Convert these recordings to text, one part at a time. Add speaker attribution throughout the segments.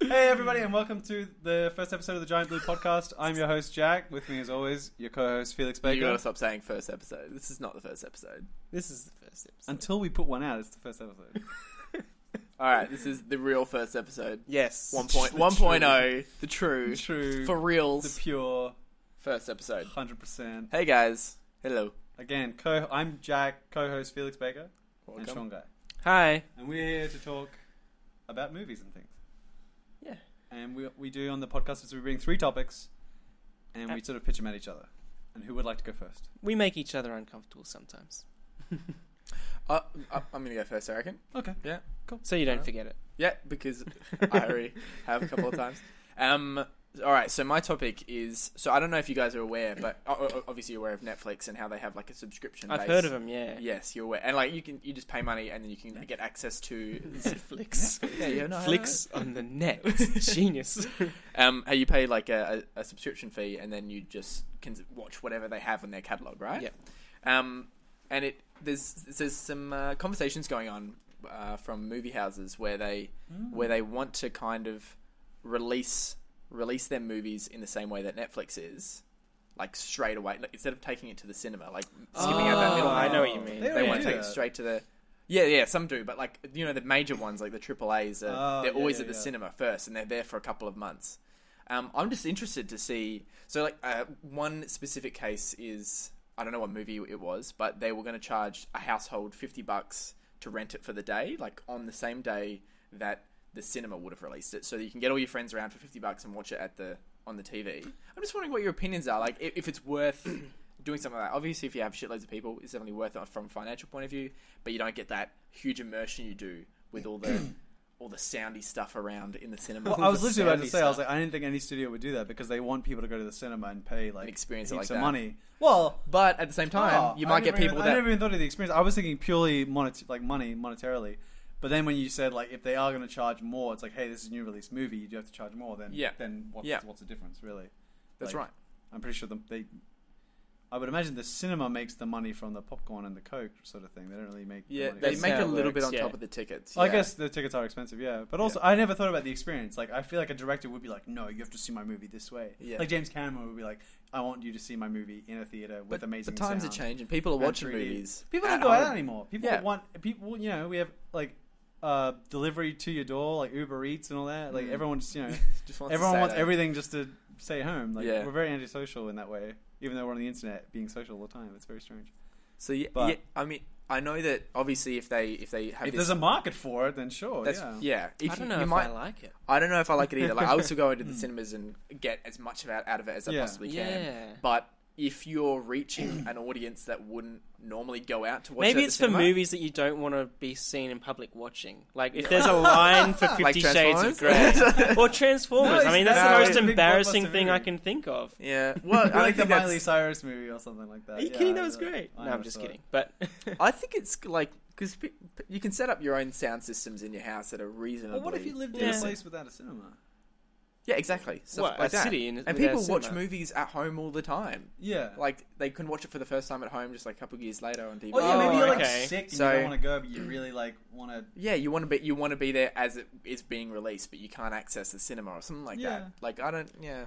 Speaker 1: Hey everybody, and welcome to the first episode of the Giant Blue Podcast. I'm your host Jack. With me, as always, your co-host Felix
Speaker 2: You gotta
Speaker 1: Baker.
Speaker 2: stop saying first episode. This is not the first episode. This is the first episode.
Speaker 1: Until we put one out, it's the first episode.
Speaker 2: All right, this is the real first episode.
Speaker 1: Yes,
Speaker 2: 1.0,
Speaker 1: The
Speaker 2: oh, the true,
Speaker 1: true, true,
Speaker 2: for reals,
Speaker 1: the pure,
Speaker 2: first episode.
Speaker 1: hundred percent.
Speaker 2: Hey guys, hello.
Speaker 1: Again, co. I'm Jack, co-host Felix Baker, and Sean Guy,
Speaker 2: Hi.
Speaker 1: and we're here to talk about movies and things.
Speaker 2: Yeah.
Speaker 1: And we we do on the podcast is we bring three topics, and we sort of pitch them at each other, and who would like to go first?
Speaker 3: We make each other uncomfortable sometimes,
Speaker 2: Uh, I- I'm gonna go first, I reckon.
Speaker 1: Okay.
Speaker 2: Yeah.
Speaker 3: so you don't
Speaker 2: Alright.
Speaker 3: forget it.
Speaker 2: Yeah, because I already have a couple of times. Um, all right, so my topic is so I don't know if you guys are aware, but o- o- obviously you're aware of Netflix and how they have like a subscription.
Speaker 3: I've heard of them, yeah.
Speaker 2: Yes, you're aware, and like you can you just pay money and then you can get access to
Speaker 3: Netflix.
Speaker 2: yeah, yeah, no, I
Speaker 3: Flicks on the net. Genius.
Speaker 2: Um, how you pay like a, a, a subscription fee, and then you just can watch whatever they have in their catalog, right?
Speaker 3: Yep.
Speaker 2: Um, and it there's there's some uh, conversations going on uh, from movie houses where they where they want to kind of release release their movies in the same way that Netflix is, like straight away, like, instead of taking it to the cinema, like skipping out that
Speaker 1: Ah,
Speaker 3: Oh,
Speaker 2: middle.
Speaker 3: I
Speaker 2: man.
Speaker 3: know what you mean.
Speaker 1: They,
Speaker 2: They
Speaker 1: already
Speaker 2: want
Speaker 1: do
Speaker 2: to take it
Speaker 1: that.
Speaker 2: straight to the. Yeah, yeah, some do, but like you know, the major ones like the triple A's are
Speaker 1: Oh,
Speaker 2: they're
Speaker 1: yeah,
Speaker 2: always
Speaker 1: yeah,
Speaker 2: at the
Speaker 1: yeah.
Speaker 2: cinema first, and they're there for a couple of months. Um, I'm just interested to see. So, like uh, one specific case is I don't know what movie it was, but they were going to charge a household fifty bucks to rent it for the day, like on the same day that the cinema would have released it, so that you can get all your friends around for fifty bucks and watch it at the on the TV. I'm just wondering what your opinions are, like if, if it's worth doing something like that. Obviously, if you have shitloads of people, it's definitely worth it from a financial point of view, but you don't get that huge immersion you do with all the all the soundy stuff around in the cinema.
Speaker 1: Well, I was
Speaker 2: All the
Speaker 1: literally about to
Speaker 2: soundy
Speaker 1: say, I was
Speaker 2: stuff.
Speaker 1: like, I didn't think any studio would do that because they want people to go to the cinema and pay like
Speaker 2: And experience it
Speaker 1: heaps of
Speaker 2: like that.
Speaker 1: money. Well,
Speaker 2: but at the same time,
Speaker 1: oh,
Speaker 2: you
Speaker 1: I
Speaker 2: might get
Speaker 1: never even-
Speaker 2: people
Speaker 1: I
Speaker 2: that
Speaker 1: never even thought of the experience. I was thinking purely monet- like money monetarily, but then when you said like if they are going to charge more, it's like hey, this is a new release movie, you do have to charge more. Then
Speaker 2: Yeah.
Speaker 1: then what's,
Speaker 2: Yeah.
Speaker 1: what's the difference really?
Speaker 2: that's
Speaker 1: like,
Speaker 2: right.
Speaker 1: I'm pretty sure the, they. I would imagine the cinema makes the money from the popcorn and the coke sort of thing. They don't really make the
Speaker 2: Yeah,
Speaker 1: money
Speaker 2: they
Speaker 1: from-
Speaker 3: That's
Speaker 2: make
Speaker 3: how
Speaker 2: a
Speaker 3: it
Speaker 2: little
Speaker 3: works,
Speaker 2: bit on
Speaker 3: yeah.
Speaker 2: top of the tickets.
Speaker 1: I
Speaker 2: yeah.
Speaker 1: guess the tickets are expensive, yeah. But also, I never thought about the experience. Like, I feel like a director would be like, "No, you have to see my movie this way."
Speaker 2: Yeah.
Speaker 1: Like James Cameron would be like, "I want you to see my movie in a theater with
Speaker 2: but
Speaker 1: amazing."
Speaker 2: the times
Speaker 1: sound
Speaker 2: are changing. People are
Speaker 1: and
Speaker 2: watching
Speaker 1: 3D."
Speaker 2: movies.
Speaker 1: People
Speaker 2: at
Speaker 1: don't go out
Speaker 2: home.
Speaker 1: anymore. People
Speaker 2: Yeah.
Speaker 1: want people. You know, we have like uh, delivery to your door, like Uber Eats and all that. Like
Speaker 2: Mm.
Speaker 1: everyone just, you know,
Speaker 2: Just wants to
Speaker 1: everyone
Speaker 2: say
Speaker 1: wants
Speaker 2: that.
Speaker 1: everything just to stay home. Like
Speaker 2: Yeah.
Speaker 1: we're very antisocial in that way. Even though we're on the internet being social all the time, it's very strange.
Speaker 2: So yeah,
Speaker 1: But-
Speaker 2: yeah, I mean, I know that obviously if they if they have
Speaker 1: If
Speaker 2: this,
Speaker 1: there's a market for it, then sure.
Speaker 2: that's,
Speaker 1: yeah.
Speaker 2: yeah. If
Speaker 3: I don't
Speaker 2: you-
Speaker 3: know
Speaker 2: you
Speaker 3: if
Speaker 2: might,
Speaker 3: I like it.
Speaker 2: I don't know if I like it either. Like I would still go into the cinemas and get as much of out, out of it as I
Speaker 1: Hmm. Yeah.
Speaker 2: possibly can.
Speaker 3: Yeah.
Speaker 2: But if you're reaching an audience that wouldn't normally go out to watch, it
Speaker 3: Maybe
Speaker 2: at
Speaker 3: it's
Speaker 2: the
Speaker 3: for
Speaker 2: cinema,
Speaker 3: movies that you don't want to be seen in public watching. Like if there's a line for Fifty
Speaker 2: ah, Like
Speaker 3: Shades of Grey
Speaker 2: Transformers?
Speaker 3: or Transformers.
Speaker 1: No,
Speaker 3: I mean,
Speaker 1: it's
Speaker 3: that's
Speaker 2: not.
Speaker 3: the
Speaker 2: It's
Speaker 3: most
Speaker 1: a big
Speaker 3: embarrassing
Speaker 1: blockbuster
Speaker 3: thing I
Speaker 1: movie.
Speaker 3: can think of.
Speaker 2: Yeah, well, I
Speaker 1: like
Speaker 2: don't
Speaker 1: the
Speaker 2: think that's-
Speaker 1: Miley Cyrus movie or something like that.
Speaker 3: Are you
Speaker 1: Yeah,
Speaker 3: kidding?
Speaker 1: I
Speaker 3: That was
Speaker 1: know.
Speaker 3: great.
Speaker 1: I
Speaker 3: no,
Speaker 1: never
Speaker 3: I'm just
Speaker 1: saw it.
Speaker 3: kidding. But
Speaker 2: I think it's like because you can set up your own sound systems in your house that are reasonable.
Speaker 1: Well, what if you lived in
Speaker 3: Yeah.
Speaker 1: a place without a cinema?
Speaker 2: Yeah, exactly. Stuff
Speaker 3: What,
Speaker 2: like
Speaker 3: a
Speaker 2: that.
Speaker 3: city in-
Speaker 2: and
Speaker 3: with a
Speaker 2: people watch
Speaker 3: cinema.
Speaker 2: movies at home all the time.
Speaker 1: Yeah.
Speaker 2: Like they can watch it for the first time at home, just like a couple of years later on DVD.
Speaker 1: oh yeah, maybe
Speaker 3: Oh,
Speaker 1: you're like
Speaker 3: okay.
Speaker 1: sick and
Speaker 2: So-
Speaker 1: you don't want to go, but you really like want to.
Speaker 2: Yeah, you want to be you want to be there as it is being released, but you can't access the cinema or something like
Speaker 1: Yeah.
Speaker 2: that. Like I don't. Yeah.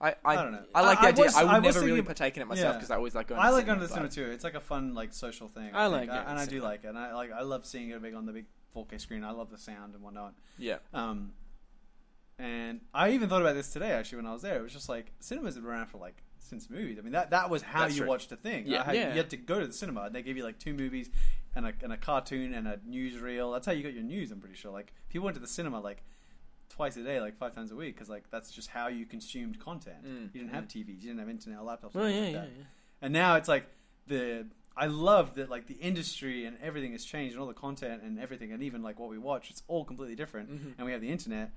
Speaker 2: I, I,
Speaker 1: I don't know.
Speaker 2: I like the
Speaker 1: I- I
Speaker 2: idea.
Speaker 1: was-
Speaker 2: I would
Speaker 1: I was
Speaker 2: never really
Speaker 1: thinking-
Speaker 2: partake in it myself
Speaker 1: yeah.
Speaker 2: because I always like going.
Speaker 1: I
Speaker 2: to
Speaker 1: like going to the cinema
Speaker 2: but-
Speaker 1: too. It's like a fun like social thing.
Speaker 3: I
Speaker 1: think.
Speaker 3: like going to
Speaker 1: and
Speaker 3: the
Speaker 1: I do
Speaker 3: cinema.
Speaker 1: like it. And I like I love seeing it big on the big 4K screen. I love the sound and whatnot.
Speaker 2: Yeah.
Speaker 1: Um, and I even thought about this today actually when I was there. It was just like cinemas have been around for like since movies. I mean that that was how
Speaker 2: That's
Speaker 1: you
Speaker 2: true.
Speaker 1: watched a thing.
Speaker 2: Yeah.
Speaker 1: How
Speaker 3: Yeah.
Speaker 1: You had to go to the cinema and they gave you like two movies and a and a cartoon and a newsreel. That's how you got your news. I'm pretty sure. Like people went to the cinema like twice a day, like five times a week, because like that's just how you consumed content.
Speaker 2: Mm.
Speaker 1: You didn't have TVs, you didn't have internet, or laptops. or
Speaker 3: well, yeah,
Speaker 1: anything
Speaker 3: yeah,
Speaker 1: like
Speaker 3: yeah.
Speaker 1: that. And now it's like the I love that like the industry and everything has changed and all the content and everything and even like what we watch, it's all completely different.
Speaker 3: Mm-hmm.
Speaker 2: Mhm.
Speaker 1: And we have the internet,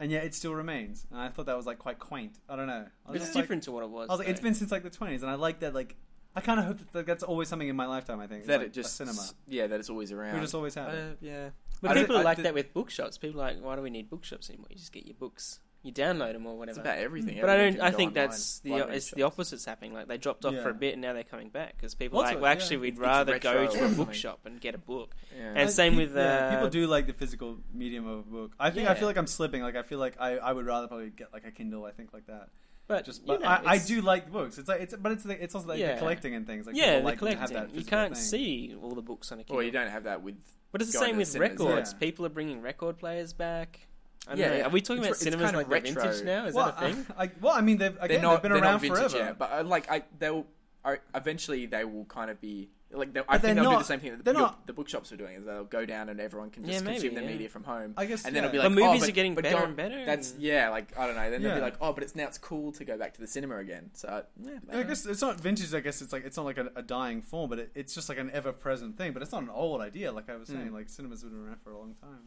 Speaker 1: and yet it still remains. And I thought that was like quite quaint. I don't know. I was
Speaker 3: It's
Speaker 1: just like-
Speaker 3: different to what it was.
Speaker 1: I was like, it's
Speaker 3: though.
Speaker 1: been since like the twenties, and I like that. Like, I kind of hope that, that that's always something in my lifetime. I think is,
Speaker 2: That
Speaker 1: like,
Speaker 2: it just
Speaker 1: a cinema.
Speaker 2: Yeah, that it's always around.
Speaker 1: We just always have. it.
Speaker 2: Uh, yeah.
Speaker 3: But
Speaker 2: I don't-
Speaker 3: people
Speaker 2: I
Speaker 3: are like
Speaker 2: did-
Speaker 3: that with bookshops. People are like, why do we need bookshops anymore? You just get your books. you download them or
Speaker 2: It's
Speaker 3: whatever.
Speaker 2: about everything.
Speaker 3: But I
Speaker 2: everything
Speaker 3: don't.
Speaker 2: can
Speaker 3: I
Speaker 2: go
Speaker 3: think
Speaker 2: online.
Speaker 3: that's the
Speaker 2: Live
Speaker 3: it's
Speaker 2: nature.
Speaker 3: the opposite's happening. Like they dropped off for a
Speaker 1: Yeah.
Speaker 3: bit and now they're coming back because people are
Speaker 1: Also,
Speaker 3: like, well, actually,
Speaker 1: yeah.
Speaker 3: we'd
Speaker 2: It's
Speaker 3: rather go
Speaker 2: retro
Speaker 3: to a
Speaker 2: or
Speaker 3: bookshop and get a book.
Speaker 2: Yeah.
Speaker 3: And
Speaker 1: I-
Speaker 3: same
Speaker 1: pe-
Speaker 3: with, uh,
Speaker 1: yeah, people do like the physical medium of a book. I think I
Speaker 3: Yeah.
Speaker 1: feel like I'm slipping. Like I feel like I, I would rather probably get like a Kindle. I think like that.
Speaker 3: But
Speaker 1: Just
Speaker 3: you
Speaker 1: but
Speaker 3: know,
Speaker 1: I, I
Speaker 3: it's-
Speaker 1: do like books. It's like it's but it's the, it's also like
Speaker 3: Yeah.
Speaker 1: the collecting and things. Like
Speaker 3: yeah,
Speaker 1: people
Speaker 3: the
Speaker 1: like to
Speaker 3: collecting.
Speaker 1: Have that
Speaker 3: you
Speaker 1: physical
Speaker 3: can't
Speaker 1: thing.
Speaker 3: see all the books on a Kindle.
Speaker 2: Well, you don't have that with.
Speaker 3: But it's the
Speaker 2: going
Speaker 3: same
Speaker 2: to
Speaker 3: with
Speaker 2: the cinemas,
Speaker 3: records.
Speaker 1: yeah.
Speaker 3: People are bringing record players back. I don't
Speaker 2: Yeah,
Speaker 3: know.
Speaker 2: yeah.
Speaker 3: Are we talking
Speaker 2: It's
Speaker 3: about
Speaker 2: re- it's
Speaker 3: cinemas
Speaker 2: kind
Speaker 3: like
Speaker 2: of
Speaker 3: they're vintage
Speaker 2: retro.
Speaker 3: now? Is
Speaker 1: well,
Speaker 3: that a thing?
Speaker 1: I, I- well, I mean, they've again,
Speaker 2: they're
Speaker 1: they've
Speaker 2: not. they're
Speaker 1: been
Speaker 2: not
Speaker 1: around
Speaker 2: vintage
Speaker 1: forever.
Speaker 2: yet, but uh, like I, they'll. I, eventually, they will kind of be like. they'll-
Speaker 1: But
Speaker 2: I think
Speaker 1: they're
Speaker 2: they'll do
Speaker 1: not-
Speaker 2: the same thing that the,
Speaker 1: they're
Speaker 2: your-
Speaker 1: not-
Speaker 2: the bookshops are doing. Is they'll go down and everyone can
Speaker 3: Yeah,
Speaker 2: just consume
Speaker 3: maybe,
Speaker 2: their
Speaker 3: yeah.
Speaker 2: media from home.
Speaker 1: I guess
Speaker 2: and then it'll be
Speaker 1: yeah.
Speaker 2: like,
Speaker 3: But movies
Speaker 2: oh,
Speaker 3: are getting
Speaker 2: but
Speaker 3: better
Speaker 2: don't-
Speaker 3: and better
Speaker 2: That's
Speaker 3: and-
Speaker 2: yeah, like I don't know. Then they'll be
Speaker 1: Yeah.
Speaker 2: like, oh, but it's now it's cool to go back to the cinema again. So yeah,
Speaker 1: Yeah, I guess it's not vintage. I guess it's like it's not like a, a dying form, but it, it's just like an ever-present thing. But it's not an old idea. Like I was saying,
Speaker 2: Mm.
Speaker 1: like cinema's been around for a long time.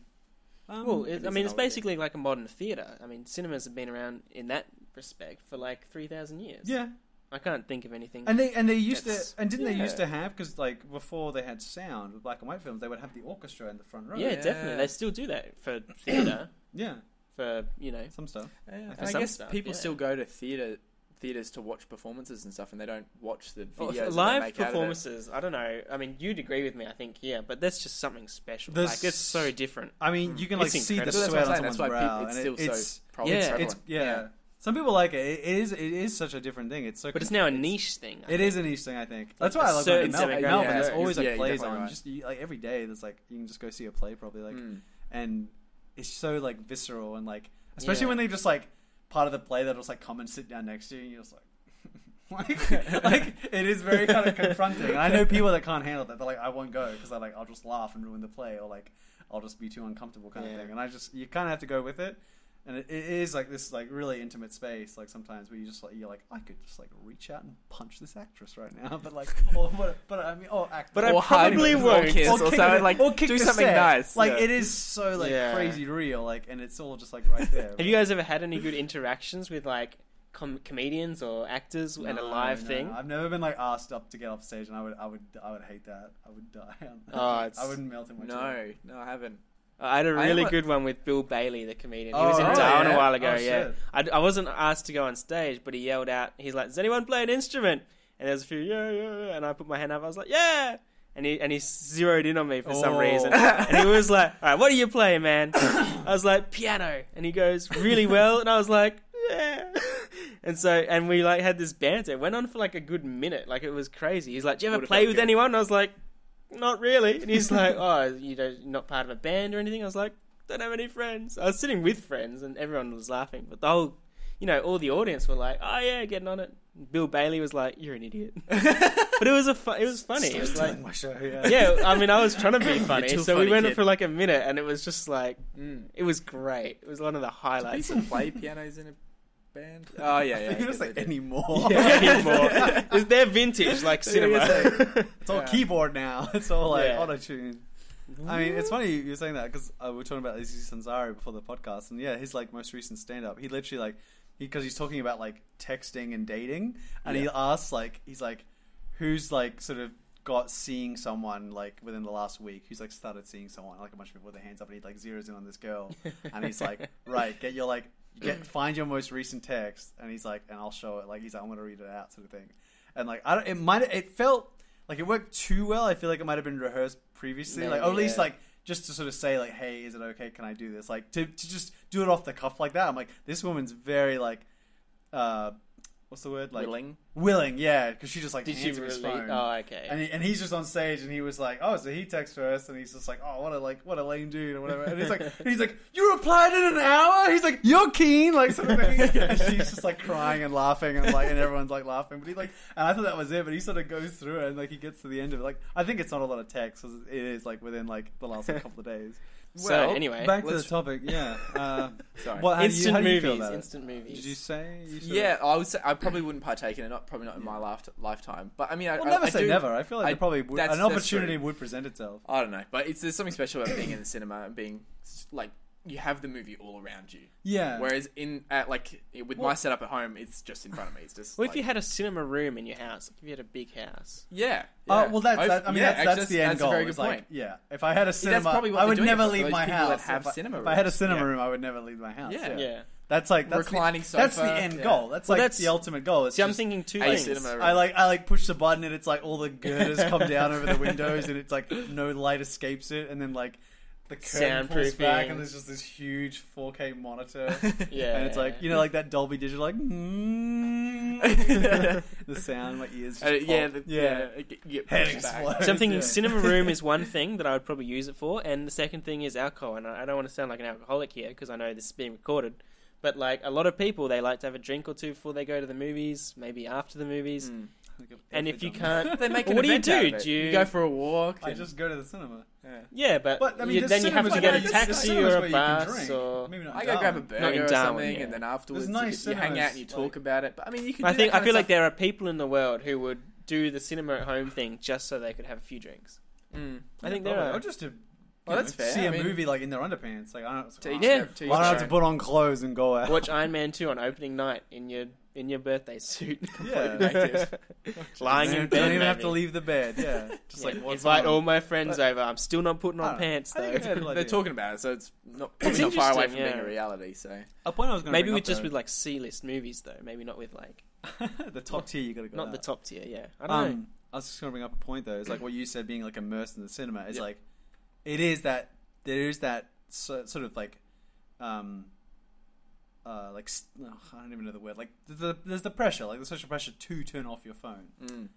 Speaker 1: Um,
Speaker 3: Hmm. Well,
Speaker 2: it
Speaker 3: it,
Speaker 2: is
Speaker 3: I
Speaker 2: an
Speaker 3: mean, it's
Speaker 2: old idea.
Speaker 3: basically like a modern theatre. I mean, cinemas have been around in that respect for like 3,000 years.
Speaker 1: yeah,
Speaker 3: I can't think of anything.
Speaker 1: and they and they used
Speaker 3: That's-
Speaker 1: to and didn't they
Speaker 2: yeah.
Speaker 1: used to have because like before they had sound with black and white films, they would have the orchestra in the front row.
Speaker 3: yeah,
Speaker 2: Yeah.
Speaker 3: definitely. They still do that for theatre,
Speaker 1: yeah,
Speaker 3: for, you know.
Speaker 1: some stuff.
Speaker 2: Yeah,
Speaker 1: For
Speaker 2: and I
Speaker 3: some
Speaker 2: guess
Speaker 3: stuff,
Speaker 2: people
Speaker 3: yeah.
Speaker 2: still go to theater theaters to watch performances and stuff, and they don't watch the
Speaker 1: Oh,
Speaker 3: Well,
Speaker 2: videos. that they
Speaker 3: live
Speaker 2: make out of it.
Speaker 3: performances, I don't know. I mean, you'd agree with me, I think, yeah, but that's just something special.
Speaker 1: There's-
Speaker 3: Like, it's so different.
Speaker 1: I mean, you can like
Speaker 3: Hmm. It's
Speaker 1: see the
Speaker 3: incredible.
Speaker 2: That's what
Speaker 1: sweat
Speaker 2: I'm
Speaker 1: on
Speaker 2: saying.
Speaker 1: someone's
Speaker 2: That's why
Speaker 1: brow,
Speaker 2: people, it's
Speaker 1: and
Speaker 2: still
Speaker 1: it, it's
Speaker 2: so prevalent
Speaker 3: yeah,
Speaker 2: for
Speaker 1: it's
Speaker 2: everyone.
Speaker 1: yeah. Some people like it. It is it is such a different thing. It's so
Speaker 3: But it's now a
Speaker 1: niche.
Speaker 3: niche thing. I
Speaker 1: It
Speaker 3: think.
Speaker 1: is an niche thing, I think. That's why
Speaker 3: a
Speaker 1: I love going to
Speaker 3: certain
Speaker 1: Melbourne.
Speaker 3: demographic.
Speaker 1: Melbourne,
Speaker 2: Yeah,
Speaker 1: there's
Speaker 2: yeah,
Speaker 1: always like
Speaker 2: yeah, you're
Speaker 1: plays
Speaker 2: definitely
Speaker 1: on.
Speaker 2: right.
Speaker 1: Just you- like every day, there's like you can just go see a play probably like,
Speaker 2: Mm.
Speaker 1: and it's so like visceral and like especially
Speaker 3: Yeah.
Speaker 1: when they just like part of the play that will just like come and sit down next to you and you're just like. like, like it is very kind of confronting. And I know people that can't handle that. They're like, I won't go because I like I'll just laugh and ruin the play, or like I'll just be too uncomfortable kind
Speaker 3: Yeah.
Speaker 1: of thing. And I just you kind of have to go with it. And it, it is like this like really intimate space. Like sometimes where you just like you're like I could just like reach out and punch this actress right now, but like or but, but I mean oh actor,
Speaker 3: But I
Speaker 2: Or hug
Speaker 3: probably
Speaker 2: them,
Speaker 3: won't.
Speaker 2: Or kiss,
Speaker 1: Or
Speaker 2: or,
Speaker 1: kick
Speaker 2: something
Speaker 1: the-
Speaker 2: like
Speaker 1: or kick
Speaker 2: do
Speaker 1: the
Speaker 2: something
Speaker 1: set.
Speaker 2: nice.
Speaker 1: Like
Speaker 2: yeah.
Speaker 1: it is so like
Speaker 3: Yeah.
Speaker 1: crazy real, like and it's all just like right there.
Speaker 3: Have you guys ever had any good interactions with like com- comedians or actors and a
Speaker 1: No,
Speaker 3: live
Speaker 1: no,
Speaker 3: thing?
Speaker 1: I've never been like asked up to get off stage, and I would, I would, I would hate that. I would die. on that.
Speaker 3: Oh, it's-
Speaker 1: I wouldn't melt in my chair.
Speaker 2: No, no, I haven't.
Speaker 3: I had a
Speaker 2: I am
Speaker 3: really
Speaker 2: a-
Speaker 3: good one with Bill Bailey, the comedian. He
Speaker 1: Oh,
Speaker 3: was in
Speaker 1: really?
Speaker 3: Darwin a
Speaker 2: Yeah.
Speaker 3: while ago.
Speaker 1: Oh,
Speaker 3: yeah,
Speaker 1: shit.
Speaker 3: I, I wasn't asked to go on stage, but he yelled out. He's like, "Does anyone play an instrument?" And there was a few, yeah, yeah, yeah. And I put my hand up. I was like, "Yeah." And he and he zeroed in on me for some
Speaker 1: Oh.
Speaker 3: reason. And he was like, "All right, what do you play, man?" I was like, "Piano." And he goes, "Really well." And I was like, "Yeah." And so, and we like had this banter. It went on for like a good minute. Like it was crazy. He's like, "Do you ever
Speaker 2: Would've
Speaker 3: play
Speaker 2: felt
Speaker 3: with
Speaker 2: good.
Speaker 3: anyone?" And I was like, not really. And he's like, oh, you know, you're not part of a band or anything. I was like, don't have any friends. I was sitting with friends and everyone was laughing, but the whole, you know, all the audience were like, oh yeah, getting on it. Bill Bailey was like, you're an idiot. but it was a, fu- it was funny. It was
Speaker 1: Stop
Speaker 3: like,
Speaker 1: doing my show. Yeah.
Speaker 3: yeah, I mean, I was trying to be funny,
Speaker 2: too
Speaker 3: so we
Speaker 2: funny,
Speaker 3: went
Speaker 2: kid.
Speaker 3: for like a minute, and it was just like,
Speaker 2: Mm.
Speaker 3: it was great. It was one of the highlights.
Speaker 2: People play pianos in a band. Oh yeah, yeah.
Speaker 1: I think it was
Speaker 2: yeah,
Speaker 1: like
Speaker 2: they do.
Speaker 1: anymore.
Speaker 3: anymore. It's- They're vintage, like cinema.
Speaker 1: It's all
Speaker 2: Yeah.
Speaker 1: keyboard now. It's all like
Speaker 3: Yeah.
Speaker 1: auto tune. I mean, it's funny you're saying that because uh, we were talking about Izzy Sanzari before the podcast, and yeah, his like most recent stand up, he literally like because he's talking about like texting and dating, and he
Speaker 2: Yeah.
Speaker 1: asks like he's like who's like sort of got seeing someone like within the last week who's like started seeing someone like a bunch of people with their hands up and he like zeroes in on this girl and he's like right get your like get find your most recent text and he's like and I'll show it like he's like I'm gonna read it out sort of thing and like I don't it might it felt like it worked too well I feel like it might have been rehearsed previously like
Speaker 3: Maybe,
Speaker 1: or at least
Speaker 2: yeah.
Speaker 1: like just to sort of say like hey is it okay can I do this like to, to just do it off the cuff like that I'm like this woman's very like uh what's the word like
Speaker 2: Willing.
Speaker 1: Willing, yeah, because she just like
Speaker 3: Did
Speaker 1: hands
Speaker 3: you
Speaker 1: him his
Speaker 3: really?
Speaker 1: phone,
Speaker 3: Oh, okay.
Speaker 1: and, he, and he's just on stage, and he was like, "Oh, so he texts first, and he's just like, "Oh, what a like, what a lame dude," or whatever. And he's like, and he's like, "You replied in an hour." He's like, "You're keen," like sort of thing. and she's just like crying and laughing, and like, and everyone's like laughing. But he like, and I thought that was it. But he sort of goes through it, and like he gets to the end of it. Like, I think it's not a lot of text. 'cause It is like within like the last like, couple of days.
Speaker 3: so anyway,
Speaker 1: Back to the
Speaker 2: let's-
Speaker 1: topic, yeah. Uh,
Speaker 2: Sorry.
Speaker 1: what, how do you,
Speaker 3: instant
Speaker 1: how do you feel
Speaker 3: movies.
Speaker 1: about it?
Speaker 3: Instant movies.
Speaker 1: Did you say? You sort of-
Speaker 2: Yeah, I would say I probably wouldn't partake in it. Not probably not in my life, lifetime. But I mean, I
Speaker 1: Well,
Speaker 2: I-
Speaker 1: never
Speaker 2: I
Speaker 1: say
Speaker 2: do-
Speaker 1: never. I feel like
Speaker 2: I-
Speaker 1: there probably would,
Speaker 2: that's-
Speaker 1: an
Speaker 2: that's
Speaker 1: opportunity
Speaker 2: true.
Speaker 1: would present itself.
Speaker 2: I don't know, but it's there's something special about being in the cinema and being s- like you have the movie all around you.
Speaker 1: Yeah.
Speaker 2: Whereas in at, like with my
Speaker 1: Well-
Speaker 2: setup at home, it's just in front of me. It's just
Speaker 3: Well, if
Speaker 2: like-
Speaker 3: you had a cinema room in your house, like if you had a big house,
Speaker 2: yeah,
Speaker 1: Oh
Speaker 2: yeah.
Speaker 1: well, that's
Speaker 2: I've-
Speaker 1: that, I mean
Speaker 2: yeah,
Speaker 1: that's,
Speaker 2: actually,
Speaker 1: that's the end goal.
Speaker 2: A very good
Speaker 1: It's like,
Speaker 2: point.
Speaker 1: yeah, if I had a cinema,
Speaker 2: probably what
Speaker 1: I
Speaker 2: they're
Speaker 1: would
Speaker 2: doing
Speaker 1: never
Speaker 2: for
Speaker 1: leave
Speaker 2: those
Speaker 1: my
Speaker 2: people that
Speaker 1: house.
Speaker 2: have
Speaker 1: if I,
Speaker 2: cinema
Speaker 1: if I had a
Speaker 2: rooms.
Speaker 1: cinema
Speaker 2: Yeah.
Speaker 1: room, I would never leave my house.
Speaker 2: Yeah.
Speaker 1: Yeah,
Speaker 3: yeah,
Speaker 1: That's like that's
Speaker 2: Reclining
Speaker 1: the, That's the
Speaker 2: sofa,
Speaker 1: end
Speaker 2: yeah.
Speaker 1: goal. That's
Speaker 3: Well,
Speaker 1: like
Speaker 3: that's-
Speaker 1: the ultimate goal. It's
Speaker 3: See, I'm
Speaker 1: just-
Speaker 3: thinking two
Speaker 2: Hey,
Speaker 3: things.
Speaker 2: cinema.
Speaker 1: I like I like push the button and it's like all the girders come down over the windows and it's like no light escapes it and then like the curtain pulls back
Speaker 3: Soundproofing.
Speaker 1: and there's just this huge 4K monitor
Speaker 3: Yeah.
Speaker 1: and it's like you know like that Dolby Digital like mm. the sound my ears just
Speaker 2: Uh, yeah,
Speaker 1: pop.
Speaker 2: the,
Speaker 1: yeah
Speaker 2: yeah, it get- you get
Speaker 1: Head
Speaker 2: pushed back.
Speaker 1: explodes.
Speaker 3: So I'm thinking
Speaker 1: Yeah.
Speaker 3: cinema room is one thing that I would probably use it for, and the second thing is alcohol. And I I don't want to sound like an alcoholic here because I know this is being recorded, but like a lot of people, they like to have a drink or two before they go to the movies, maybe after the movies.
Speaker 2: Mm.
Speaker 3: And if you
Speaker 1: Done.
Speaker 3: can't,
Speaker 2: They make
Speaker 3: Well,
Speaker 2: an
Speaker 3: what do you
Speaker 2: event out
Speaker 3: do?
Speaker 2: of it.
Speaker 3: Do
Speaker 2: you...
Speaker 3: you-
Speaker 2: go for a walk?
Speaker 1: I
Speaker 2: and-
Speaker 1: just go to the cinema.
Speaker 2: yeah.
Speaker 3: yeah, but,
Speaker 1: But I mean,
Speaker 3: you-
Speaker 1: there's
Speaker 3: then you have
Speaker 1: cinemas where-
Speaker 3: to get a
Speaker 1: there's- there's
Speaker 3: taxi
Speaker 1: cinemas
Speaker 3: or
Speaker 1: where
Speaker 3: a
Speaker 1: you can
Speaker 3: bus
Speaker 1: drink.
Speaker 3: or.
Speaker 1: Maybe not
Speaker 2: I go
Speaker 1: Darwin.
Speaker 2: grab a burger or
Speaker 3: Darwin,
Speaker 2: something,
Speaker 3: yeah.
Speaker 2: and then afterwards
Speaker 1: There's nice
Speaker 2: you, you hang
Speaker 1: cinemas,
Speaker 2: out and you talk
Speaker 1: like-
Speaker 2: about it. But I mean, you can. Do
Speaker 3: I think
Speaker 2: that
Speaker 3: I
Speaker 2: kind
Speaker 3: feel
Speaker 2: of
Speaker 3: like there are people in the world who would do the cinema at home thing just so they could have a few drinks.
Speaker 2: stuff. Mm.
Speaker 3: I think there
Speaker 1: probably.
Speaker 3: are.
Speaker 1: Or just to you
Speaker 2: Well, that's
Speaker 1: know,
Speaker 2: fair.
Speaker 1: see
Speaker 2: I
Speaker 1: a
Speaker 2: mean-
Speaker 1: movie like in their underpants. Like I don't.
Speaker 2: To each
Speaker 1: I
Speaker 2: their- to
Speaker 1: don't
Speaker 2: each
Speaker 1: have to
Speaker 2: their own.
Speaker 1: put on clothes and go out.
Speaker 3: Watch Iron Man 2 on opening night in your in your birthday suit.
Speaker 1: Yeah.
Speaker 2: Naked.
Speaker 3: Lying
Speaker 1: Don't
Speaker 3: in bed.
Speaker 1: even have
Speaker 3: maybe.
Speaker 1: to leave the bed. Yeah, just
Speaker 3: Yeah,
Speaker 1: like what's
Speaker 3: invite
Speaker 1: on?
Speaker 3: all my friends over. I'm still not putting
Speaker 1: I
Speaker 3: on
Speaker 1: don't-
Speaker 3: pants
Speaker 1: I
Speaker 3: though.
Speaker 1: think it's a cool
Speaker 2: They're
Speaker 1: idea.
Speaker 2: talking about it, so it's not,
Speaker 3: It's
Speaker 2: probably not far away from being
Speaker 3: interesting,
Speaker 2: a
Speaker 3: yeah.
Speaker 2: reality. So
Speaker 1: A point I was going
Speaker 3: Maybe with just with like C-list movies though. Maybe not with like
Speaker 1: the top tier. You got to go.
Speaker 3: not the
Speaker 1: out.
Speaker 3: top tier. Yeah, I don't know.
Speaker 1: Um, I was just going to bring up a point though. It's like what you said, being like immersed in the cinema. Is
Speaker 2: Yep.
Speaker 1: like it is that there is that so, sort of like, um, uh, like s oh, I don't even know the word. Like th- the, there's the pressure, like the social pressure to turn off your phone.
Speaker 2: mm.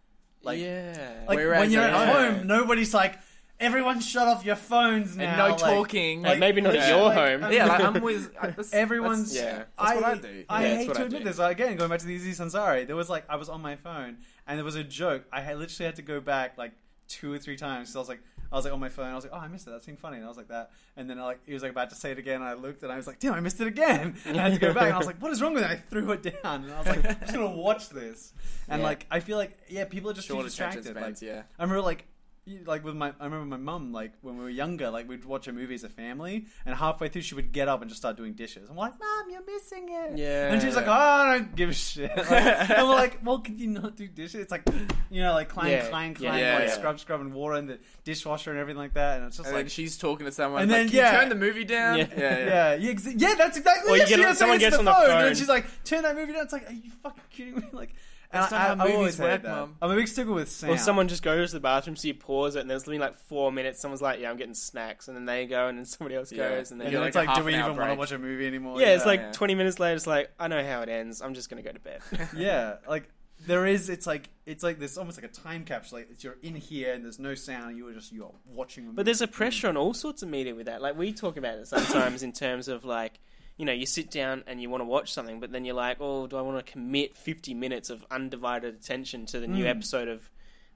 Speaker 1: Like
Speaker 3: yeah,
Speaker 1: like
Speaker 2: Whereas
Speaker 1: when you're
Speaker 2: at
Speaker 1: at
Speaker 2: home-
Speaker 1: home, nobody's like everyone shut off your phones now.
Speaker 2: and no
Speaker 1: like-
Speaker 2: talking.
Speaker 1: like-
Speaker 3: maybe not
Speaker 2: yeah.
Speaker 3: at your
Speaker 1: like,
Speaker 3: home.
Speaker 1: um,
Speaker 2: yeah, like I'm always I, that's-
Speaker 1: Everyone's
Speaker 2: That's,
Speaker 3: yeah.
Speaker 2: that's what I do.
Speaker 1: I
Speaker 3: Yeah, that's
Speaker 1: hate
Speaker 3: what
Speaker 1: to
Speaker 3: I
Speaker 1: admit
Speaker 3: do.
Speaker 1: this. I- Again, going back to the Easy Sansari, there was like I was on my phone and there was a joke. I had literally had to go back like two or three times. So I was like, I was like on my phone. I was like, oh, I missed it. That seemed funny. And I was like that. And then I like he was like about to say it again. And I looked and I was like, damn, I missed it again. And I had to go back. And I was like, what is wrong with it? I threw it down. And I was like, I'm just gonna watch this. And
Speaker 3: Yeah.
Speaker 1: like I feel like yeah, people are just too
Speaker 2: Short attention
Speaker 1: distracted. Like
Speaker 2: spans. Yeah,
Speaker 1: I remember like you- like with my I remember my mum like when we were younger like we'd watch a movie as a family and halfway through she would get up and just start doing dishes. I'm like, "Mom, you're missing it."
Speaker 3: Yeah.
Speaker 1: And she was like, "Oh, I don't give a shit." Like, and we're like, "Well, could you not do dishes?" It's like you know, like clang
Speaker 3: Yeah.
Speaker 1: clang
Speaker 3: Yeah,
Speaker 1: clang
Speaker 2: yeah,
Speaker 1: like
Speaker 2: yeah.
Speaker 1: scrub scrub and water and the dishwasher and everything like that and it's just
Speaker 2: and then
Speaker 1: like
Speaker 2: she's talking to someone.
Speaker 1: And
Speaker 2: like,
Speaker 1: then,
Speaker 2: "Can you
Speaker 1: yeah.
Speaker 2: turn the movie down.
Speaker 3: Yeah.
Speaker 2: yeah. yeah.
Speaker 1: yeah, yeah, exa- yeah, that's exactly.
Speaker 3: Or you
Speaker 1: it. She
Speaker 3: get on-
Speaker 1: does
Speaker 3: someone
Speaker 1: it, it's
Speaker 3: gets
Speaker 1: the
Speaker 3: on the
Speaker 1: and
Speaker 3: phone.
Speaker 1: then she's like, "Turn that movie down." It's like, "Are you fucking kidding me?" Like, and
Speaker 2: That's not
Speaker 1: I,
Speaker 2: how
Speaker 1: I, I've always
Speaker 2: movies
Speaker 1: had
Speaker 2: work,
Speaker 1: that.
Speaker 2: Mum.
Speaker 1: I'm a big sticker with sound.
Speaker 3: Or someone just goes to the bathroom, so you pause it, and there's been like four minutes. Someone's like, "Yeah, I'm getting snacks," and then they go, and then somebody else
Speaker 2: Yeah.
Speaker 3: goes, and
Speaker 1: and
Speaker 3: then
Speaker 2: Yeah,
Speaker 1: then
Speaker 2: like
Speaker 1: it's
Speaker 2: a
Speaker 1: like,
Speaker 2: half
Speaker 1: do we
Speaker 2: an hour
Speaker 1: even want to
Speaker 2: break.
Speaker 1: watch a movie anymore?
Speaker 3: yeah, it's like
Speaker 2: yeah.
Speaker 3: 20 minutes later. It's like I know how it ends. I'm just gonna go to bed.
Speaker 1: yeah, like there is. It's like it's like this almost like a time capsule. Like it's, you're in here and there's no sound. You are just you are watching. A movie.
Speaker 3: But there's a pressure on all sorts of media with that. Like we talk about it sometimes in terms of like, you know, you sit down and you want to watch something, but then you're like, oh, do I want to commit 50 minutes of undivided attention to the new
Speaker 1: Mm.
Speaker 3: episode of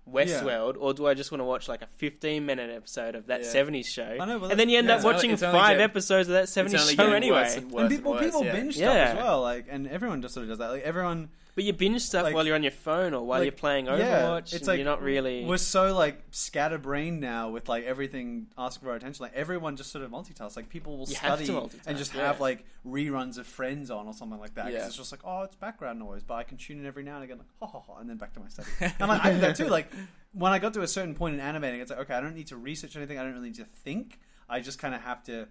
Speaker 3: Westworld, or do I just want to watch like a 15 minute episode of that
Speaker 2: Yeah.
Speaker 3: 70s show?
Speaker 1: I know, but
Speaker 3: and then you end
Speaker 2: yeah.
Speaker 3: up
Speaker 2: It's only-
Speaker 3: watching
Speaker 2: it's only
Speaker 3: five
Speaker 2: get-
Speaker 3: episodes of that 70s show
Speaker 2: getting
Speaker 3: anyway.
Speaker 2: worse and worse
Speaker 1: and people
Speaker 2: worse,
Speaker 1: people
Speaker 2: yeah.
Speaker 1: binge
Speaker 3: Yeah.
Speaker 1: stuff as well. Like and everyone just sort of does that. Like everyone
Speaker 3: But you binge stuff
Speaker 1: Like-
Speaker 3: while you're on your phone or while
Speaker 1: like,
Speaker 3: you're playing Overwatch.
Speaker 1: yeah, it's
Speaker 3: and
Speaker 1: like-
Speaker 3: you're not really.
Speaker 1: we're so like scatterbrained now with like everything asking for our attention. Like everyone just sort of multitasks. Like people will
Speaker 3: You have to
Speaker 1: study
Speaker 3: multitask,
Speaker 1: and just
Speaker 3: yeah.
Speaker 1: have like reruns of Friends on or something like that. 'Cause
Speaker 2: Yeah.
Speaker 1: it's just like oh, it's background noise, but I can tune in every now and again, like ha ha ha, and then back to my study. and like, I did that too. Like when I got to a certain point in animating, it's like okay, I don't need to research anything. I don't really need to think. I just kind of have to.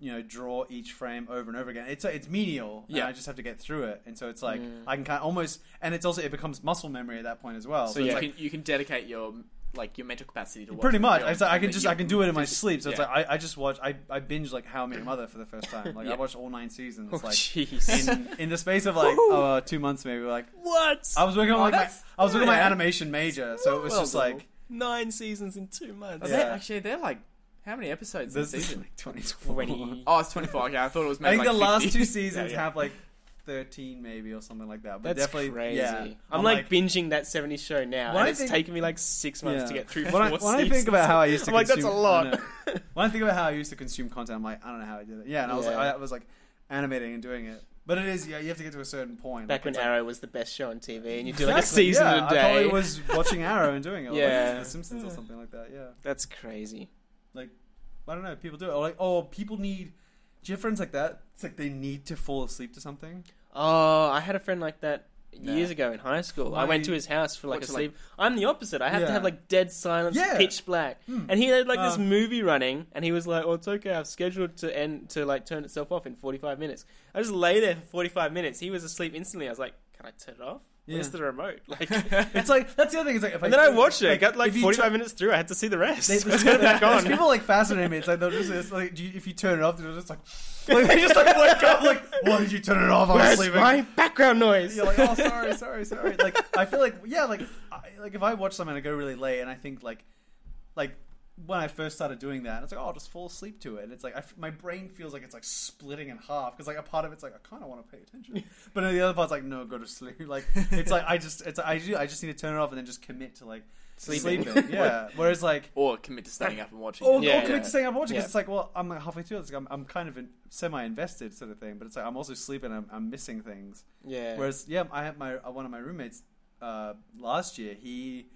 Speaker 1: You know, draw each frame over and over again. It's it's medial, yeah.
Speaker 2: Yeah.
Speaker 1: I just have to get through it, and so it's like
Speaker 3: Mm.
Speaker 1: I can kind of almost, and it's also it becomes muscle memory at that point as well. So,
Speaker 2: So
Speaker 1: it's
Speaker 2: you
Speaker 1: like,
Speaker 2: can you can dedicate your like your mental capacity to watch
Speaker 1: Pretty
Speaker 2: the
Speaker 1: much.
Speaker 2: film
Speaker 1: It's like, I
Speaker 2: and
Speaker 1: can
Speaker 2: then
Speaker 1: just
Speaker 2: you
Speaker 1: I can do it in my
Speaker 2: yeah.
Speaker 1: sleep. So it's
Speaker 2: Yeah.
Speaker 1: like I, I just watch I, I binge like How I Met Your Mother for the first time. Like
Speaker 2: Yeah.
Speaker 1: I watched all nine seasons.
Speaker 3: Oh,
Speaker 1: like
Speaker 3: jeez.
Speaker 1: in, in the space of like
Speaker 3: Woohoo.
Speaker 1: uh, two months maybe. Like
Speaker 3: what?
Speaker 1: I was working on
Speaker 2: Oh,
Speaker 1: like my,
Speaker 2: that's-
Speaker 1: I was working on my
Speaker 2: yeah.
Speaker 1: animation major, so it was
Speaker 2: Well
Speaker 1: just
Speaker 2: done.
Speaker 1: like
Speaker 3: Nine seasons in two months.
Speaker 2: Are
Speaker 1: Yeah.
Speaker 2: they- actually they're like how many episodes in a
Speaker 1: this is
Speaker 2: season?
Speaker 1: like twenty
Speaker 3: Twenty.
Speaker 2: Oh, it's 24. Okay, I thought it was
Speaker 1: I
Speaker 2: maybe
Speaker 1: think
Speaker 2: like
Speaker 1: the last
Speaker 2: 50.
Speaker 1: two seasons
Speaker 2: Yeah, yeah.
Speaker 1: have like thirteen maybe or something like that. But
Speaker 3: That's
Speaker 1: definitely
Speaker 3: crazy.
Speaker 1: yeah.
Speaker 3: I'm, like, binging that 70s show now,
Speaker 1: When
Speaker 3: and
Speaker 1: I
Speaker 3: it's
Speaker 1: think-
Speaker 3: taken me like six months to get through
Speaker 1: When
Speaker 3: four
Speaker 1: I, when I
Speaker 3: seasons.
Speaker 1: think about how I used to
Speaker 3: I'm like,
Speaker 1: consume,
Speaker 3: that's a lot.
Speaker 1: I know. when I think about how I used to consume content, I'm like, I don't know how I did it. Yeah, and I was
Speaker 3: Yeah.
Speaker 1: like, I was like animating and doing it. But it is, yeah, you have to get to a certain point.
Speaker 3: Back
Speaker 1: Like,
Speaker 3: when
Speaker 1: it's like-
Speaker 3: Arrow was the best show on TV, and you do like a
Speaker 1: Exactly,
Speaker 3: season
Speaker 1: yeah.
Speaker 3: a day.
Speaker 1: I probably was watching Arrow and doing it. yeah.
Speaker 3: Yeah.
Speaker 1: The Simpsons or something like that, yeah.
Speaker 3: That's crazy.
Speaker 1: I don't know, people do it. Or like, oh, people need... Do you have friends like that? It's like they need to fall asleep to something.
Speaker 3: Oh, I had a friend like that years ago in high school. I
Speaker 1: Why
Speaker 3: went
Speaker 1: you-
Speaker 3: to his house for like a
Speaker 2: What's it
Speaker 3: sleep. I'm the opposite. I have to
Speaker 1: Yeah.
Speaker 3: have like dead silence,
Speaker 1: Yeah.
Speaker 3: pitch black. And he had like this
Speaker 1: Uh.
Speaker 3: movie running, and he was like, "Oh, it's okay. I've scheduled to end to like turn itself off in 45 minutes." I just lay there for 45 minutes. He was asleep instantly. I was like, "Can I turn it off? Where's
Speaker 1: Yeah.
Speaker 3: the remote?" Like,
Speaker 1: It's like that's the other thing. It's like if
Speaker 3: and then I watched it. I
Speaker 1: like,
Speaker 3: got like
Speaker 1: if you
Speaker 3: 45
Speaker 1: tu-
Speaker 3: minutes through. I had to see the rest.
Speaker 1: They,
Speaker 3: I turned it back
Speaker 1: there's
Speaker 3: on.
Speaker 1: people like fascinating me. It's like they'll just it's like do you, if you turn it off, they're just like, like they just like wake up like why did you turn it off? I was
Speaker 3: Where's
Speaker 1: sleeping.
Speaker 3: my background noise?
Speaker 1: You're like, oh, sorry, sorry, sorry. Like, I feel like, yeah, like, I, like if I watch something and I go really late, and I think like, like when I first started doing that, it's like, oh, I'll just fall asleep to it, and it's like, I f my brain feels like it's like splitting in half because like a part of it's like I kind of want to pay attention, but then the other part's like, no, go to sleep. Like, it's like I just, it's I, ju- I just need to turn it off and then just commit to like
Speaker 3: Sleeping.
Speaker 1: sleeping. Yeah. Whereas like.
Speaker 2: Or commit to staying up and watching.
Speaker 1: Or,
Speaker 3: Yeah,
Speaker 1: or commit
Speaker 3: yeah.
Speaker 1: to staying up watching
Speaker 3: Yeah.
Speaker 1: because it's like, well, I'm like halfway through. It's like I'm, I'm kind of in, semi-invested sort of thing, but it's like I'm also sleeping. I'm, I'm missing things.
Speaker 3: yeah.
Speaker 1: Whereas, yeah, I had my uh, one of my roommates uh, last year. He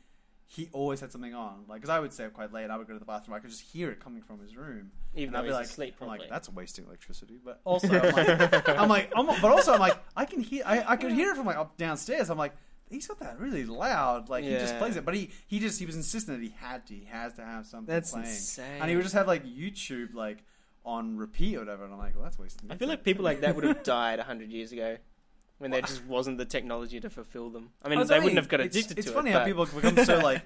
Speaker 1: he always had something on, like because I would stay up quite late. and I would go to the bathroom. I could just hear it coming from his room,
Speaker 3: Even
Speaker 1: and I'd
Speaker 3: though
Speaker 1: be
Speaker 3: he's
Speaker 1: like,
Speaker 3: asleep,
Speaker 1: I'm
Speaker 3: probably.
Speaker 1: like, that's wasting electricity. But also, I'm like, I'm like, I'm, but also, I'm like, I can hear, I, I could hear it from like up downstairs. I'm like. He's got that really loud, like he just
Speaker 3: Yeah.
Speaker 1: plays it. But he he just he was insistent that he had to, he has to have something
Speaker 3: That's
Speaker 1: playing,
Speaker 3: insane.
Speaker 1: and he would just have like YouTube like on repeat or whatever. And I'm like, well, that's wasting.
Speaker 3: I feel like people like that would have died 100 years ago when there just wasn't the technology to fulfill them. I mean,
Speaker 1: was
Speaker 3: they
Speaker 1: only-
Speaker 3: wouldn't have got
Speaker 1: it's-
Speaker 3: addicted
Speaker 1: It's
Speaker 3: to
Speaker 1: funny
Speaker 3: it.
Speaker 1: how
Speaker 3: but-
Speaker 1: people become so like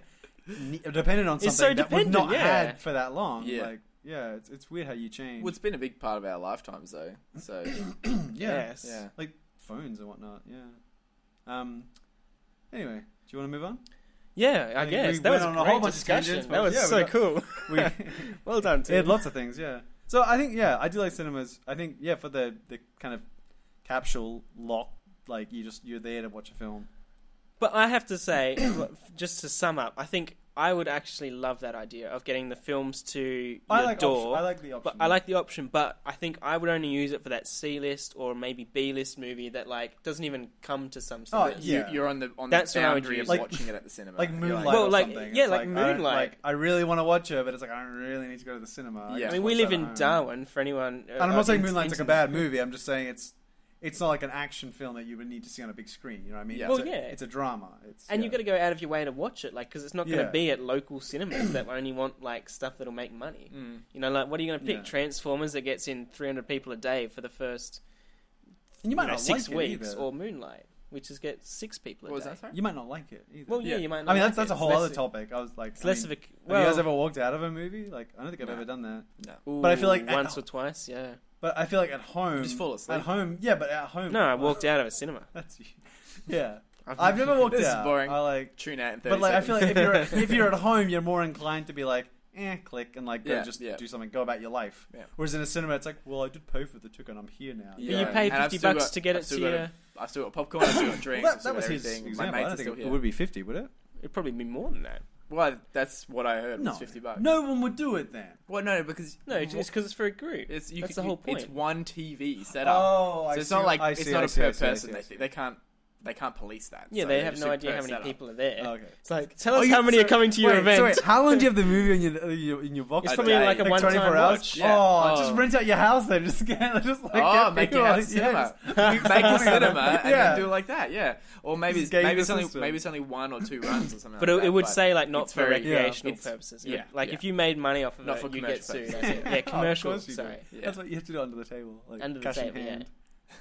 Speaker 1: ne- dependent on something
Speaker 3: It's so
Speaker 1: that we've not
Speaker 3: dependent, yeah.
Speaker 1: had for that long.
Speaker 2: Yeah.
Speaker 1: Like, yeah, it's, it's weird how you change.
Speaker 2: Well, it's been a big part of our lifetimes, though. So
Speaker 1: yeah.
Speaker 3: Yes.
Speaker 2: yeah,
Speaker 1: like phones and whatnot. Yeah. Um. Anyway, do you want to move on?
Speaker 3: Yeah, I,
Speaker 1: I think
Speaker 3: guess.
Speaker 1: we
Speaker 3: that was
Speaker 1: went
Speaker 3: a
Speaker 1: on a
Speaker 3: great
Speaker 1: whole bunch of
Speaker 3: discussion.
Speaker 1: tangents, but
Speaker 3: that was
Speaker 1: yeah, we
Speaker 3: so
Speaker 1: got-
Speaker 3: cool.
Speaker 1: We
Speaker 3: well done,
Speaker 1: we had
Speaker 3: team.
Speaker 1: lots of things. Yeah. So I think yeah, I do like cinemas. I think yeah, for the the kind of capsule lock, like you just you're there to watch a film.
Speaker 3: But I have to say, just to sum up, I think I would actually love that idea of getting the films to your
Speaker 1: I like option-
Speaker 3: door.
Speaker 1: I like the option.
Speaker 3: But I like the option, but I think I would only use it for that C list or maybe B list movie that like doesn't even come to some.
Speaker 1: Oh,
Speaker 3: cinemas.
Speaker 1: yeah.
Speaker 2: You, you're on the on
Speaker 3: That's
Speaker 2: the
Speaker 3: what I would
Speaker 2: boundary of
Speaker 3: use. Like-
Speaker 2: watching it at the cinema.
Speaker 1: like
Speaker 2: You're like,
Speaker 1: Moonlight
Speaker 3: Well,
Speaker 1: or
Speaker 3: like,
Speaker 1: something.
Speaker 3: yeah,
Speaker 1: It's
Speaker 3: like
Speaker 1: I-
Speaker 3: Moonlight.
Speaker 1: like, I really want to watch it, but it's like I really need to go to the cinema.
Speaker 2: Yeah.
Speaker 1: can
Speaker 3: I mean,
Speaker 1: just
Speaker 3: we
Speaker 1: watch
Speaker 3: live
Speaker 1: that at
Speaker 3: in
Speaker 1: home.
Speaker 3: Darwin. For anyone, uh,
Speaker 1: and I'm not saying Moonlight's like a bad movie. I'm just saying it's it's not like an action film that you would need to see on a big screen. You know what I mean?
Speaker 2: Yeah.
Speaker 1: It's
Speaker 3: Well,
Speaker 1: a,
Speaker 3: yeah.
Speaker 1: It's a drama. It's
Speaker 3: And
Speaker 1: yeah.
Speaker 3: you got to go out of your way to watch it, like, because it's not going to
Speaker 1: Yeah.
Speaker 3: be at local cinemas that only want like stuff that'll make money.
Speaker 2: Mm.
Speaker 3: You know, like, what are you going to pick?
Speaker 1: Yeah.
Speaker 3: Transformers that gets in 300 people a day for the first
Speaker 1: And you might
Speaker 3: you know,
Speaker 1: not
Speaker 3: six
Speaker 1: like
Speaker 3: weeks,
Speaker 1: it either.
Speaker 3: or Moonlight, which is get six people a
Speaker 2: What was
Speaker 3: day.
Speaker 2: that? Sorry.
Speaker 1: you might not like it either.
Speaker 3: Well, yeah,
Speaker 2: Yeah.
Speaker 3: you might.
Speaker 1: I
Speaker 3: Not
Speaker 1: mean
Speaker 3: like
Speaker 1: that's that's a
Speaker 3: it. It's
Speaker 1: whole
Speaker 3: less
Speaker 1: other
Speaker 3: of-
Speaker 1: topic. I was like,
Speaker 3: It's
Speaker 1: I
Speaker 3: less
Speaker 1: mean,
Speaker 3: of a well.
Speaker 1: have you guys ever walked out of a movie? Like, I don't think I've
Speaker 2: No.
Speaker 1: ever done that.
Speaker 2: No.
Speaker 1: but I feel like-
Speaker 3: once or twice, yeah.
Speaker 1: But I feel like at home,
Speaker 2: Just fall asleep.
Speaker 1: At home, yeah, but at home,
Speaker 3: No, I walked out of a cinema.
Speaker 1: That's yeah. I've never walked
Speaker 2: This is
Speaker 1: out.
Speaker 2: boring.
Speaker 1: I like
Speaker 2: Tune out in thirty
Speaker 1: But like, I feel
Speaker 2: seconds.
Speaker 1: like if you're if you're at home, you're more inclined to be like, eh, click, and like go
Speaker 2: Yeah,
Speaker 1: just
Speaker 2: yeah.
Speaker 1: do something, go about your life.
Speaker 2: Yeah.
Speaker 1: Whereas in a cinema, it's like, well, I did pay for the ticket, and I'm here now.
Speaker 3: But
Speaker 2: Yeah.
Speaker 3: you pay
Speaker 2: And I've
Speaker 3: fifty
Speaker 2: still
Speaker 3: bucks
Speaker 2: got-
Speaker 3: to get
Speaker 2: I've
Speaker 3: it
Speaker 2: still
Speaker 3: to
Speaker 2: got
Speaker 3: your.
Speaker 2: a- I've still got popcorn. I've still got drinks.
Speaker 1: Well,
Speaker 2: I've
Speaker 1: that, that
Speaker 2: still got
Speaker 1: was his
Speaker 2: everything.
Speaker 1: example.
Speaker 2: My
Speaker 1: I
Speaker 2: mates
Speaker 1: don't
Speaker 2: are still
Speaker 1: think it,
Speaker 2: here.
Speaker 1: would be fifty, would it?
Speaker 3: It'd probably be more than that.
Speaker 2: Well, that's what I heard. was fifty bucks.
Speaker 1: no one would do it then.
Speaker 2: Well, no, because
Speaker 3: No, it's because it's for a group.
Speaker 2: it's you
Speaker 3: That's
Speaker 2: could-
Speaker 3: the whole
Speaker 2: you-
Speaker 3: point.
Speaker 2: It's one TV set up.
Speaker 1: Oh, I
Speaker 2: so it's
Speaker 1: see,
Speaker 2: not like
Speaker 1: I
Speaker 2: it's
Speaker 1: see,
Speaker 2: not
Speaker 1: I
Speaker 2: a
Speaker 1: see,
Speaker 2: per
Speaker 1: I see, I see,
Speaker 2: person.
Speaker 1: I
Speaker 2: They,
Speaker 1: see.
Speaker 2: thi- they can't they can't police that.
Speaker 3: yeah,
Speaker 2: so
Speaker 3: they
Speaker 2: they're
Speaker 3: have
Speaker 2: just
Speaker 3: no
Speaker 2: a
Speaker 3: idea how
Speaker 2: per
Speaker 3: many
Speaker 2: setup.
Speaker 3: people are there.
Speaker 1: Oh, okay.
Speaker 3: It's like tell
Speaker 1: Oh,
Speaker 3: us
Speaker 1: you-
Speaker 3: how many are
Speaker 1: so-
Speaker 3: coming to your
Speaker 1: wait,
Speaker 3: event.
Speaker 1: So wait, how long do you have the movie on your uh, your, in your box?
Speaker 3: It's
Speaker 2: A
Speaker 3: probably
Speaker 2: day.
Speaker 3: like a
Speaker 1: like
Speaker 3: one
Speaker 1: twenty
Speaker 3: time
Speaker 1: four hours.
Speaker 3: watch.
Speaker 2: Yeah.
Speaker 1: Oh,
Speaker 3: Oh.
Speaker 1: just rent out your house then. Just get just like
Speaker 2: Oh,
Speaker 1: get
Speaker 2: make
Speaker 1: people
Speaker 2: it out
Speaker 1: on-
Speaker 2: of cinema.
Speaker 1: yes.
Speaker 2: Make a
Speaker 1: Exactly.
Speaker 2: cinema
Speaker 1: Yeah.
Speaker 2: and then do it like that. Yeah, or maybe
Speaker 1: Just
Speaker 2: it's,
Speaker 1: game
Speaker 2: maybe
Speaker 1: the
Speaker 2: it's only
Speaker 1: system.
Speaker 2: maybe it's only one or two runs or something.
Speaker 3: But
Speaker 2: like
Speaker 3: it, it
Speaker 2: that,
Speaker 3: would
Speaker 2: but
Speaker 3: say like not
Speaker 2: it's
Speaker 3: for
Speaker 2: very-
Speaker 1: yeah,
Speaker 3: recreational
Speaker 2: it's-
Speaker 3: purposes.
Speaker 2: yeah,
Speaker 3: like
Speaker 2: yeah.
Speaker 3: if you made money off of
Speaker 2: Not
Speaker 3: it,
Speaker 2: for
Speaker 3: you get
Speaker 2: commercial
Speaker 3: sued.
Speaker 2: purposes.
Speaker 3: That's it.
Speaker 1: Oh,
Speaker 3: Yeah,
Speaker 1: of
Speaker 3: commercial.
Speaker 1: course you do.
Speaker 3: sorry.
Speaker 2: Yeah.
Speaker 1: That's what you have to do under the table, like
Speaker 3: Under the
Speaker 1: cash in
Speaker 3: table, yeah.
Speaker 1: hand.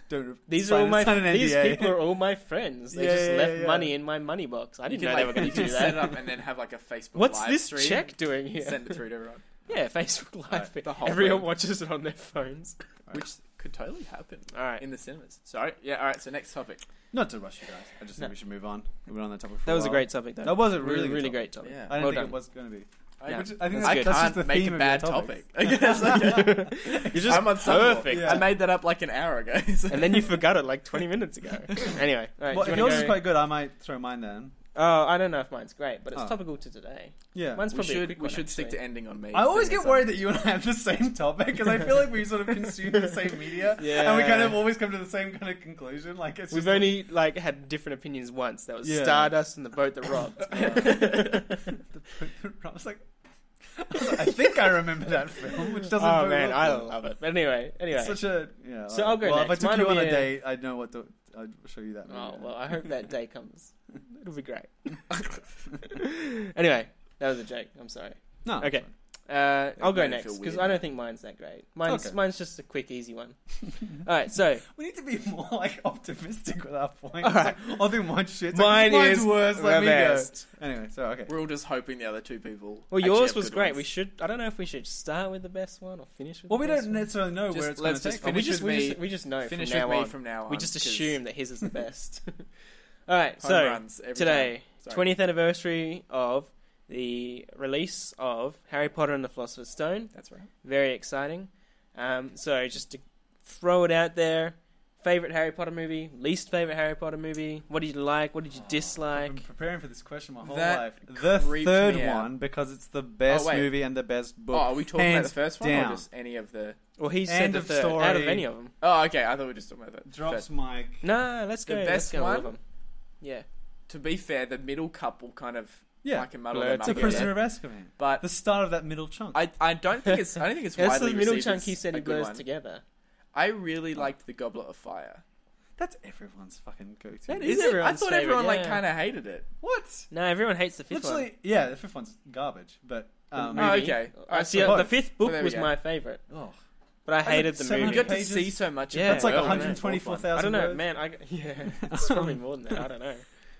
Speaker 1: Don't
Speaker 3: These
Speaker 1: sign
Speaker 3: are all
Speaker 1: a-
Speaker 3: my.
Speaker 1: sign an
Speaker 3: These
Speaker 1: NDA.
Speaker 3: people are all my friends. They
Speaker 1: Yeah,
Speaker 3: just
Speaker 1: yeah,
Speaker 3: left
Speaker 1: yeah.
Speaker 3: money in my money box. I
Speaker 2: You
Speaker 3: didn't
Speaker 2: can,
Speaker 3: know
Speaker 2: like,
Speaker 3: they were going
Speaker 2: you
Speaker 3: to
Speaker 2: can
Speaker 3: do
Speaker 2: set
Speaker 3: that.
Speaker 2: it up and then have like a Facebook
Speaker 3: What's
Speaker 2: live
Speaker 3: this
Speaker 2: stream.
Speaker 3: check doing here?
Speaker 2: Send it through to everyone,
Speaker 3: Yeah, Facebook Live.
Speaker 2: the whole
Speaker 3: Everyone
Speaker 2: thing.
Speaker 3: watches it on their phones.
Speaker 1: Right.
Speaker 2: which could totally happen
Speaker 3: All right.
Speaker 2: in the cinemas. Sorry. Yeah. All right. So next topic.
Speaker 1: Not to rush you guys. I just think
Speaker 3: No.
Speaker 1: we should move on. We've been on that topic for
Speaker 3: That was a
Speaker 1: while.
Speaker 3: great topic, though.
Speaker 1: That was a
Speaker 3: really,
Speaker 1: really,
Speaker 3: really,
Speaker 1: good topic.
Speaker 3: great topic.
Speaker 2: Yeah.
Speaker 1: I didn't
Speaker 3: Well
Speaker 1: think
Speaker 3: done.
Speaker 1: it was going to be.
Speaker 2: I,
Speaker 3: Yeah.
Speaker 2: which-
Speaker 1: I think
Speaker 3: That's
Speaker 1: that's,
Speaker 3: good.
Speaker 1: that's just
Speaker 2: I can't
Speaker 1: the
Speaker 2: make
Speaker 1: theme
Speaker 2: a
Speaker 1: of
Speaker 2: bad
Speaker 1: your
Speaker 2: topic.
Speaker 1: topics.
Speaker 3: You're just
Speaker 2: I'm unstoppable.
Speaker 3: perfect.
Speaker 1: Yeah.
Speaker 2: I made that up like an hour ago. so-
Speaker 3: And then you forgot it like 20 minutes ago. anyway, all right,
Speaker 1: Well,
Speaker 3: do you
Speaker 1: if
Speaker 3: wanna
Speaker 1: yours is
Speaker 3: go-
Speaker 1: quite good, I might throw mine then.
Speaker 3: Oh, I don't know if mine's great, but it's
Speaker 1: Oh.
Speaker 3: topical to today.
Speaker 1: Yeah.
Speaker 3: Mine's
Speaker 2: we
Speaker 3: probably a
Speaker 2: should
Speaker 3: quick
Speaker 2: we
Speaker 3: one,
Speaker 2: should stick
Speaker 3: actually.
Speaker 2: to ending on me.
Speaker 1: I always
Speaker 2: Thing
Speaker 1: get
Speaker 2: is,
Speaker 1: worried that you and I have the same topic because I feel like we sort of consume the same media,
Speaker 3: Yeah.
Speaker 1: and we kind of always come to the same kind of conclusion. Like it's
Speaker 3: We've
Speaker 1: just
Speaker 3: only like had different opinions once. That was
Speaker 1: Yeah.
Speaker 3: Stardust and the boat that rocked.
Speaker 1: I was like, I think I remember that film, which doesn't.
Speaker 3: Oh
Speaker 1: bode
Speaker 3: man,
Speaker 1: well
Speaker 3: I
Speaker 1: for me.
Speaker 3: love it. But anyway, anyway.
Speaker 1: It's such a yeah.
Speaker 3: So
Speaker 1: all right.
Speaker 3: I'll go
Speaker 1: Well,
Speaker 3: next.
Speaker 1: if I took
Speaker 3: Mine'll
Speaker 1: you on
Speaker 3: be
Speaker 1: a
Speaker 3: a-
Speaker 1: date, I'd know what to. I'd show you that.
Speaker 3: Oh
Speaker 1: movie.
Speaker 3: well, I hope that day comes. It'll be great. anyway, that was a joke. I'm sorry.
Speaker 1: No.
Speaker 3: Okay, uh, I'll
Speaker 2: made
Speaker 3: go
Speaker 2: it
Speaker 3: next
Speaker 2: feel
Speaker 3: because
Speaker 2: weird
Speaker 3: I
Speaker 2: now.
Speaker 3: don't think mine's that great. Mine's
Speaker 1: Okay.
Speaker 3: mine's just a quick, easy one. All right, so
Speaker 1: We need to be more like optimistic with our point.
Speaker 3: All
Speaker 1: It's like, I think mine's shit. It's
Speaker 3: mine
Speaker 1: like, mine's
Speaker 3: is
Speaker 1: worse. Let
Speaker 3: the
Speaker 1: me go.
Speaker 3: best.
Speaker 1: Anyway, so okay.
Speaker 2: We're all just hoping the other two people.
Speaker 3: Well,
Speaker 2: actually
Speaker 3: yours
Speaker 2: have
Speaker 3: was
Speaker 2: good
Speaker 3: great.
Speaker 2: ones.
Speaker 3: We should. I don't know if we should start with the best one or finish with.
Speaker 1: Well,
Speaker 3: the
Speaker 1: we
Speaker 3: best
Speaker 1: don't
Speaker 3: One.
Speaker 1: necessarily know
Speaker 2: Just-
Speaker 1: where it's going
Speaker 2: let's
Speaker 1: to
Speaker 2: just
Speaker 1: take.
Speaker 3: Oh, we
Speaker 2: finish
Speaker 3: just
Speaker 2: with
Speaker 3: we
Speaker 2: me.
Speaker 3: just we just know
Speaker 2: finish
Speaker 3: from now
Speaker 2: with me
Speaker 3: on.
Speaker 2: from now on.
Speaker 3: we just
Speaker 2: 'cause
Speaker 3: assume that his is the best. All
Speaker 2: home
Speaker 3: right, so
Speaker 2: runs every
Speaker 3: today,
Speaker 2: Sorry.
Speaker 3: twentieth anniversary of the release of Harry Potter and the Philosopher's Stone.
Speaker 2: time. That's right.
Speaker 3: Very exciting. Um, so just to throw it out there, favorite Harry Potter movie, least favorite Harry Potter movie. What did you like? What did you
Speaker 1: I've
Speaker 3: dislike?
Speaker 1: been preparing for this question my whole
Speaker 2: That
Speaker 1: life. The
Speaker 2: creeps
Speaker 1: third
Speaker 2: me out.
Speaker 1: one because it's the best
Speaker 2: Oh, wait.
Speaker 1: movie and the best
Speaker 2: oh,
Speaker 1: book.
Speaker 2: are we talking about
Speaker 1: hands
Speaker 2: the first one
Speaker 1: down.
Speaker 2: or just any of the?
Speaker 3: Well, he said
Speaker 1: End
Speaker 3: the
Speaker 1: of
Speaker 3: third out of
Speaker 1: story.
Speaker 3: any of them.
Speaker 2: Oh, okay. I thought we were just talking about that.
Speaker 1: Drops mic.
Speaker 3: No, let's
Speaker 2: The
Speaker 3: go. let's
Speaker 2: best
Speaker 3: go all of
Speaker 2: one?
Speaker 3: them. Yeah.
Speaker 2: To be fair, the middle couple kind of
Speaker 1: Yeah,
Speaker 2: I can muddle
Speaker 3: Blurred
Speaker 2: them
Speaker 1: it's
Speaker 2: up
Speaker 1: a prisoner
Speaker 2: together.
Speaker 1: of Azkaban.
Speaker 2: But
Speaker 1: The start of that middle chunk.
Speaker 2: I, I don't think it's I don't think it's
Speaker 3: That's
Speaker 2: widely
Speaker 3: the middle
Speaker 2: received
Speaker 3: chunk
Speaker 2: as
Speaker 3: he said
Speaker 2: a
Speaker 3: he
Speaker 2: good
Speaker 3: blurs
Speaker 2: one.
Speaker 3: together.
Speaker 2: I really liked the Goblet of Fire.
Speaker 1: That's everyone's fucking go-to.
Speaker 3: That It is
Speaker 2: Is it? I
Speaker 3: everyone's
Speaker 2: thought
Speaker 3: favourite,
Speaker 2: everyone like
Speaker 3: yeah.
Speaker 2: kind of hated it.
Speaker 1: What?
Speaker 3: No, everyone hates the fifth
Speaker 1: Literally,
Speaker 3: one.
Speaker 1: yeah. The fifth one's garbage, but um,
Speaker 3: The
Speaker 2: Oh,
Speaker 3: movie.
Speaker 2: okay.
Speaker 3: I
Speaker 2: I
Speaker 3: see.
Speaker 1: suppose.
Speaker 3: The fifth book
Speaker 2: Well, there we
Speaker 3: was
Speaker 2: go.
Speaker 3: my favorite,
Speaker 1: oh,
Speaker 3: but I
Speaker 1: That's like
Speaker 3: hated the
Speaker 1: seven
Speaker 2: You
Speaker 3: movie.
Speaker 2: got to
Speaker 1: pages?
Speaker 2: see so much.
Speaker 3: Yeah.
Speaker 2: of Oh,
Speaker 1: that's like
Speaker 2: the world in that fourth one.
Speaker 1: 124,000.
Speaker 3: I don't know,
Speaker 1: words.
Speaker 3: man. I yeah, it's probably more than that. I don't know.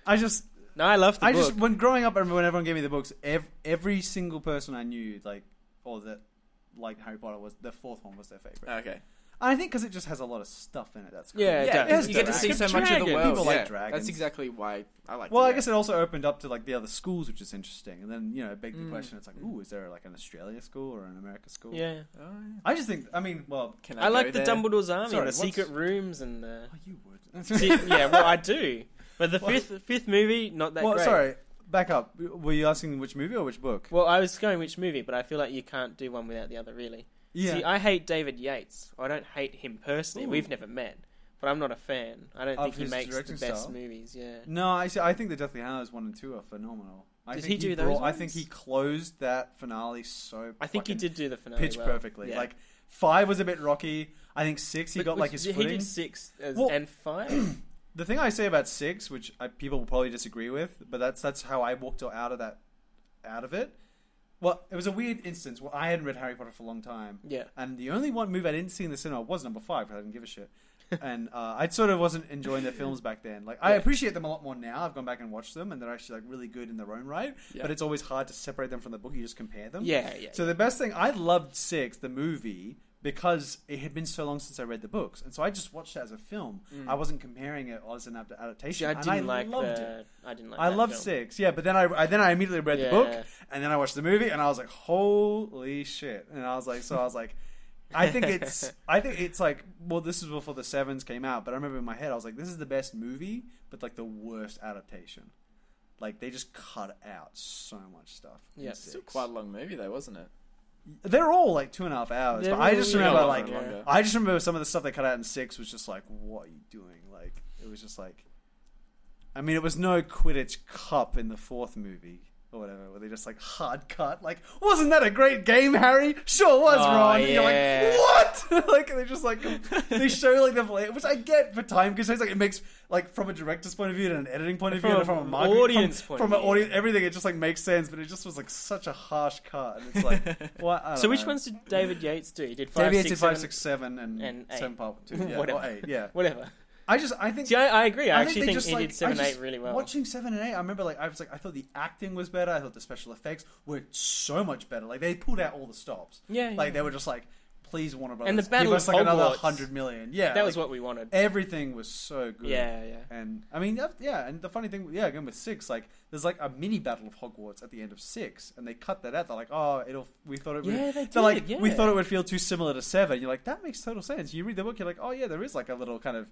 Speaker 1: I just
Speaker 3: No, I love the
Speaker 1: I
Speaker 3: book.
Speaker 1: just when growing up, I remember when everyone gave me the books. Every, every single person I knew, like, or that like Harry Potter was the fourth one was their favorite.
Speaker 2: Okay.
Speaker 1: I think because it just has a lot of stuff in it. That's cool.
Speaker 3: Yeah, it
Speaker 2: Yeah, because
Speaker 3: does.
Speaker 1: It
Speaker 2: you
Speaker 1: has
Speaker 2: get to see
Speaker 1: dragons.
Speaker 2: so much of the
Speaker 3: Dragons.
Speaker 2: world.
Speaker 1: People like
Speaker 2: yeah.
Speaker 1: dragons.
Speaker 2: That's exactly why I like.
Speaker 1: Well,
Speaker 2: the
Speaker 1: I guess it also opened up to like the other schools, which is interesting. And then you know, it begged the
Speaker 2: Mm.
Speaker 1: question: it's like, ooh, is there like an Australia school or an America school?
Speaker 3: yeah,
Speaker 2: Oh, yeah.
Speaker 1: I just think. I mean, well,
Speaker 2: Can
Speaker 3: I,
Speaker 2: go
Speaker 3: like the
Speaker 2: there?
Speaker 3: Dumbledore's army,
Speaker 1: Sorry,
Speaker 3: and
Speaker 1: what's-
Speaker 3: the secret rooms, and the
Speaker 1: oh, you would.
Speaker 3: See, yeah. Well, I do, but the
Speaker 1: What?
Speaker 3: fifth fifth movie not that
Speaker 1: well,
Speaker 3: great.
Speaker 1: sorry. Back up. Were you asking which movie or which book?
Speaker 3: Well, I was going which movie, but I feel like you can't do one without the other, really. See, I hate David Yates. I don't hate him personally.
Speaker 1: Ooh.
Speaker 3: We've never met, but I'm not a fan. I don't
Speaker 1: Of
Speaker 3: think he
Speaker 1: his
Speaker 3: makes the
Speaker 1: directing
Speaker 3: best
Speaker 1: style?
Speaker 3: movies. Yeah.
Speaker 1: No, I see, I think the Deathly Hallows one and two are phenomenal. I
Speaker 3: Did
Speaker 1: think
Speaker 3: he do those
Speaker 1: brought- I
Speaker 3: ones?
Speaker 1: think he closed that finale so.
Speaker 3: I think he
Speaker 1: fucking
Speaker 3: did do the finale
Speaker 1: pitch
Speaker 3: well.
Speaker 1: perfectly.
Speaker 3: Yeah.
Speaker 1: Like five was a bit rocky. I think six he
Speaker 3: But-
Speaker 1: got
Speaker 3: which-
Speaker 1: like his
Speaker 3: he
Speaker 1: footing.
Speaker 3: did six as,
Speaker 1: Well-
Speaker 3: and five.
Speaker 1: The thing I say about six, which I, people will probably disagree with, but that's that's how I walked out of that, out of it. Well, it was a weird instance where I hadn't read Harry Potter for a long time,
Speaker 3: yeah.
Speaker 1: and the only one movie I didn't see in the cinema was number five because I didn't give a shit. and uh, I sort of wasn't enjoying their films back then. Like I
Speaker 3: Yeah.
Speaker 1: appreciate them a lot more now. I've gone back and watched them, and they're actually like really good in their own right.
Speaker 2: Yeah.
Speaker 1: But it's always hard to separate them from the book. You just compare them.
Speaker 3: Yeah. Yeah.
Speaker 1: So the best thing I loved Six, the movie, because it had been so long since I read the books, and so I just watched it as a film. I wasn't comparing it as an ad-
Speaker 3: Mm. See,
Speaker 1: adaptation.
Speaker 3: I
Speaker 1: and
Speaker 3: didn't like
Speaker 1: loved
Speaker 3: the.
Speaker 1: it.
Speaker 3: I didn't like.
Speaker 1: I
Speaker 3: that
Speaker 1: loved
Speaker 3: film.
Speaker 1: Six, yeah, but then I, I then I immediately read the
Speaker 3: Yeah.
Speaker 1: book, and then I watched the movie, and I was like, holy shit! And I was like, so I was like. I think it's. I think it's like. Well, this is before the sevens came out, but I remember in my head I was like, "This is the best movie, but like the worst adaptation. Like they just cut out so much stuff." in
Speaker 3: Yeah.
Speaker 1: Six.
Speaker 2: It's still quite a long movie though, wasn't it?
Speaker 1: They're all like two and a half hours,
Speaker 3: They're
Speaker 1: but I just
Speaker 3: really
Speaker 1: remember
Speaker 3: long,
Speaker 1: like
Speaker 3: yeah.
Speaker 1: I just remember some of the stuff they cut out in six was just like, what are you doing? Like it was just like, I mean, it was no Quidditch Cup in the fourth movie or whatever, where they just like hard cut. Like, wasn't that a great game, Harry? Sure was,
Speaker 3: Oh,
Speaker 1: Ron. And
Speaker 3: yeah.
Speaker 1: you're like, what? like they just like they show like the play, which I get for time because it's like it makes like from a director's point of view and an editing point of view
Speaker 3: From
Speaker 1: and from a
Speaker 3: an
Speaker 1: marketing
Speaker 3: audience
Speaker 1: from,
Speaker 3: point
Speaker 1: from
Speaker 3: of
Speaker 1: an
Speaker 3: view.
Speaker 1: audience everything it just like makes sense, but it just was like such a harsh cut, and it's like what? I don't
Speaker 3: So which
Speaker 1: know.
Speaker 3: ones did David Yates do? He did five,
Speaker 1: Five,
Speaker 3: six,
Speaker 1: did five,
Speaker 3: seven-
Speaker 1: six, seven, and,
Speaker 3: and eight.
Speaker 1: seven part two, yeah,
Speaker 3: Whatever.
Speaker 1: or eight, yeah.
Speaker 3: Whatever.
Speaker 1: I just, I think,
Speaker 3: See, I, I agree. I, actually
Speaker 1: they
Speaker 3: think
Speaker 1: just,
Speaker 3: he
Speaker 1: like-
Speaker 3: did seven,
Speaker 1: I
Speaker 3: eight
Speaker 1: just-
Speaker 3: really well.
Speaker 1: Watching seven and eight, I remember like I was like, I thought the acting was better. I thought the special effects were so much better. Like they pulled out all the stops.
Speaker 3: yeah, yeah.
Speaker 1: Like they were just like, please Warner Brothers,
Speaker 3: Mm. the Battle
Speaker 1: give us
Speaker 3: of
Speaker 1: like another
Speaker 3: Hogwarts.
Speaker 1: hundred million. Yeah,
Speaker 3: that was
Speaker 1: like,
Speaker 3: what we wanted.
Speaker 1: everything was so good.
Speaker 3: Yeah, yeah.
Speaker 1: And I mean, that- yeah, and the funny thing, yeah, again with six, like there's like a mini battle of Hogwarts at the end of six, and they cut that out. They're like, oh, it'll. We thought it. Would,
Speaker 3: Yeah, they
Speaker 1: They're like,
Speaker 3: did,
Speaker 1: we
Speaker 3: yeah.
Speaker 1: thought it would feel too similar to seven. You're like, that makes total sense. You read the book, you're like, oh yeah, there is like a little kind of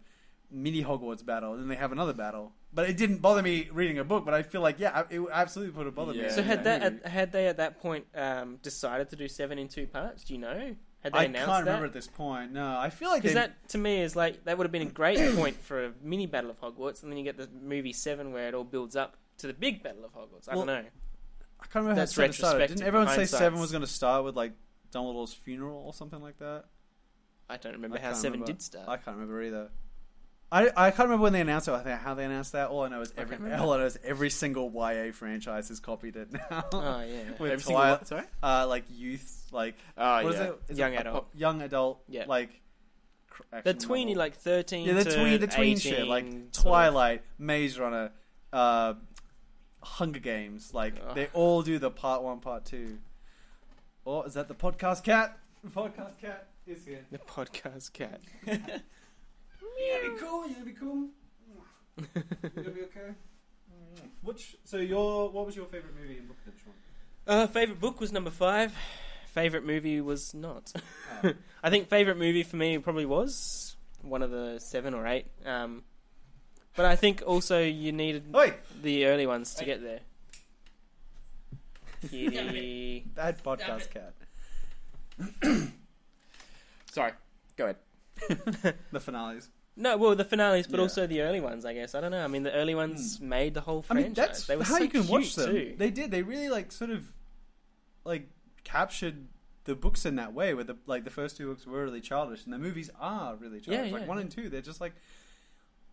Speaker 1: mini Hogwarts battle, and then they have another battle. But it didn't bother me reading a book, but I feel like yeah, I- it absolutely would have bothered me.
Speaker 2: Yeah,
Speaker 3: So had
Speaker 2: yeah.
Speaker 3: that at, had they at that point um, decided to do seven in two parts? Do you know? Had they
Speaker 1: I
Speaker 3: announced
Speaker 1: can't remember
Speaker 3: that?
Speaker 1: at this point. No, I feel like
Speaker 3: Because
Speaker 1: they
Speaker 3: that to me is like that would have been a great point for a mini battle of Hogwarts, and then you get the movie seven where it all builds up to the big battle of Hogwarts. I
Speaker 1: Well,
Speaker 3: don't know.
Speaker 1: I can't remember
Speaker 3: That's
Speaker 1: how Seven started. Didn't
Speaker 3: retrospective,
Speaker 1: everyone say
Speaker 3: hindsight's-
Speaker 1: Seven was going to start with like Dumbledore's funeral or something like that?
Speaker 3: I don't remember
Speaker 1: I
Speaker 3: how
Speaker 1: can't
Speaker 3: Seven
Speaker 1: remember.
Speaker 3: did start.
Speaker 1: I can't remember either. I, I can't remember when they announced it. I think how they announced that. All I know is
Speaker 2: I
Speaker 1: every
Speaker 2: can't remember.
Speaker 1: all I know is every single YA franchise has copied it now.
Speaker 3: oh yeah,
Speaker 1: With
Speaker 2: Every single one-
Speaker 1: Twilight-
Speaker 2: Sorry.
Speaker 1: uh, like youth, like
Speaker 2: Oh
Speaker 1: what is
Speaker 2: yeah.
Speaker 1: it? Is
Speaker 3: Young
Speaker 1: it a
Speaker 3: adult.
Speaker 1: pop- young adult.
Speaker 3: Yeah.
Speaker 1: Like cr-
Speaker 3: the
Speaker 1: action
Speaker 3: tweeny
Speaker 1: novel.
Speaker 3: like thirteen.
Speaker 1: yeah, the
Speaker 3: to
Speaker 1: tween, the tween
Speaker 3: 18,
Speaker 1: shit,
Speaker 3: sort
Speaker 1: like
Speaker 3: of.
Speaker 1: Twilight, Maze Runner, uh, Hunger Games. Like
Speaker 3: Ugh.
Speaker 1: they all do the part one, part two. Or is that the podcast cat? The podcast cat is here.
Speaker 3: The podcast cat.
Speaker 1: You're gonna be cool. You're gonna be cool. You're gonna be okay. Which so your what was your favorite movie in Brooklyn?
Speaker 3: Uh, favorite book was number five. Favorite movie was not.
Speaker 1: Sean? Uh,
Speaker 3: I think favorite movie for me probably was one of the seven or eight. Um, but I think also you needed
Speaker 1: Oi,
Speaker 3: the early ones to
Speaker 2: Hey.
Speaker 3: get there. Kitty.
Speaker 1: bad podcast cat.
Speaker 2: Sorry. Go ahead.
Speaker 1: The finales.
Speaker 3: No, well, the finales, but
Speaker 1: Yeah. Hmm.
Speaker 3: also the early ones. I guess I don't know. I mean, the early ones made the whole
Speaker 1: I
Speaker 3: franchise.
Speaker 1: mean, that's
Speaker 3: they were
Speaker 1: how
Speaker 3: so
Speaker 1: you can watch
Speaker 3: cute,
Speaker 1: them.
Speaker 3: Too.
Speaker 1: They did. They really like sort of like captured the books in that way, where the like the first two books were really childish, and the movies are really
Speaker 3: Yeah,
Speaker 1: childish.
Speaker 3: yeah.
Speaker 1: Like one and two, they're just like.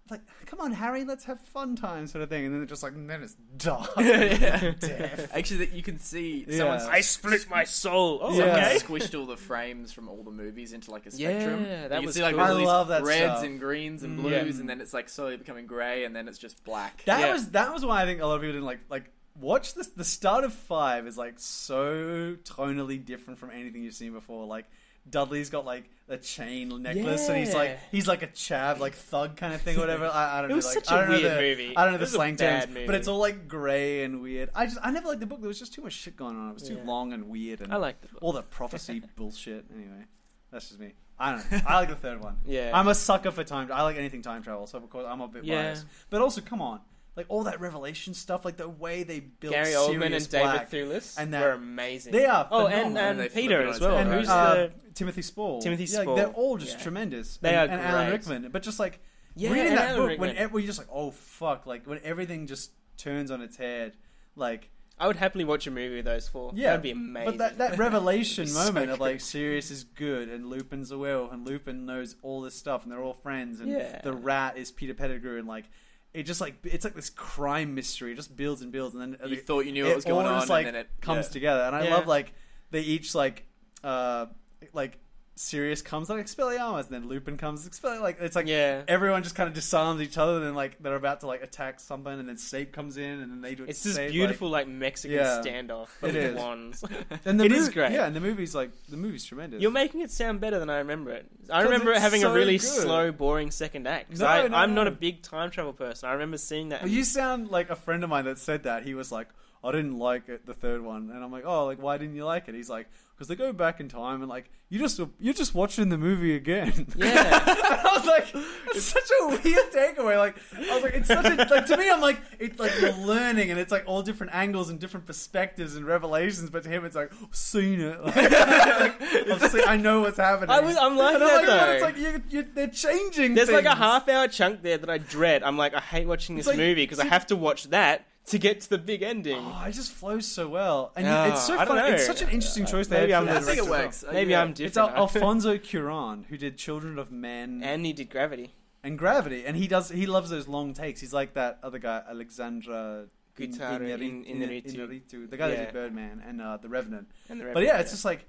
Speaker 1: Like, come on, Harry, let's have fun time, sort of thing, and then they're just like, and then it's dark,
Speaker 2: Yeah.
Speaker 1: death.
Speaker 2: Actually, that you can see
Speaker 1: Yeah.
Speaker 2: someone's
Speaker 1: I
Speaker 3: split my soul. Oh,
Speaker 1: Yeah.
Speaker 2: Someone
Speaker 1: okay.
Speaker 2: squished all the frames from all the movies into like a
Speaker 3: Yeah,
Speaker 2: spectrum.
Speaker 3: that
Speaker 2: you
Speaker 3: was
Speaker 2: can see like
Speaker 3: cool.
Speaker 2: all
Speaker 1: I
Speaker 2: these
Speaker 1: love that
Speaker 2: reds
Speaker 1: stuff.
Speaker 2: and greens and
Speaker 1: Mm.
Speaker 2: blues,
Speaker 1: Yeah.
Speaker 2: and then it's like slowly becoming grey, and then it's just black.
Speaker 1: That
Speaker 3: Yeah.
Speaker 1: was that was why I think a lot of people didn't like like watch this. The start of five is like so tonally different from anything you've seen before. Like Dudley's got like a chain necklace, and he's
Speaker 3: Yeah.
Speaker 1: like he's like a chav, like thug kind of thing, or whatever. I, I don't
Speaker 3: It
Speaker 1: know.
Speaker 3: was
Speaker 1: like,
Speaker 3: such
Speaker 1: I
Speaker 3: a
Speaker 1: don't know
Speaker 3: weird
Speaker 1: the-
Speaker 3: movie.
Speaker 1: I don't know
Speaker 3: It
Speaker 1: the
Speaker 3: was a
Speaker 1: slang
Speaker 3: bad
Speaker 1: terms,
Speaker 3: movie.
Speaker 1: but it's all like grey and weird. I just I never liked the book. There was just too much shit going on. It was too
Speaker 3: Yeah.
Speaker 1: long and weird, and
Speaker 3: I like the book.
Speaker 1: all the prophecy bullshit. Anyway, that's just me. I don't know. I like the third one.
Speaker 3: Yeah.
Speaker 1: I'm a sucker for time. I like anything time travel, so of course I'm a bit
Speaker 3: Yeah.
Speaker 1: biased. But also, come on, like all that revelation stuff, like the way they built
Speaker 3: Gary Oldman
Speaker 1: Sirius
Speaker 3: and
Speaker 1: Black,
Speaker 3: David Thewlis
Speaker 1: and
Speaker 3: were
Speaker 1: that-
Speaker 3: amazing.
Speaker 1: They are
Speaker 3: Oh,
Speaker 1: phenomenal.
Speaker 3: and,
Speaker 2: And they
Speaker 3: and Peter
Speaker 2: flipped it
Speaker 3: as
Speaker 2: on
Speaker 3: well.
Speaker 2: its
Speaker 1: and
Speaker 2: head.
Speaker 3: right?
Speaker 1: Oh, who's
Speaker 3: Uh,
Speaker 1: the Timothy Spall?
Speaker 3: Timothy
Speaker 1: Yeah, like,
Speaker 3: Spall.
Speaker 1: they're all just
Speaker 3: Yeah.
Speaker 1: tremendous.
Speaker 3: They
Speaker 1: and,
Speaker 3: are
Speaker 1: and Alan
Speaker 3: great.
Speaker 1: Rickman, but just like
Speaker 3: Yeah,
Speaker 1: reading
Speaker 3: and
Speaker 1: that
Speaker 3: Alan
Speaker 1: book
Speaker 3: Rickman.
Speaker 1: when ev- where you're just like, oh fuck, like when everything just turns on its head, like
Speaker 3: I would happily watch a movie with those four.
Speaker 1: Yeah,
Speaker 3: that'd be amazing.
Speaker 1: But that, that revelation
Speaker 2: It'd be so
Speaker 1: moment of
Speaker 2: good.
Speaker 1: like Sirius is good and Lupin's a werewolf and Lupin knows all this stuff and they're all friends and
Speaker 3: Yeah.
Speaker 1: the rat is Peter Pettigrew and like it just like it's like this crime mystery. It just builds and builds and then at
Speaker 2: you
Speaker 1: the-
Speaker 2: thought you knew what was going
Speaker 1: all
Speaker 2: on,
Speaker 1: just, like,
Speaker 2: and then it
Speaker 1: comes
Speaker 2: yeah.
Speaker 1: together. And I
Speaker 3: Yeah.
Speaker 1: love like they each like uh like Sirius comes like Expelliarmus and then Lupin comes Expelliarmus. Like it's like
Speaker 3: yeah,
Speaker 1: everyone just kind of disarms each other and then like they're about to like attack something and then Snape comes in and then they do
Speaker 3: it's this
Speaker 1: Snape, like-
Speaker 3: beautiful like, Mexican
Speaker 1: Yeah.
Speaker 3: standoff, but
Speaker 1: It
Speaker 3: with
Speaker 1: is.
Speaker 3: wands.
Speaker 1: and the
Speaker 3: It is
Speaker 1: mov-
Speaker 3: great.
Speaker 1: Yeah, and the movie's like the movie's tremendous.
Speaker 3: You're making it sound better than I remember it. I
Speaker 1: 'Cause
Speaker 3: remember it
Speaker 1: it's
Speaker 3: having a
Speaker 1: so
Speaker 3: really
Speaker 1: good.
Speaker 3: slow, boring second act. 'Cause
Speaker 1: No,
Speaker 3: I,
Speaker 1: no,
Speaker 3: I'm not a
Speaker 1: no.
Speaker 3: big time travel person. I remember seeing that.
Speaker 1: Well, you sound like a friend of mine that said that. He was like, I didn't like it, the third one, and I'm like, oh, like why didn't you like it? He's like, because they go back in time and like you just you're just watching the movie again.
Speaker 3: yeah,
Speaker 1: I was like, it's such a weird takeaway. Like, I was like, it's such a like to me. I'm like, it's like you're learning, and it's like all different angles and different perspectives and revelations. But to him, it's like I've seen it. Like, it's like, I've seen, I know what's happening.
Speaker 3: I was. I'm like
Speaker 1: and
Speaker 3: that
Speaker 1: I'm like, but
Speaker 3: though.
Speaker 1: it's like you, you, they're changing.
Speaker 3: There's like a
Speaker 1: things.
Speaker 3: half hour chunk there that I dread. I'm like, I hate watching this
Speaker 1: like-
Speaker 3: movie because I have to watch that to get to the big ending.
Speaker 1: Oh, it just flows so well, and
Speaker 3: Yeah,
Speaker 1: it's so
Speaker 3: I don't
Speaker 1: fun. It's
Speaker 3: know.
Speaker 1: such an interesting choice. They
Speaker 3: Maybe
Speaker 1: had
Speaker 3: I'm
Speaker 1: for
Speaker 2: I
Speaker 1: the
Speaker 3: just-
Speaker 2: think
Speaker 1: director
Speaker 2: it
Speaker 1: as well.
Speaker 2: works. Uh,
Speaker 3: Maybe
Speaker 2: yeah.
Speaker 3: I'm different.
Speaker 1: It's Al- Alfonso Cuarón who did Children of Men and,
Speaker 3: and he did Gravity.
Speaker 1: Gravity, and he does he loves those long takes. He's like that other guy, Alexandra
Speaker 3: Guitar in-
Speaker 1: Inari-
Speaker 3: Inarritu.
Speaker 1: Inarritu, the guy that
Speaker 3: Yeah.
Speaker 1: did Birdman and uh, The Revenant.
Speaker 3: And the
Speaker 1: But yeah, it's just like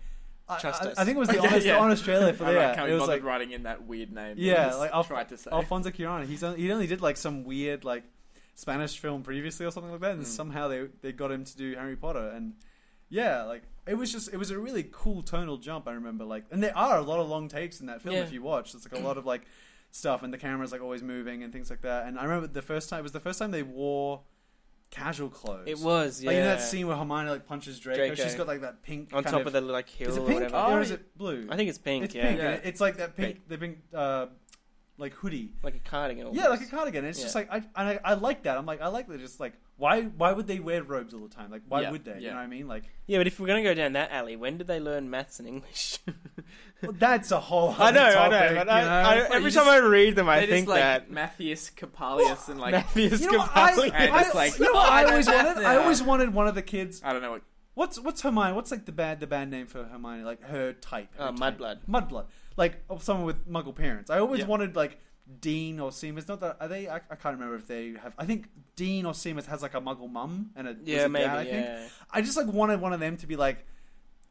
Speaker 1: I,
Speaker 3: Trust
Speaker 1: I-
Speaker 3: us.
Speaker 1: I think it was the
Speaker 2: Yeah,
Speaker 1: honest,
Speaker 2: yeah.
Speaker 1: the honest trailer for
Speaker 2: I
Speaker 1: that.
Speaker 2: can't
Speaker 1: it
Speaker 2: be
Speaker 1: was
Speaker 2: bothered
Speaker 1: like
Speaker 2: writing in that weird name. that I
Speaker 1: yeah,
Speaker 2: just
Speaker 1: like Alf-
Speaker 2: tried to say.
Speaker 1: Alfonso Cuarón. He's on, he only did like some weird like Spanish film previously or something like that, and
Speaker 2: Mm.
Speaker 1: somehow they they got him to do Harry Potter, and yeah, like it was just it was a really cool tonal jump. I remember like, and there are a lot of long takes in that film
Speaker 3: Yeah.
Speaker 1: if you watch. It's like a lot of like stuff, and the camera's like always moving and things like that. And I remember the first time it was the first time they wore casual clothes.
Speaker 3: It was, yeah.
Speaker 1: Like in that scene where Hermione like punches Draco,
Speaker 3: Draco.
Speaker 1: she's got like that pink
Speaker 3: on
Speaker 1: kind
Speaker 3: top of, the like hill
Speaker 1: is it
Speaker 3: or
Speaker 1: pink
Speaker 3: whatever. Oh,
Speaker 1: or is it blue?
Speaker 3: I think it's pink.
Speaker 1: it's
Speaker 3: yeah,
Speaker 1: pink.
Speaker 2: Yeah.
Speaker 1: and It's like that pink,
Speaker 3: Pink.
Speaker 1: the pink, uh, like hoodie.
Speaker 3: like a cardigan. Almost.
Speaker 1: Yeah, like a cardigan. It's just
Speaker 3: Yeah.
Speaker 1: like I and I, I like that. I'm like I like that. Just like why why would they wear robes all the time? Like why
Speaker 2: Yeah,
Speaker 1: would they? You
Speaker 2: yeah.
Speaker 1: know what I mean? Like
Speaker 3: yeah. But if we're gonna go down that alley, when did they learn maths and English?
Speaker 1: Well, that's a whole. Other
Speaker 3: I know, I
Speaker 1: topic,
Speaker 3: know. But
Speaker 1: you
Speaker 3: I,
Speaker 1: know?
Speaker 3: I, every
Speaker 2: you
Speaker 3: time I read them, I
Speaker 2: They
Speaker 3: think
Speaker 2: just like
Speaker 3: that
Speaker 2: Matthius Capalius and like
Speaker 3: Matthews
Speaker 1: You know what I,
Speaker 3: Capaldi-
Speaker 2: And
Speaker 1: I-
Speaker 2: it's like,
Speaker 1: you know
Speaker 2: no,
Speaker 1: what
Speaker 2: I
Speaker 1: I
Speaker 3: Oh,
Speaker 2: know
Speaker 1: always
Speaker 2: that
Speaker 1: wanted. I
Speaker 2: now.
Speaker 1: always wanted one of the kids.
Speaker 2: I don't know what
Speaker 1: What's what's Hermione? What's like the bad the bad name for Hermione? Like her type. Her
Speaker 3: Uh,
Speaker 1: type.
Speaker 3: Mudblood.
Speaker 1: Mudblood. Like of someone with Muggle parents. I always
Speaker 2: Yeah.
Speaker 1: wanted like Dean or Seamus. Not that are they? I, I can't remember if they have. I think Dean or Seamus has like a Muggle mum and a
Speaker 3: Yeah,
Speaker 1: wizard
Speaker 3: maybe.
Speaker 1: dad. I think.
Speaker 3: yeah.
Speaker 1: I just like wanted one of them to be like.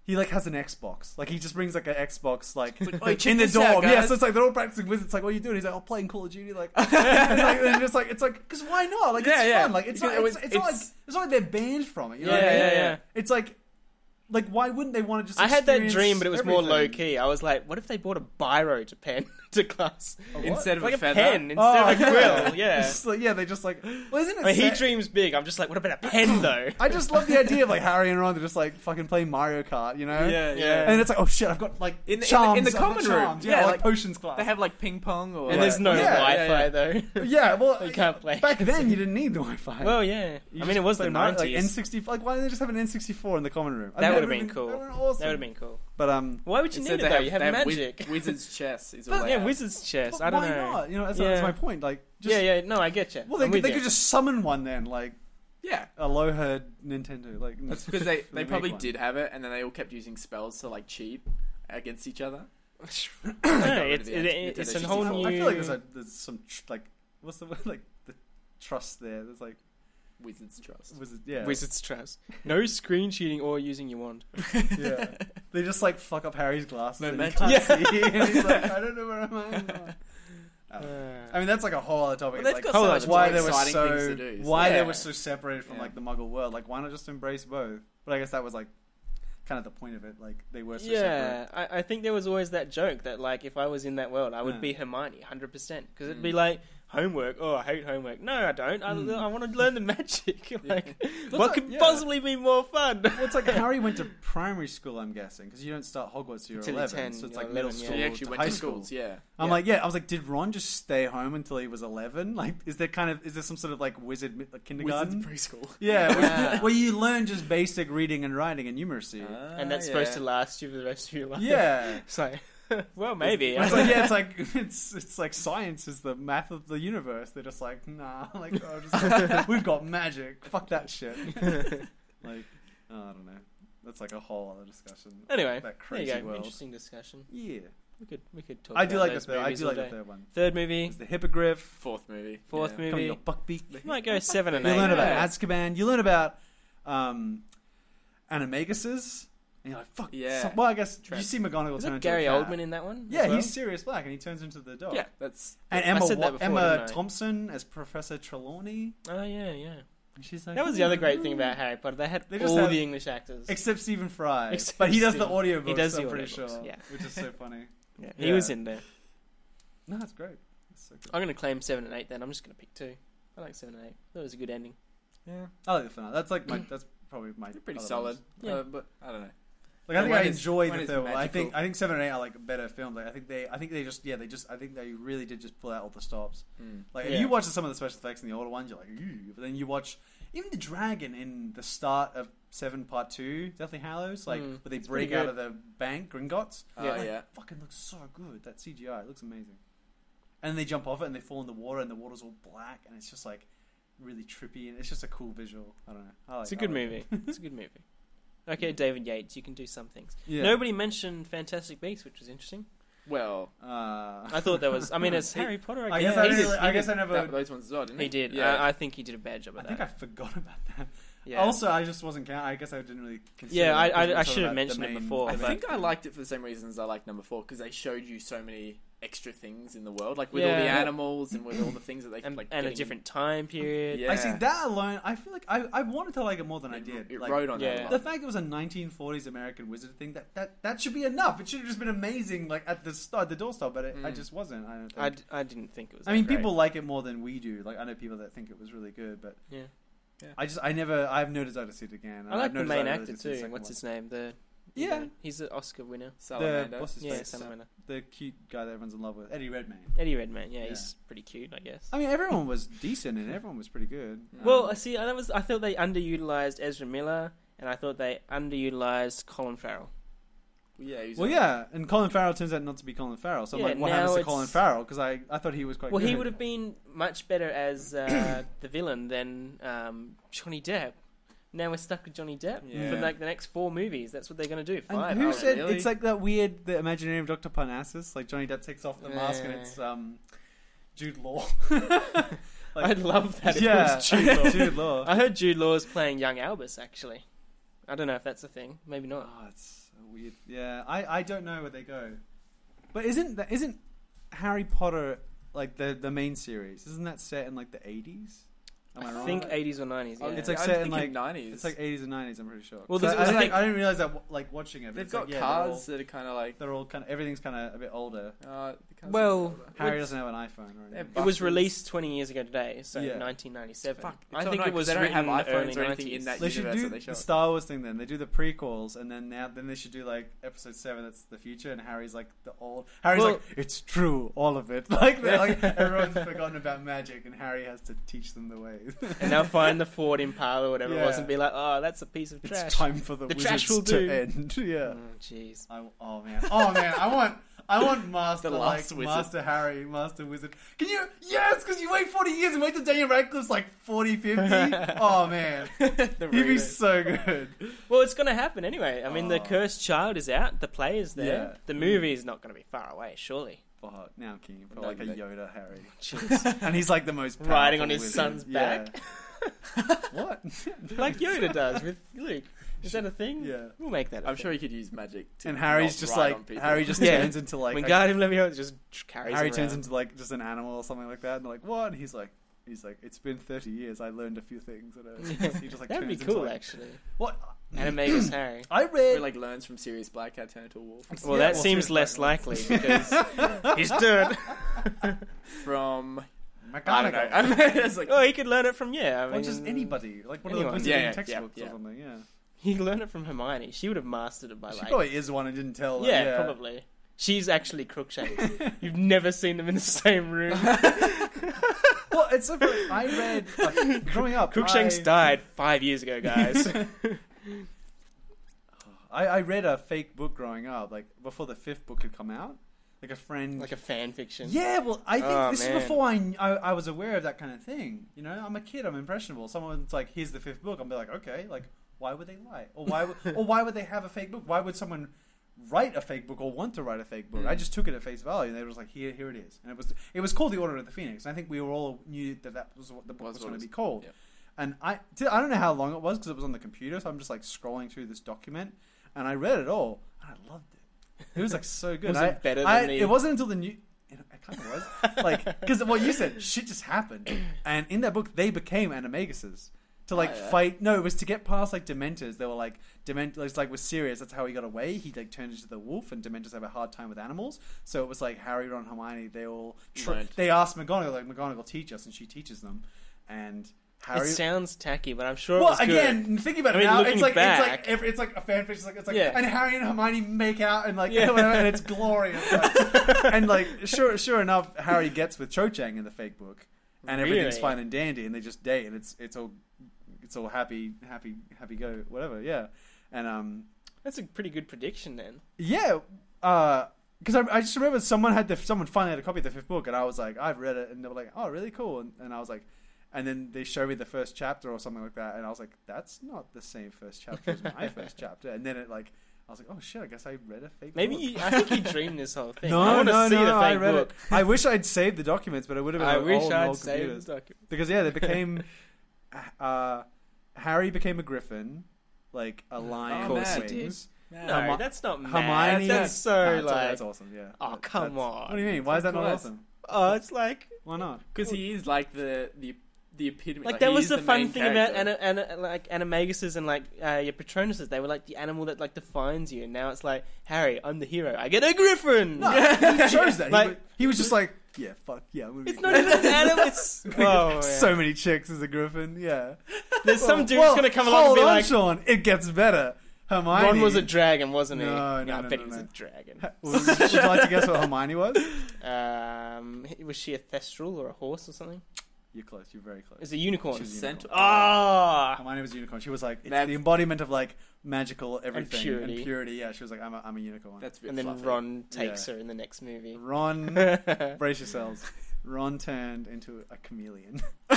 Speaker 1: He like has an Xbox. Like he just brings like an Xbox like
Speaker 2: But, "Oi, check
Speaker 1: in the
Speaker 2: this out,
Speaker 1: dorm. Yeah,
Speaker 2: guys."
Speaker 1: so it's like they're all practicing wizards. It's like, what are you doing? He's like, I'm playing Call of Duty. Like, and like and just like it's like because why not? Like
Speaker 2: Yeah,
Speaker 1: it's
Speaker 2: yeah.
Speaker 1: fun. Like it's
Speaker 2: You
Speaker 1: not.
Speaker 2: can
Speaker 1: It's, it's,
Speaker 2: always-
Speaker 1: not like
Speaker 2: it's-
Speaker 1: it's not like they're banned from it. You know what I
Speaker 3: Yeah,
Speaker 1: mean?
Speaker 3: yeah, yeah.
Speaker 1: It's like, like why wouldn't they want to just?
Speaker 3: I had that
Speaker 1: experience
Speaker 3: dream, but it was more low
Speaker 1: everything?
Speaker 3: key. I was like, what if they brought a biro to pen to class?
Speaker 1: what?
Speaker 2: instead of
Speaker 3: Like
Speaker 2: a
Speaker 3: a
Speaker 2: feather.
Speaker 3: pen instead
Speaker 1: Oh,
Speaker 3: of a quill, yeah.
Speaker 1: It's like- yeah, they just like. Well, isn't it?
Speaker 3: I mean, he
Speaker 1: sad-
Speaker 3: dreams big. I'm just like, what about a pen though?
Speaker 1: I just love the idea of like Harry and Ron. They're just like fucking playing Mario Kart. You know?
Speaker 2: Yeah,
Speaker 3: yeah.
Speaker 2: yeah.
Speaker 1: And it's like, oh shit, I've got like
Speaker 2: In the- in the- in
Speaker 1: charms
Speaker 2: the
Speaker 1: I've got
Speaker 2: common room.
Speaker 1: charms. Yeah,
Speaker 2: Yeah,
Speaker 1: like,
Speaker 2: like-
Speaker 1: potions class.
Speaker 2: They have like ping pong or
Speaker 3: and there's no
Speaker 1: Yeah,
Speaker 3: Wi-Fi
Speaker 2: yeah, yeah.
Speaker 3: though.
Speaker 1: Yeah, well,
Speaker 3: They can't play.
Speaker 1: Back then, you didn't need the Wi-Fi.
Speaker 3: well, yeah.
Speaker 1: You
Speaker 3: I mean,
Speaker 1: just
Speaker 3: it was the
Speaker 1: play Mario-
Speaker 3: 90s.
Speaker 1: Like N64. Like, why didn't they just have an N64 in the common room? I
Speaker 3: That
Speaker 1: mean,
Speaker 3: would've
Speaker 1: would've
Speaker 3: been cool.
Speaker 1: That would have been awesome.
Speaker 3: that would have been cool.
Speaker 1: But um,
Speaker 3: Why would you
Speaker 2: Instead
Speaker 3: need it
Speaker 2: they
Speaker 3: though? You have,
Speaker 2: they wiz-
Speaker 3: magic.
Speaker 2: wizard's chess is all
Speaker 1: But-
Speaker 2: they
Speaker 3: yeah,
Speaker 2: have.
Speaker 3: wizard's chess.
Speaker 1: but
Speaker 3: I don't
Speaker 1: why
Speaker 3: know.
Speaker 1: not? You know, that's,
Speaker 3: Yeah.
Speaker 1: that's my point. Like, just,
Speaker 3: yeah, yeah. No, I get you.
Speaker 1: Well, they,
Speaker 3: I'm
Speaker 1: could,
Speaker 3: with
Speaker 1: they
Speaker 3: you.
Speaker 1: could just summon one then, like
Speaker 2: yeah.
Speaker 1: Aloha Nintendo. Like
Speaker 2: That's because they, they
Speaker 1: make
Speaker 2: probably
Speaker 1: one.
Speaker 2: did have it, and then they all kept using spells to like cheat against each other.
Speaker 3: No,
Speaker 2: They got rid
Speaker 3: it's
Speaker 2: of
Speaker 3: it,
Speaker 2: the N-
Speaker 3: it, it's a
Speaker 2: Nintendo
Speaker 3: whole
Speaker 2: 64.
Speaker 3: new.
Speaker 1: I feel like there's a, there's some tr- like what's the word like the trust there. There's like
Speaker 2: Wizards Trust.
Speaker 1: was it yeah
Speaker 3: Wizard's trust. No screen cheating or using your wand.
Speaker 1: yeah. They just like fuck up Harry's glasses.
Speaker 2: No
Speaker 1: and
Speaker 2: magic.
Speaker 1: He can't see. and he's like, I don't know where I'm at. Oh. I
Speaker 3: Uh,
Speaker 1: mean, that's like a whole other topic.
Speaker 2: Well, they've
Speaker 1: it's
Speaker 2: got
Speaker 1: like,
Speaker 3: so
Speaker 1: that's
Speaker 3: much
Speaker 1: why
Speaker 2: more
Speaker 1: they were
Speaker 2: exciting things
Speaker 1: so
Speaker 2: to do, so-
Speaker 1: why they
Speaker 2: Yeah.
Speaker 1: were so separated from
Speaker 2: Yeah.
Speaker 1: like the Muggle world. Like, why not just embrace both? But I guess that was like kind of the point of it. Like, they were so separate.
Speaker 3: yeah, I, I think there was always that joke that like if I was in that world, I would
Speaker 1: Yeah.
Speaker 3: be Hermione, hundred percent, because it'd be
Speaker 2: Mm.
Speaker 3: like homework. Oh, I hate homework. No, I don't. I,
Speaker 1: Mm.
Speaker 3: I want to learn the magic. like, what
Speaker 1: like-
Speaker 3: could
Speaker 1: yeah.
Speaker 3: possibly be more fun?
Speaker 1: Well, it's like Harry went to primary school. I'm guessing because you don't start Hogwarts till you're
Speaker 3: Until you're
Speaker 1: 11,
Speaker 3: 10,
Speaker 1: so it's
Speaker 3: you're
Speaker 1: like middle
Speaker 3: 11, yeah.
Speaker 1: school
Speaker 2: So he actually
Speaker 1: to
Speaker 2: went
Speaker 1: high
Speaker 2: to
Speaker 1: school.
Speaker 2: schools. Yeah.
Speaker 1: I'm
Speaker 3: Yeah.
Speaker 1: like, yeah. I was like, did Ron just stay home until he was 11? Like, is there kind of is there some sort of like wizard mi- like kindergarten?
Speaker 2: preschool.
Speaker 1: yeah, where,
Speaker 3: Ah.
Speaker 1: where you learn just basic reading and writing and numeracy.
Speaker 2: Ah,
Speaker 3: and that's supposed to last you for the rest of your life.
Speaker 1: yeah.
Speaker 3: It's like, well, maybe.
Speaker 1: It's like, yeah, it's like it's it's like science is the math of the universe. They're just like, nah, like oh, just, we've got magic. Fuck that shit. like, oh, I don't know. That's like a whole other discussion.
Speaker 3: Anyway,
Speaker 1: that
Speaker 3: there
Speaker 1: crazy
Speaker 3: you go.
Speaker 1: world.
Speaker 3: Interesting discussion.
Speaker 1: Yeah,
Speaker 3: We could we could talk.
Speaker 1: I do
Speaker 3: about
Speaker 1: like the
Speaker 3: those
Speaker 1: third. I
Speaker 3: movies
Speaker 1: do
Speaker 3: all
Speaker 1: like the
Speaker 3: day.
Speaker 1: third one.
Speaker 3: Third movie,
Speaker 1: It's the hippogriff.
Speaker 2: Fourth movie.
Speaker 3: fourth
Speaker 2: yeah.
Speaker 1: Coming to
Speaker 3: movie.
Speaker 1: Buckbeak.
Speaker 3: You might go seven and
Speaker 1: You
Speaker 3: eight.
Speaker 1: learn about
Speaker 3: yeah.
Speaker 1: Azkaban. You learn about um, animaguses. And you're like, fuck.
Speaker 2: Yeah.
Speaker 1: so- well, I guess you
Speaker 2: Trans-
Speaker 1: see McGonagall
Speaker 3: Is
Speaker 1: turn
Speaker 3: that
Speaker 1: into
Speaker 3: Gary
Speaker 1: a cat.
Speaker 3: Oldman in that one? as
Speaker 1: Yeah,
Speaker 3: well?
Speaker 1: he's Sirius Black, and he turns into the dog.
Speaker 2: Yeah, that's
Speaker 1: And
Speaker 3: I
Speaker 1: Emma,
Speaker 3: said that
Speaker 1: Wa-
Speaker 3: before,
Speaker 1: Emma
Speaker 3: didn't I?
Speaker 1: Thompson as Professor Trelawney.
Speaker 3: Oh yeah, yeah.
Speaker 1: And she's like,
Speaker 3: That was the other great thing about Harry Potter. They had
Speaker 1: They just
Speaker 3: all
Speaker 1: had-
Speaker 3: the English actors.
Speaker 1: Except Stephen Fry,
Speaker 3: Except
Speaker 1: but he does the
Speaker 3: Stephen-
Speaker 1: audiobooks.
Speaker 3: he does the
Speaker 1: I'm pretty sure,
Speaker 3: audiobooks, yeah.
Speaker 1: which is so funny.
Speaker 3: Yeah,
Speaker 1: Yeah.
Speaker 3: He was in there.
Speaker 1: No, it's great. It's so good.
Speaker 3: I'm going to claim seven and eight. Then I'm just going to pick two. I like seven and eight. That was a good ending.
Speaker 2: yeah,
Speaker 1: I like the finale. That's like my. That's probably my.
Speaker 2: pretty
Speaker 1: other
Speaker 2: solid.
Speaker 1: ones.
Speaker 3: Yeah.
Speaker 2: Uh, but I don't know.
Speaker 1: Like I
Speaker 2: The
Speaker 1: think
Speaker 2: one
Speaker 1: I
Speaker 2: is-
Speaker 1: enjoy
Speaker 2: one
Speaker 1: the
Speaker 2: is
Speaker 1: third one. I think
Speaker 2: magical.
Speaker 1: I think seven and eight are like better films. Like I think they I think they just yeah they just I think they really did just pull out all the stops.
Speaker 2: Mm.
Speaker 1: Like
Speaker 3: Yeah.
Speaker 1: if you watch some of the special effects in the older ones, you're like, Ew. but then you watch even the dragon in the start of Seven Part Two, Deathly Hallows, like
Speaker 3: Mm.
Speaker 1: where they
Speaker 3: It's pretty
Speaker 1: break out
Speaker 3: good.
Speaker 1: of the bank, Gringotts.
Speaker 2: Oh,
Speaker 3: Yeah.
Speaker 2: yeah.
Speaker 1: Fucking looks so good. That CGI it looks amazing. And they jump off it and they fall in the water and the water's all black and it's just like really trippy and it's just a cool visual. I don't know. I like,
Speaker 3: It's a
Speaker 1: I
Speaker 3: good
Speaker 1: like it.
Speaker 3: movie. It's a good movie. Okay, David Yates, you can do some things.
Speaker 1: Yeah.
Speaker 3: Nobody mentioned Fantastic Beasts, which was interesting.
Speaker 2: Well,
Speaker 1: Uh,
Speaker 3: I thought that was. I mean, it's
Speaker 2: He-
Speaker 3: Harry Potter. I
Speaker 1: I guess
Speaker 3: guess. Yeah,
Speaker 1: I,
Speaker 3: he did-
Speaker 1: really, I
Speaker 3: he
Speaker 1: guess I
Speaker 3: did.
Speaker 1: never.
Speaker 2: that, those ones as well, didn't
Speaker 3: He did.
Speaker 2: Yeah.
Speaker 3: I, I think he did a bad job
Speaker 1: I
Speaker 3: of
Speaker 1: think
Speaker 3: that.
Speaker 1: I forgot about that.
Speaker 3: yeah.
Speaker 1: Also, I just wasn't count. I guess I didn't really. Consider
Speaker 3: Yeah, I-
Speaker 1: it 'cause
Speaker 3: I-
Speaker 1: we were
Speaker 3: I
Speaker 1: talking
Speaker 3: should
Speaker 1: about
Speaker 3: have
Speaker 1: the
Speaker 3: mentioned it
Speaker 1: main-
Speaker 3: before,
Speaker 2: I
Speaker 1: the
Speaker 3: but-
Speaker 1: main-
Speaker 2: think I liked it for the same reasons I liked number four because they showed you so many extra things in the world, like with all the
Speaker 3: Yeah.
Speaker 2: animals and with all the things that they
Speaker 3: and,
Speaker 2: like
Speaker 3: and a
Speaker 2: getting-
Speaker 3: different time period.
Speaker 2: Yeah,
Speaker 1: I see that alone. I feel like I, I wanted to like it more than I
Speaker 2: It-
Speaker 1: did.
Speaker 2: It
Speaker 1: Like,
Speaker 2: rode on
Speaker 3: Yeah.
Speaker 2: that.
Speaker 1: the
Speaker 2: line.
Speaker 1: fact it was a 1940s American wizard thing that that, that should be enough. It should have just been amazing, like at the start, the doorstop. But it, I
Speaker 2: Mm.
Speaker 1: just wasn't. I don't
Speaker 3: I,
Speaker 1: think.
Speaker 3: d- I didn't think it was.
Speaker 1: i
Speaker 3: that
Speaker 1: mean,
Speaker 3: great.
Speaker 1: people like it more than we do. Like I know people that think it was really good, but
Speaker 3: Yeah.
Speaker 2: Yeah.
Speaker 1: I just I never I've no desire to see it again.
Speaker 3: I like
Speaker 1: Uh, I've
Speaker 3: the
Speaker 1: no
Speaker 3: main
Speaker 1: desire to
Speaker 3: actor
Speaker 1: see the
Speaker 3: too.
Speaker 1: second
Speaker 3: What's
Speaker 1: one.
Speaker 3: his name? The
Speaker 1: Yeah.
Speaker 3: the- he's an Oscar winner.
Speaker 1: The
Speaker 2: Salamander.
Speaker 1: what's his
Speaker 3: Yeah,
Speaker 1: face?
Speaker 3: Sam winner.
Speaker 1: the cute guy that everyone's in love with, Eddie Redmayne.
Speaker 3: Eddie Redmayne. Yeah,
Speaker 1: Yeah.
Speaker 3: he's pretty cute, I guess.
Speaker 1: I mean, everyone was decent and everyone was pretty good.
Speaker 3: well, I
Speaker 1: Um,
Speaker 3: see. uh, That was. I thought they underutilized Ezra Miller, and I thought they underutilized Colin Farrell.
Speaker 2: Yeah. He's
Speaker 1: Well,
Speaker 2: a-
Speaker 1: yeah, and Colin Farrell turns out not to be Colin Farrell. So I'm
Speaker 3: Yeah,
Speaker 1: like, what
Speaker 3: now
Speaker 1: happens to
Speaker 3: it's-
Speaker 1: Colin Farrell? Because I, I thought he was quite
Speaker 3: Well,
Speaker 1: good.
Speaker 3: he would have been much better as uh, the villain than um, Johnny Depp. Now we're stuck with Johnny Depp
Speaker 2: Yeah.
Speaker 3: for like the next four movies. That's what they're going to do. Five.
Speaker 1: And who
Speaker 2: oh,
Speaker 1: said
Speaker 2: really?
Speaker 1: it's like that weird the Imaginarium of Dr. Parnassus? Like Johnny Depp takes off the mask and
Speaker 3: Yeah.
Speaker 1: it's um, Jude Law.
Speaker 3: I'd love that. If
Speaker 1: yeah,
Speaker 3: it was Jude Law.
Speaker 1: Jude Law.
Speaker 3: I heard Jude Law is playing young Albus. Actually, I don't know if that's a thing. Maybe not.
Speaker 1: Oh, it's so weird. Yeah, I, I don't know where they go. But isn't that isn't Harry Potter like the the main series? Isn't that set in like the eighties? Am I,
Speaker 3: I
Speaker 1: wrong?
Speaker 3: think 80s or 90s. Yeah.
Speaker 2: Oh,
Speaker 1: It's
Speaker 2: yeah,
Speaker 1: like
Speaker 2: I'm
Speaker 1: set in,
Speaker 2: thinking
Speaker 1: like-
Speaker 2: 90s.
Speaker 1: it's like eighties and nineties. I'm pretty sure.
Speaker 3: Well,
Speaker 1: So
Speaker 3: this
Speaker 1: I, I,
Speaker 3: was
Speaker 1: didn't-
Speaker 3: like-
Speaker 1: I didn't realize that like watching it. but
Speaker 2: they've
Speaker 1: it's
Speaker 2: got
Speaker 1: like, yeah,
Speaker 2: cars that are kind of like.
Speaker 1: They're all, they're all kind of everything's kind of a bit older.
Speaker 2: Uh, the cars
Speaker 3: Well,
Speaker 2: that are older.
Speaker 1: Harry
Speaker 3: It's-
Speaker 1: doesn't have an iPhone or anything.
Speaker 2: They're
Speaker 3: it was
Speaker 2: buses.
Speaker 3: released 20 years ago today, so
Speaker 1: Yeah.
Speaker 3: 1997.
Speaker 2: Fuck,
Speaker 3: I
Speaker 2: it's
Speaker 3: think
Speaker 2: alright,
Speaker 3: it was
Speaker 2: 'cause they don't
Speaker 3: written
Speaker 2: have
Speaker 3: early
Speaker 2: iPhones or anything
Speaker 3: 90s.
Speaker 2: in that
Speaker 1: They should do
Speaker 2: universe that they show
Speaker 1: the
Speaker 2: it.
Speaker 1: Star Wars thing then. They do the prequels, and then now then they should do like Episode Seven. That's the future, and Harry's like the old. Harry's
Speaker 3: Well-
Speaker 1: like it's true, all of it. Like, they're like everyone's forgotten about magic, and Harry has to teach them the ways.
Speaker 3: and they'll find the Ford Impala or whatever it was
Speaker 1: Yeah.
Speaker 3: and be like, oh, that's a piece of trash.
Speaker 1: It's time for the,
Speaker 3: The
Speaker 1: wizards
Speaker 3: trash will
Speaker 1: to
Speaker 3: do.
Speaker 1: end. Yeah.
Speaker 3: Oh, jeez.
Speaker 1: I, oh man. Oh man. I want. I want Master
Speaker 2: The last
Speaker 1: like
Speaker 2: wizard.
Speaker 1: Master Harry, Master Wizard. Can you? Yes, because you wait forty years and wait till Daniel Radcliffe's like 40, 50. oh man,
Speaker 3: The
Speaker 1: he'd be
Speaker 3: remake.
Speaker 1: so good.
Speaker 3: Well, it's going to happen anyway. I mean, The
Speaker 1: Oh.
Speaker 3: Cursed Child is out. The play is there.
Speaker 1: Yeah.
Speaker 3: The movie is not going to be far away, surely.
Speaker 1: But now I'm keen for
Speaker 2: No,
Speaker 1: like a
Speaker 2: you don't.
Speaker 1: Yoda Harry.
Speaker 3: Jeez.
Speaker 1: and he's like the most powerful
Speaker 3: Riding on his
Speaker 1: wizard.
Speaker 3: son's
Speaker 1: Yeah.
Speaker 3: back.
Speaker 1: what?
Speaker 3: like Yoda does with Luke. Is that a thing?
Speaker 1: Yeah.
Speaker 3: We'll make that a
Speaker 2: I'm
Speaker 3: thing.
Speaker 2: sure he could use magic. To
Speaker 1: And Harry's
Speaker 2: not
Speaker 1: just
Speaker 2: ride on
Speaker 1: like
Speaker 2: people.
Speaker 1: Harry just
Speaker 3: Yeah.
Speaker 1: turns into like
Speaker 3: When
Speaker 1: a-
Speaker 3: Wingardium Leviosa just carries
Speaker 1: Harry
Speaker 3: him
Speaker 1: turns
Speaker 3: around.
Speaker 1: into like just an animal or something like that. And they're like what? And he's like. He's like, it's been thirty years. I learned a few things. And uh, he just like
Speaker 3: That'd be
Speaker 1: turns into,
Speaker 3: cool,
Speaker 1: like,
Speaker 3: actually.
Speaker 1: What?
Speaker 3: Animagus Harry.
Speaker 1: I
Speaker 2: Where,
Speaker 1: read.
Speaker 2: like learns from Sirius Black how to turn into a wolf.
Speaker 3: Well,
Speaker 1: Yeah,
Speaker 3: that
Speaker 1: well,
Speaker 3: seems
Speaker 1: Sirius
Speaker 3: less
Speaker 1: Black
Speaker 3: likely because he's dead.
Speaker 2: From I don't know.
Speaker 1: McGonagall.
Speaker 2: I mean, it's like
Speaker 3: Oh, he could learn it from yeah. I mean,
Speaker 1: Or just anybody, like one
Speaker 3: Anyone.
Speaker 1: of the
Speaker 2: Yeah,
Speaker 1: yeah,
Speaker 2: yeah,
Speaker 1: textbooks
Speaker 2: yeah,
Speaker 1: or
Speaker 2: yeah.
Speaker 1: something. Yeah,
Speaker 3: He could learn it from Hermione. She would have mastered it by
Speaker 1: she
Speaker 3: like.
Speaker 1: probably is one and didn't tell. like,
Speaker 3: yeah, probably. She's actually Crookshanks. You've never seen them in the same room.
Speaker 1: Well, it's so funny. I read like, growing up.
Speaker 3: Crookshanks
Speaker 1: I-
Speaker 3: died five years ago, guys.
Speaker 1: I, I read a fake book growing up, like before the fifth book had come out. Like a friend.
Speaker 3: like a fan fiction.
Speaker 1: yeah, well, I think
Speaker 3: Oh,
Speaker 1: this
Speaker 3: man.
Speaker 1: is before I, kn- I I was aware of that kind of thing. You know, I'm a kid. I'm impressionable. Someone's like, "Here's the fifth book." I'm be like, "Okay, like, why would they lie? Or why? Would, or why would they have a fake book? Why would someone write a fake book or want to write a fake book?"
Speaker 2: Mm.
Speaker 1: I just took it at face value, and they were just like, "Here, here it is." And it was it was called The Order of the Phoenix. And I think we were all knew that that was what the book
Speaker 2: Was
Speaker 1: was,
Speaker 2: what
Speaker 1: going
Speaker 2: it
Speaker 1: to be called.
Speaker 2: yeah.
Speaker 1: And I t- I don't know how long it was because it was on the computer, so I'm just like scrolling through this document, and I read it all, and I loved it. It was like so good.
Speaker 3: Was
Speaker 1: I-
Speaker 3: it better than
Speaker 1: I-
Speaker 3: the-
Speaker 1: It wasn't until the new. It kind of was like because what you said, shit just happened, and in that book they became animaguses to like
Speaker 2: Oh, yeah.
Speaker 1: fight. No, it was to get past like Dementors. They were like Dementors. It's like with Sirius, that's how he got away. He like turned into the wolf, and Dementors have a hard time with animals. So it was like Harry, Ron, Hermione. They all tr-
Speaker 2: Learned.
Speaker 1: they asked McGonagall like McGonagall teach us, and she teaches them. And
Speaker 3: It
Speaker 1: Harry,
Speaker 3: sounds tacky, but I'm sure it
Speaker 1: well,
Speaker 3: was good.
Speaker 1: again, thinking about
Speaker 3: I
Speaker 1: it
Speaker 3: mean,
Speaker 1: now,
Speaker 3: looking
Speaker 1: it's like it's
Speaker 3: back-
Speaker 1: like every, it's like a fan fiction. It's like, it's like
Speaker 3: Yeah.
Speaker 1: and Harry and Hermione make out and like
Speaker 3: Yeah.
Speaker 1: whatever, and it's glorious. like- and like sure, sure enough, Harry gets with Cho Chang in the fake book, and everything's
Speaker 3: Really?
Speaker 1: fine and dandy, and they just date, and it's it's all it's all happy, happy, happy go, whatever. Yeah, and um,
Speaker 3: That's a pretty good prediction then.
Speaker 1: yeah, because I, I just remember someone had the someone finally had a copy of the fifth book, and I was like, I've read it, and they were like, oh, really cool, and, and I was like, and then they showed me the first chapter or something like that, and I was like, that's not the same first chapter as my first chapter, and then it like, I was like, oh shit, I guess I read a fake.
Speaker 3: Maybe
Speaker 1: book.
Speaker 3: you, I think you dreamed this whole thing.
Speaker 1: No,
Speaker 3: I want to
Speaker 1: no,
Speaker 3: see
Speaker 1: no,
Speaker 3: the
Speaker 1: I
Speaker 3: fake
Speaker 1: read
Speaker 3: book.
Speaker 1: it. I wish I'd saved the documents, but it would have been.
Speaker 3: I
Speaker 1: on
Speaker 3: wish
Speaker 1: old,
Speaker 3: I'd
Speaker 1: old
Speaker 3: saved
Speaker 1: computers.
Speaker 3: this document.
Speaker 1: because yeah, they became. uh, Harry became a griffin, like a lion.
Speaker 2: Of course
Speaker 1: with
Speaker 2: he
Speaker 3: Oh, did.
Speaker 1: wings.
Speaker 2: nah.
Speaker 3: No,
Speaker 1: Hermi-
Speaker 3: that's not mad.
Speaker 1: Hermione-
Speaker 3: That's so
Speaker 1: That's-
Speaker 3: like.
Speaker 1: that's awesome. Yeah.
Speaker 3: Oh, come
Speaker 1: That's-
Speaker 3: on.
Speaker 1: What do you mean? Why is that not
Speaker 2: course.
Speaker 1: awesome?
Speaker 3: Oh, it's like
Speaker 1: Why not?
Speaker 2: Because he is like the the the epitome.
Speaker 3: like,
Speaker 2: he
Speaker 3: that was
Speaker 2: is
Speaker 3: the, fun
Speaker 2: main
Speaker 3: thing
Speaker 2: character.
Speaker 3: about ana, ana, like animaguses and like uh, your patronuses. They were like the animal that like defines you. And now it's like Harry, I'm the hero. I get a griffin.
Speaker 1: No, he chose that. He
Speaker 3: Like-
Speaker 1: wa- he was just like, yeah, fuck, yeah. I'm gonna
Speaker 3: It's
Speaker 1: be
Speaker 3: not
Speaker 1: a
Speaker 3: even an
Speaker 1: griffin."
Speaker 3: animal. It's oh, man.
Speaker 1: So many chicks as a griffin, yeah.
Speaker 3: there's some
Speaker 1: Well,
Speaker 3: dude
Speaker 1: well,
Speaker 3: that's gonna come along and
Speaker 1: hold
Speaker 3: be
Speaker 1: on,
Speaker 3: like,
Speaker 1: Sean, it gets better. Hermione.
Speaker 3: Ron was a dragon, wasn't he?
Speaker 1: No, no,
Speaker 3: I
Speaker 1: no,
Speaker 3: bet
Speaker 1: no,
Speaker 3: he was
Speaker 1: no.
Speaker 3: a dragon.
Speaker 1: Would, would you like to guess what Hermione was?
Speaker 3: Um, was she a thestral or a horse or something?
Speaker 1: You're close. You're very close.
Speaker 3: It's a unicorn.
Speaker 1: She's a
Speaker 2: Cent-
Speaker 1: unicorn.
Speaker 3: Ah,
Speaker 1: My name was unicorn. She was like, it's
Speaker 2: That's-
Speaker 1: the embodiment of like magical everything and purity.
Speaker 3: purity.
Speaker 1: Yeah, she was like, I'm a, I'm a unicorn.
Speaker 2: That's a bit
Speaker 3: and then
Speaker 2: fluffy.
Speaker 3: Ron takes
Speaker 1: Yeah.
Speaker 3: her in the next movie.
Speaker 1: Ron,
Speaker 3: God,
Speaker 1: brace yourselves. Ron turned into a chameleon,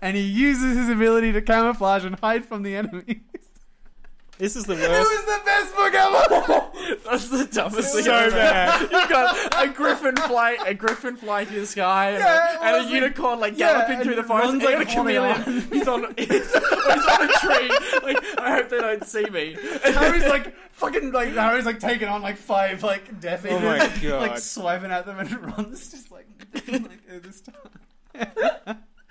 Speaker 1: and he uses his ability to camouflage and hide from the enemy.
Speaker 3: this is the
Speaker 2: It
Speaker 3: worst.
Speaker 2: was the best book ever. That's the dumbest thing.
Speaker 3: So
Speaker 2: I've ever-
Speaker 3: bad.
Speaker 2: You've got a griffin fly, a griffin fly to the sky, and,
Speaker 1: Yeah, it
Speaker 2: a- and
Speaker 1: was
Speaker 2: a
Speaker 1: like-
Speaker 2: unicorn like
Speaker 1: yeah,
Speaker 2: galloping
Speaker 1: and
Speaker 2: through the
Speaker 1: it
Speaker 2: forest.
Speaker 1: runs
Speaker 2: And
Speaker 1: like
Speaker 2: like a
Speaker 1: on and on.
Speaker 2: chameleon. He's on. He's, he's on a tree. Like I hope they don't see me.
Speaker 1: Harry's like fucking like Harry's like taking on like five like death
Speaker 3: Oh
Speaker 1: eaters,
Speaker 3: my
Speaker 1: like
Speaker 3: God.
Speaker 1: swiping at them, and Ron's just like like at this time.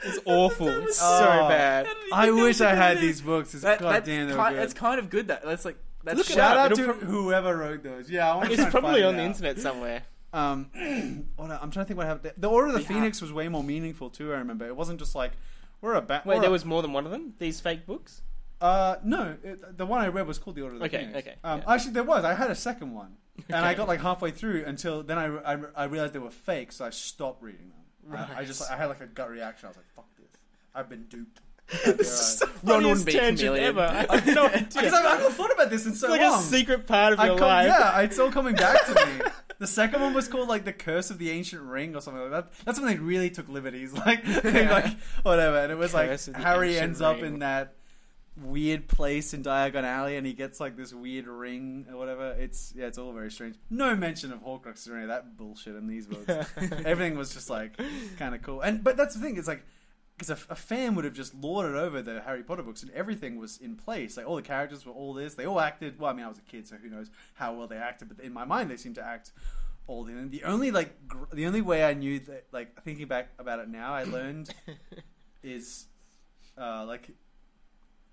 Speaker 3: It's awful. It's so
Speaker 1: Oh.
Speaker 3: bad.
Speaker 1: I wish I had these books. It's
Speaker 2: That, that's,
Speaker 1: goddamn, they were
Speaker 2: ki-
Speaker 1: good.
Speaker 2: that's kind of good. That that's like that's
Speaker 3: Look it
Speaker 1: Shout
Speaker 3: up.
Speaker 1: out to
Speaker 3: It'll prob-
Speaker 1: whoever wrote those. Yeah, I want to
Speaker 3: It's probably on the internet somewhere.
Speaker 1: Um, what- I'm trying to think what happened. The Order of the
Speaker 2: Yeah.
Speaker 1: Phoenix was way more meaningful too. I remember it wasn't just like we're a bat.
Speaker 3: Wait,
Speaker 1: we're
Speaker 3: there
Speaker 1: a-
Speaker 3: was more than one of them. These fake books.
Speaker 1: Uh, no, it, the one I read was called The Order of the
Speaker 3: Okay,
Speaker 1: Phoenix.
Speaker 3: okay,
Speaker 1: Um,
Speaker 3: yeah.
Speaker 1: Actually, there was. I had a second one, and I
Speaker 3: Okay.
Speaker 1: got like halfway through until then I, I, I realized they were fake, so I stopped reading them. Uh, I
Speaker 3: Right.
Speaker 1: just I had like a gut reaction. I was like, "Fuck this! I've been duped."
Speaker 3: This
Speaker 1: Because
Speaker 3: is the
Speaker 2: Ron
Speaker 3: funniest
Speaker 2: wouldn't be a
Speaker 3: tangent
Speaker 2: chameleon.
Speaker 3: ever. I have no idea.
Speaker 1: I've, I've not thought about this in so
Speaker 3: It's like
Speaker 1: long.
Speaker 3: a secret part of
Speaker 1: I
Speaker 3: your
Speaker 1: come-
Speaker 3: life.
Speaker 1: Yeah, it's all coming back to me. The second one was called like the Curse of the Ancient Ring or something like that. That's when they really took liberties, like they, like whatever. And it was
Speaker 3: Curse of
Speaker 1: like
Speaker 3: the
Speaker 1: Harry
Speaker 3: Ancient
Speaker 1: ends up in
Speaker 3: Ring.
Speaker 1: that weird place in Diagon Alley, and he gets like this weird ring or whatever. It's yeah, it's all very strange. No mention of Horcruxes or any of that bullshit in these books. Everything was just like kind of cool. And but that's the thing. It's like because a, a fan would have just lorded over the Harry Potter books, and everything was in place. Like all the characters were all this. They all acted. Well, I mean, I was a kid, so who knows how well they acted. But in my mind, they seemed to act all in. And the only like gr- the only way I knew that, like thinking back about it now, I learned is uh, like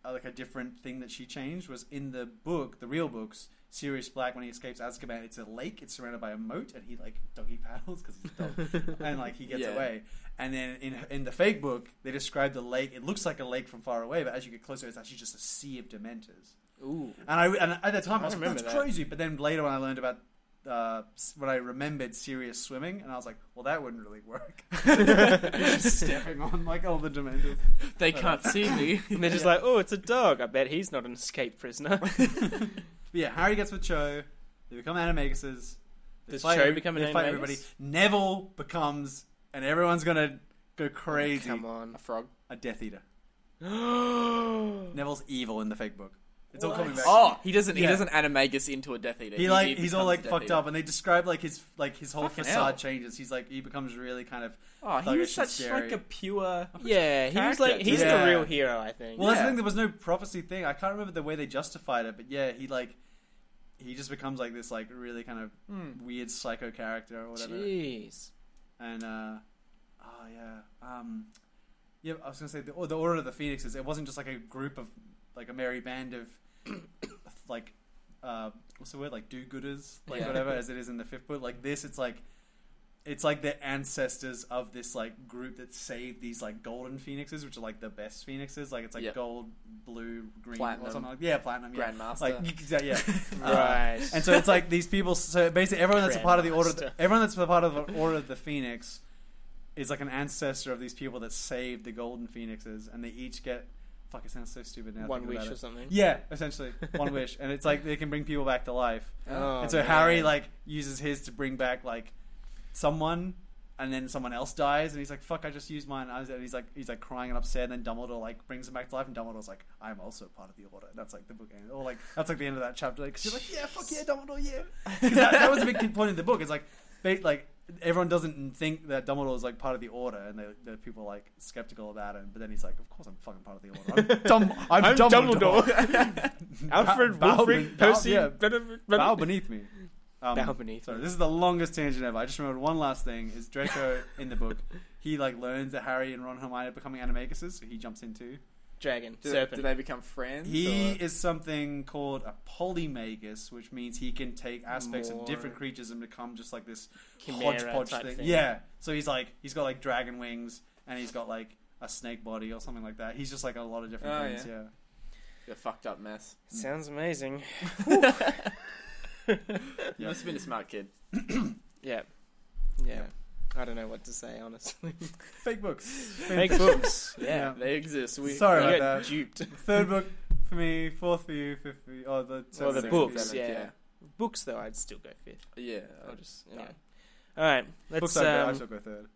Speaker 1: uh, like a different thing that she changed was in the book, the real books. Sirius Black, when he escapes Azkaban, it's a lake. It's surrounded by a moat, and he like doggy paddles because he's a dog and like he gets
Speaker 2: Yeah.
Speaker 1: away. And then in in the fake book, they describe the lake. It looks like a lake from far away, but as you get closer, it's actually just a sea of dementors.
Speaker 3: Ooh.
Speaker 1: And I and at the time I, was like,
Speaker 3: remember
Speaker 1: that's
Speaker 3: that.
Speaker 1: crazy. But then later when I learned about uh, s- when I remembered Sirius swimming, and I was like, well, that wouldn't really work. just stepping on like all the dementors.
Speaker 2: they can't see me.
Speaker 3: And they're just like, oh, it's a dog. I bet he's not an escaped prisoner.
Speaker 1: But yeah, Harry gets with Cho. They become animaguses. They
Speaker 3: Does
Speaker 1: fight
Speaker 3: Cho
Speaker 1: every-
Speaker 3: become
Speaker 1: they
Speaker 3: an
Speaker 1: fight
Speaker 3: animagus?
Speaker 1: everybody. Neville becomes, and everyone's gonna go crazy.
Speaker 3: Come
Speaker 2: a
Speaker 3: on.
Speaker 2: frog.
Speaker 1: A Death Eater.
Speaker 3: no.
Speaker 1: Neville's evil in the fake book. It's all
Speaker 3: What?
Speaker 1: coming back.
Speaker 2: Oh, he doesn't. He
Speaker 1: Yeah.
Speaker 2: doesn't animagus into a Death Eater.
Speaker 1: he like he's all
Speaker 2: becomes
Speaker 1: like
Speaker 2: a Death
Speaker 1: fucked
Speaker 2: Eater.
Speaker 1: up, and they describe like his like his whole
Speaker 2: Fucking
Speaker 1: facade
Speaker 2: hell.
Speaker 1: changes. He's like he becomes really kind of
Speaker 2: Oh, he was
Speaker 1: thuggish
Speaker 2: such
Speaker 1: and scary.
Speaker 2: like a pure.
Speaker 3: Yeah, he was
Speaker 2: Character,
Speaker 3: like, he's
Speaker 1: yeah.
Speaker 3: the real hero, I think.
Speaker 1: well, that's the
Speaker 2: Yeah.
Speaker 1: thing. There was no prophecy thing. I can't remember the way they justified it, but yeah, he like he just becomes like this like really kind of weird psycho character or whatever.
Speaker 3: Jeez.
Speaker 1: And uh, oh yeah, um, yeah. I was gonna say the, oh, the Order of the Phoenixes. It wasn't just like a group of like a merry band of like uh, what's the word like do-gooders, like
Speaker 2: Yeah.
Speaker 1: whatever, as it is in the fifth book. Like this, it's like it's like the ancestors of this like group that saved these like golden phoenixes, which are like the best phoenixes. Like it's like
Speaker 2: Yep.
Speaker 1: gold, blue, green, or
Speaker 2: Platinum.
Speaker 1: something like yeah, platinum, yeah.
Speaker 2: Grandmaster.
Speaker 1: Like exactly, yeah. Uh,
Speaker 3: Right.
Speaker 1: and so it's like these people. So basically, everyone that's a part of the order,
Speaker 3: Grandmaster.
Speaker 1: everyone that's a part of the Order of the Phoenix, is like an ancestor of these people that saved the Golden Phoenixes, and they each get. Fuck, it sounds so stupid now.
Speaker 3: one
Speaker 1: thinking
Speaker 3: wish
Speaker 1: about
Speaker 3: or
Speaker 1: it.
Speaker 3: something.
Speaker 1: Yeah, essentially one wish, and it's like they can bring people back to life.
Speaker 3: Oh,
Speaker 1: and so
Speaker 3: man.
Speaker 1: Harry like uses his to bring back like someone, and then someone else dies, and he's like, "Fuck, I just used mine." And he's like, he's like crying and upset, and then Dumbledore like brings him back to life, and Dumbledore's like, "I'm also part of the Order." And that's like the book end, or like that's like the end of that chapter. Like, 'cause you're like, "Yeah, fuck yeah, Dumbledore, yeah." 'Cause that, that was a big key point in the book. It's like, they, like everyone doesn't think that Dumbledore is like part of the Order, and they, the people are, like skeptical about him. But then he's like, "Of course, I'm fucking part of the Order. I'm, Dum- I'm,
Speaker 3: I'm
Speaker 1: Dumbledore.
Speaker 3: Dumbledore. Alfred
Speaker 1: Bow-
Speaker 3: Wilfrid
Speaker 1: Bow-
Speaker 3: Percy.
Speaker 1: yeah.
Speaker 3: blah, blah, blah, blah.
Speaker 1: Bow beneath me. Um,
Speaker 3: Bow beneath
Speaker 1: Sorry,
Speaker 3: me.
Speaker 1: this is the longest tangent ever. I just remembered one last thing: is Draco in the book? He like learns that Harry and Ron and Hermione are becoming animaguses, so he jumps into.
Speaker 3: Dragon.
Speaker 2: do,
Speaker 3: serpent.
Speaker 2: do they become friends?
Speaker 1: He
Speaker 2: or-
Speaker 1: is something called a polymagus, which means he can take aspects of
Speaker 3: More-
Speaker 1: different creatures and become just like this
Speaker 3: Chimera
Speaker 1: hodgepodge
Speaker 3: type
Speaker 1: thing.
Speaker 3: thing.
Speaker 1: Yeah. So he's like he's got like dragon wings and he's got like a snake body or something like that. He's just like a lot of different
Speaker 2: Oh,
Speaker 1: things.
Speaker 2: yeah.
Speaker 1: Yeah.
Speaker 2: a fucked up mess.
Speaker 3: Sounds amazing.
Speaker 2: You must have been a smart kid.
Speaker 3: Yeah. Yeah.
Speaker 2: Yeah.
Speaker 3: I don't know what to say, honestly.
Speaker 1: Fake books.
Speaker 3: Fake books.
Speaker 2: Yeah, they exist. We,
Speaker 1: Sorry
Speaker 2: we
Speaker 1: about
Speaker 2: get
Speaker 1: that.
Speaker 2: duped.
Speaker 1: Third book for me, fourth for you, fifth for you. Oh, the,
Speaker 3: Well, the
Speaker 1: seventh for you.
Speaker 3: books,
Speaker 2: yeah.
Speaker 3: yeah. Books, though, I'd still go fifth.
Speaker 2: Yeah,
Speaker 3: I'll
Speaker 2: I'll
Speaker 3: just,
Speaker 2: no.
Speaker 3: yeah. All right,
Speaker 1: Books
Speaker 3: let's
Speaker 1: I, go, I
Speaker 3: um,
Speaker 1: still go third.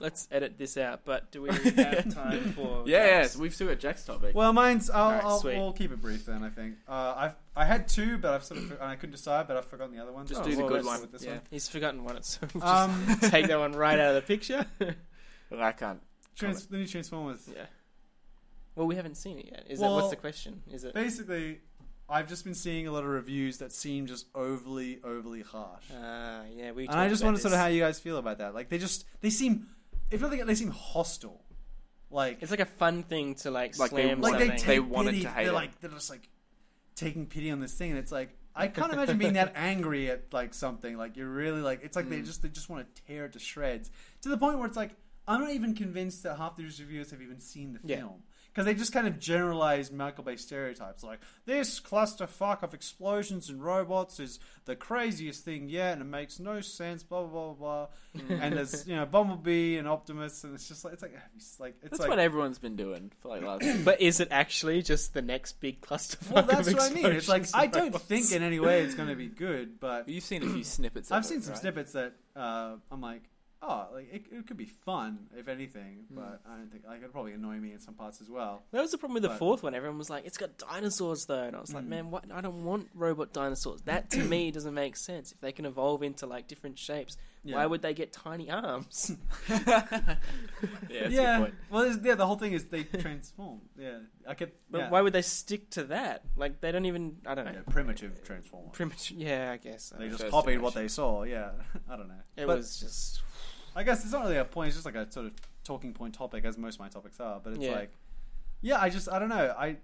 Speaker 3: let's edit this out. But do we have time for?
Speaker 2: Yeah, yeah,
Speaker 3: Jack's?
Speaker 2: so we've still got Jack's topic.
Speaker 1: Well, mine's. I'll,
Speaker 3: Alright,
Speaker 1: I'll,
Speaker 3: sweet.
Speaker 1: we'll keep it brief then. I think. Uh, I I had two, but I've sort of and I couldn't decide, but I've forgotten the other one.
Speaker 2: just
Speaker 3: oh,
Speaker 2: do the
Speaker 3: well,
Speaker 2: good
Speaker 3: let's-
Speaker 2: one.
Speaker 1: with this
Speaker 2: yeah.
Speaker 3: He's forgotten one, so we'll
Speaker 1: one.
Speaker 3: just
Speaker 1: Um,
Speaker 3: take that one right out of the picture.
Speaker 2: But I can't.
Speaker 1: trans, the new Transformers.
Speaker 3: yeah. Well, we haven't seen it yet. Is that what's
Speaker 1: Well,
Speaker 3: the question? Is it?
Speaker 1: Basically, I've just been seeing a lot of reviews that seem just overly, overly harsh.
Speaker 3: Ah, yeah. We.
Speaker 1: and I
Speaker 3: talked
Speaker 1: just
Speaker 3: about
Speaker 1: wonder sort of
Speaker 3: this.
Speaker 1: how you guys feel about that. Like they just they seem, if nothing, they seem hostile. Like
Speaker 3: It's like a fun thing to like,
Speaker 2: Like they-
Speaker 3: slam
Speaker 1: like
Speaker 3: something.
Speaker 1: they take
Speaker 2: They wanted
Speaker 1: pity.
Speaker 2: to hate
Speaker 1: they're
Speaker 2: it.
Speaker 1: like they're just like taking pity on this thing, and it's like I can't imagine being that angry at like something. Like you're really like it's like they
Speaker 2: Mm.
Speaker 1: just they just want to tear it to shreds to the point where it's like I'm not even convinced that half these reviewers have even seen the
Speaker 3: Yeah.
Speaker 1: film. Because they just kind of generalize Michael Bay stereotypes, like this clusterfuck of explosions and robots is the craziest thing yet, and it makes no sense. Blah blah blah blah.
Speaker 2: Mm.
Speaker 1: blah. and there's you know Bumblebee and Optimus, and it's just like it's like it's like it's
Speaker 2: That's
Speaker 1: like
Speaker 2: what everyone's been doing for like last.
Speaker 3: But is it actually just the next big clusterfuck?
Speaker 1: Well,
Speaker 3: of
Speaker 1: that's what I mean. It's like
Speaker 3: explosions
Speaker 1: I
Speaker 3: and
Speaker 1: don't
Speaker 3: robots?
Speaker 1: think in any way it's going to be good, but
Speaker 2: You've seen a few snippets. Of
Speaker 1: I've
Speaker 2: it,
Speaker 1: seen some
Speaker 2: right?
Speaker 1: snippets that uh, I'm like, oh, like it, it could be fun if anything,
Speaker 3: Hmm.
Speaker 1: but I don't think like it'd probably annoy me in some parts as well.
Speaker 3: That was the problem with the
Speaker 1: But-
Speaker 3: fourth one. Everyone was like, "It's got dinosaurs though," and I was
Speaker 1: Mm.
Speaker 3: like, "Man, what? I don't want robot dinosaurs. That to me doesn't make sense. If they can evolve into like different shapes,
Speaker 1: Yeah.
Speaker 3: why would they get tiny arms?"
Speaker 2: Yeah, that's a
Speaker 1: yeah.
Speaker 2: good point.
Speaker 1: Well, it's- yeah. The whole thing is they transform. Yeah. I could.
Speaker 3: But
Speaker 1: yeah.
Speaker 3: why would they stick to that? Like they don't even. I don't know.
Speaker 1: Yeah, primitive transformer.
Speaker 3: Primitive. Yeah, I guess.
Speaker 1: they just
Speaker 2: First
Speaker 1: copied what
Speaker 2: generation.
Speaker 1: they saw. Yeah. I don't know.
Speaker 3: it
Speaker 1: but
Speaker 3: was just.
Speaker 1: I guess it's not really a point. It's just like a sort of talking point topic, as most of my topics are. But it's
Speaker 3: Yeah.
Speaker 1: like, yeah, I just I don't know. I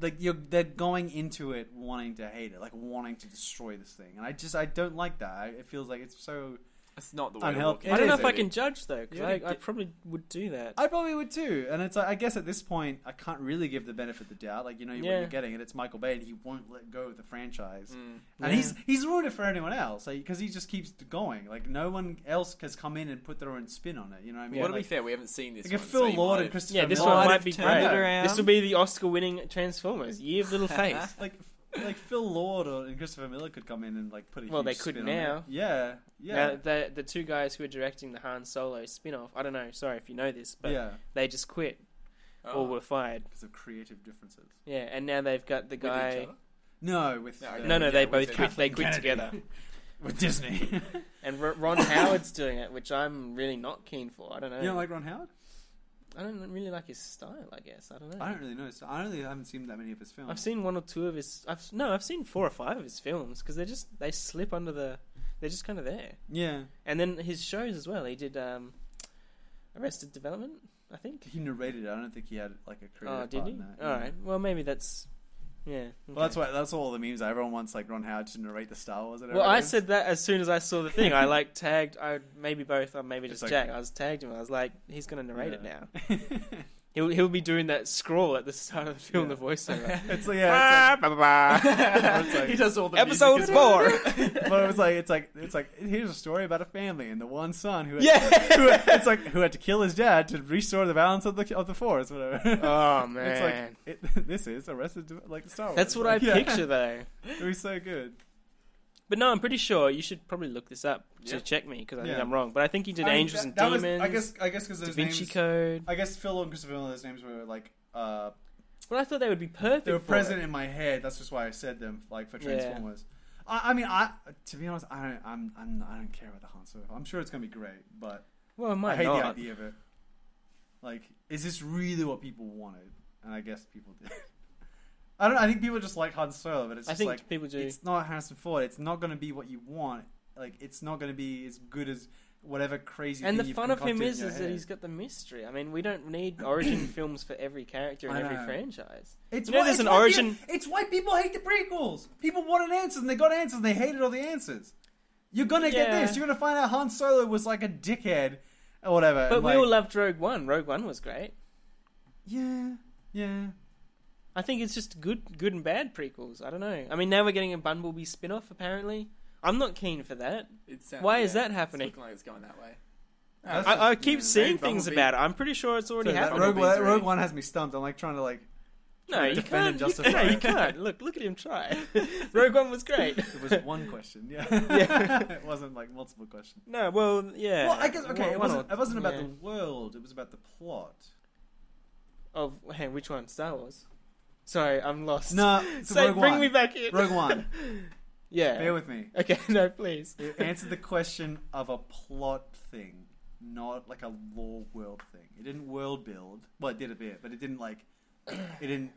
Speaker 1: like you're they're going into it wanting to hate it, like wanting to destroy this thing, and I just I don't like that. I, it feels like it's so.
Speaker 2: That's not the way. to
Speaker 1: Unhealthy.
Speaker 2: look
Speaker 1: It
Speaker 2: at
Speaker 3: I
Speaker 1: is
Speaker 3: don't know if I
Speaker 1: really-
Speaker 3: can judge though, because
Speaker 2: You
Speaker 3: I,
Speaker 2: already
Speaker 3: I
Speaker 2: did-
Speaker 3: probably would do that.
Speaker 1: I probably would too, and it's like I guess at this point I can't really give the benefit of the doubt. Like you know what
Speaker 3: Yeah.
Speaker 1: you're getting, and it's Michael Bay, and he won't let go of the franchise.
Speaker 2: Mm.
Speaker 1: And
Speaker 3: Yeah.
Speaker 1: he's he's ruined it for anyone else because he just keeps going. Like no one else has come in and put their own spin on it. You know what I mean?
Speaker 2: Well, to be
Speaker 1: like,
Speaker 2: fair, we haven't seen this.
Speaker 1: like if
Speaker 2: one,
Speaker 1: Phil
Speaker 2: so you
Speaker 1: Lord
Speaker 2: might
Speaker 1: and
Speaker 2: have-
Speaker 1: Christopher
Speaker 3: yeah, this
Speaker 1: Miller-
Speaker 3: one
Speaker 2: Might
Speaker 3: might
Speaker 2: have
Speaker 3: be
Speaker 2: turned
Speaker 1: it
Speaker 3: great.
Speaker 2: around.
Speaker 3: This will be the Oscar-winning Transformers, Year of Little Faith.
Speaker 1: like like Phil Lord or, and Christopher Miller could come in and like put a
Speaker 3: Well,
Speaker 1: huge
Speaker 3: they could
Speaker 1: spin
Speaker 3: now.
Speaker 1: On it. Yeah, yeah,
Speaker 3: Now, the the two guys who are directing the Han Solo spin-off, I don't know, sorry if you know this, but
Speaker 1: yeah,
Speaker 3: they just quit
Speaker 2: Oh,
Speaker 3: or were fired.
Speaker 1: because of creative differences.
Speaker 3: Yeah, and now they've got the
Speaker 2: with each
Speaker 3: guy.
Speaker 2: other?
Speaker 1: No, with
Speaker 2: No,
Speaker 1: uh,
Speaker 2: okay.
Speaker 3: No, no,
Speaker 2: Yeah,
Speaker 3: they
Speaker 2: with
Speaker 3: both
Speaker 2: the-
Speaker 3: quit. They quit
Speaker 1: Kennedy.
Speaker 3: together,
Speaker 1: with Disney.
Speaker 3: and R- Ron Howard's doing it, which I'm really not keen for. I don't know.
Speaker 1: you don't like Ron Howard?
Speaker 3: I don't really like his style. I guess I don't know.
Speaker 1: I don't really know. So I really haven't seen that many of his films.
Speaker 3: I've seen one or two of his. I've no, I've seen four or five of his films because they just they slip under the. They're just kind of there,
Speaker 1: Yeah,
Speaker 3: and then his shows as well. He did um, Arrested Development, I think.
Speaker 1: he narrated it. I don't think he had like a creative
Speaker 3: Oh, did
Speaker 1: part
Speaker 3: he?
Speaker 1: in that.
Speaker 3: All right. Well, maybe that's. Yeah.
Speaker 1: Well, that's
Speaker 3: okay.
Speaker 1: why that's all the memes. are. Everyone wants like Ron Howard to narrate the Star Wars. and
Speaker 3: Well, I
Speaker 1: everything.
Speaker 3: said that as soon as I saw the thing. I like tagged. I maybe both. Or maybe
Speaker 1: It's
Speaker 3: just
Speaker 1: like-
Speaker 3: Jack. I was tagged him. I was like, he's gonna narrate it
Speaker 1: Yeah.
Speaker 3: now. He'll he'll be doing that scroll at the start of the film.
Speaker 1: Yeah.
Speaker 3: The voiceover.
Speaker 1: it's like,
Speaker 3: Ah,
Speaker 1: yeah, it's it's like-
Speaker 2: he does all the
Speaker 3: Episode
Speaker 2: music as well.
Speaker 3: four.
Speaker 1: like, but it was like it's like it's like here's a story about a family and the one son who had
Speaker 3: yeah.
Speaker 1: who, it's like who had to kill his dad to restore the balance of the of the force, whatever.
Speaker 3: Oh
Speaker 1: it's like
Speaker 3: man.
Speaker 1: it, this is arrested Deve- like Star Wars.
Speaker 3: That's what I
Speaker 1: Like, yeah.
Speaker 3: picture though.
Speaker 1: It was so good.
Speaker 3: But no, I'm pretty sure you should probably look this up to
Speaker 2: Yeah.
Speaker 3: check me because I think
Speaker 1: Yeah.
Speaker 3: I'm wrong. But I think he did Angels and Demons,
Speaker 1: I guess I guess because
Speaker 3: Da
Speaker 1: those
Speaker 3: Vinci
Speaker 1: names.
Speaker 3: Code.
Speaker 1: I guess Phil and Christopher Nolan's names were like uh,
Speaker 3: Well, I thought they would be perfect.
Speaker 1: they were
Speaker 3: for it.
Speaker 1: present in my head. That's just why I said them like for
Speaker 3: Yeah.
Speaker 1: Transformers. I, I mean, I to be honest, I don't, I'm, I'm I don't care about the Han Solo. I'm sure it's gonna be great, but
Speaker 3: Well, it might
Speaker 1: I hate
Speaker 3: not.
Speaker 1: the idea of it. Like, is this really what people wanted? And I guess people did. I don't. I think people just like Han Solo, but it's
Speaker 3: I
Speaker 1: just
Speaker 3: think
Speaker 1: like
Speaker 3: people do.
Speaker 1: it's not Harrison Ford. It's not going to be what you want. Like, it's not going to be as good as whatever crazy.
Speaker 3: And
Speaker 1: thing
Speaker 3: the
Speaker 1: you've
Speaker 3: fun of him
Speaker 1: concocted in
Speaker 3: is,
Speaker 1: your
Speaker 3: is that
Speaker 1: head.
Speaker 3: he's got the mystery. I mean, we don't need origin films for every character in
Speaker 1: I
Speaker 3: every
Speaker 1: know.
Speaker 3: franchise.
Speaker 1: It's
Speaker 3: You know
Speaker 1: why-
Speaker 3: there's
Speaker 1: it's
Speaker 3: an
Speaker 1: why
Speaker 3: origin-
Speaker 1: people- it's why people hate the prequels. People wanted answers, and they got answers, and they hated all the answers. You're gonna get
Speaker 3: Yeah.
Speaker 1: this. You're gonna find out Han Solo was like a dickhead or whatever.
Speaker 3: But
Speaker 1: and,
Speaker 3: we
Speaker 1: like,
Speaker 3: all loved Rogue One. Rogue One was great.
Speaker 1: yeah, yeah.
Speaker 3: I think it's just good, good and bad prequels. I don't know. I mean, now we're getting a Bumblebee spin-off. Apparently, I'm not keen for that.
Speaker 2: It sounds-
Speaker 3: Why is
Speaker 2: yeah,
Speaker 3: that happening?
Speaker 2: It's looking like it's going that way.
Speaker 1: That's
Speaker 3: I, I
Speaker 1: just,
Speaker 3: keep
Speaker 1: yeah.
Speaker 3: seeing
Speaker 2: maybe
Speaker 3: things
Speaker 2: Bumblebee-
Speaker 3: about it. I'm pretty sure it's already
Speaker 1: Sorry, that
Speaker 3: happened.
Speaker 1: Rogue,
Speaker 2: Bumblebee's
Speaker 1: that Rogue
Speaker 2: really-
Speaker 1: One has me stumped. I'm like trying to like.
Speaker 3: No, you
Speaker 1: defend
Speaker 3: can't.
Speaker 1: and
Speaker 3: You-
Speaker 1: justify.
Speaker 3: no, you can't. Look, look at him try. Rogue One was great.
Speaker 1: It was one question. Yeah.
Speaker 3: Yeah.
Speaker 1: it wasn't like multiple questions.
Speaker 3: No, well, yeah.
Speaker 1: Well, I guess okay.
Speaker 3: One-
Speaker 1: it
Speaker 3: one
Speaker 1: wasn't.
Speaker 3: or-
Speaker 1: It wasn't about
Speaker 3: yeah.
Speaker 1: the world. It was about the plot.
Speaker 3: Of hey, which one? Star Wars. Sorry, I'm lost.
Speaker 1: No, it's
Speaker 3: Say,
Speaker 1: Rogue
Speaker 3: bring
Speaker 1: One.
Speaker 3: me back in.
Speaker 1: Rogue One.
Speaker 3: Yeah.
Speaker 1: Bear with me.
Speaker 3: okay, no, please.
Speaker 1: It answered the question of a plot thing, not like a lore world thing. It didn't world build. Well, it did a bit, but it didn't like. It didn't.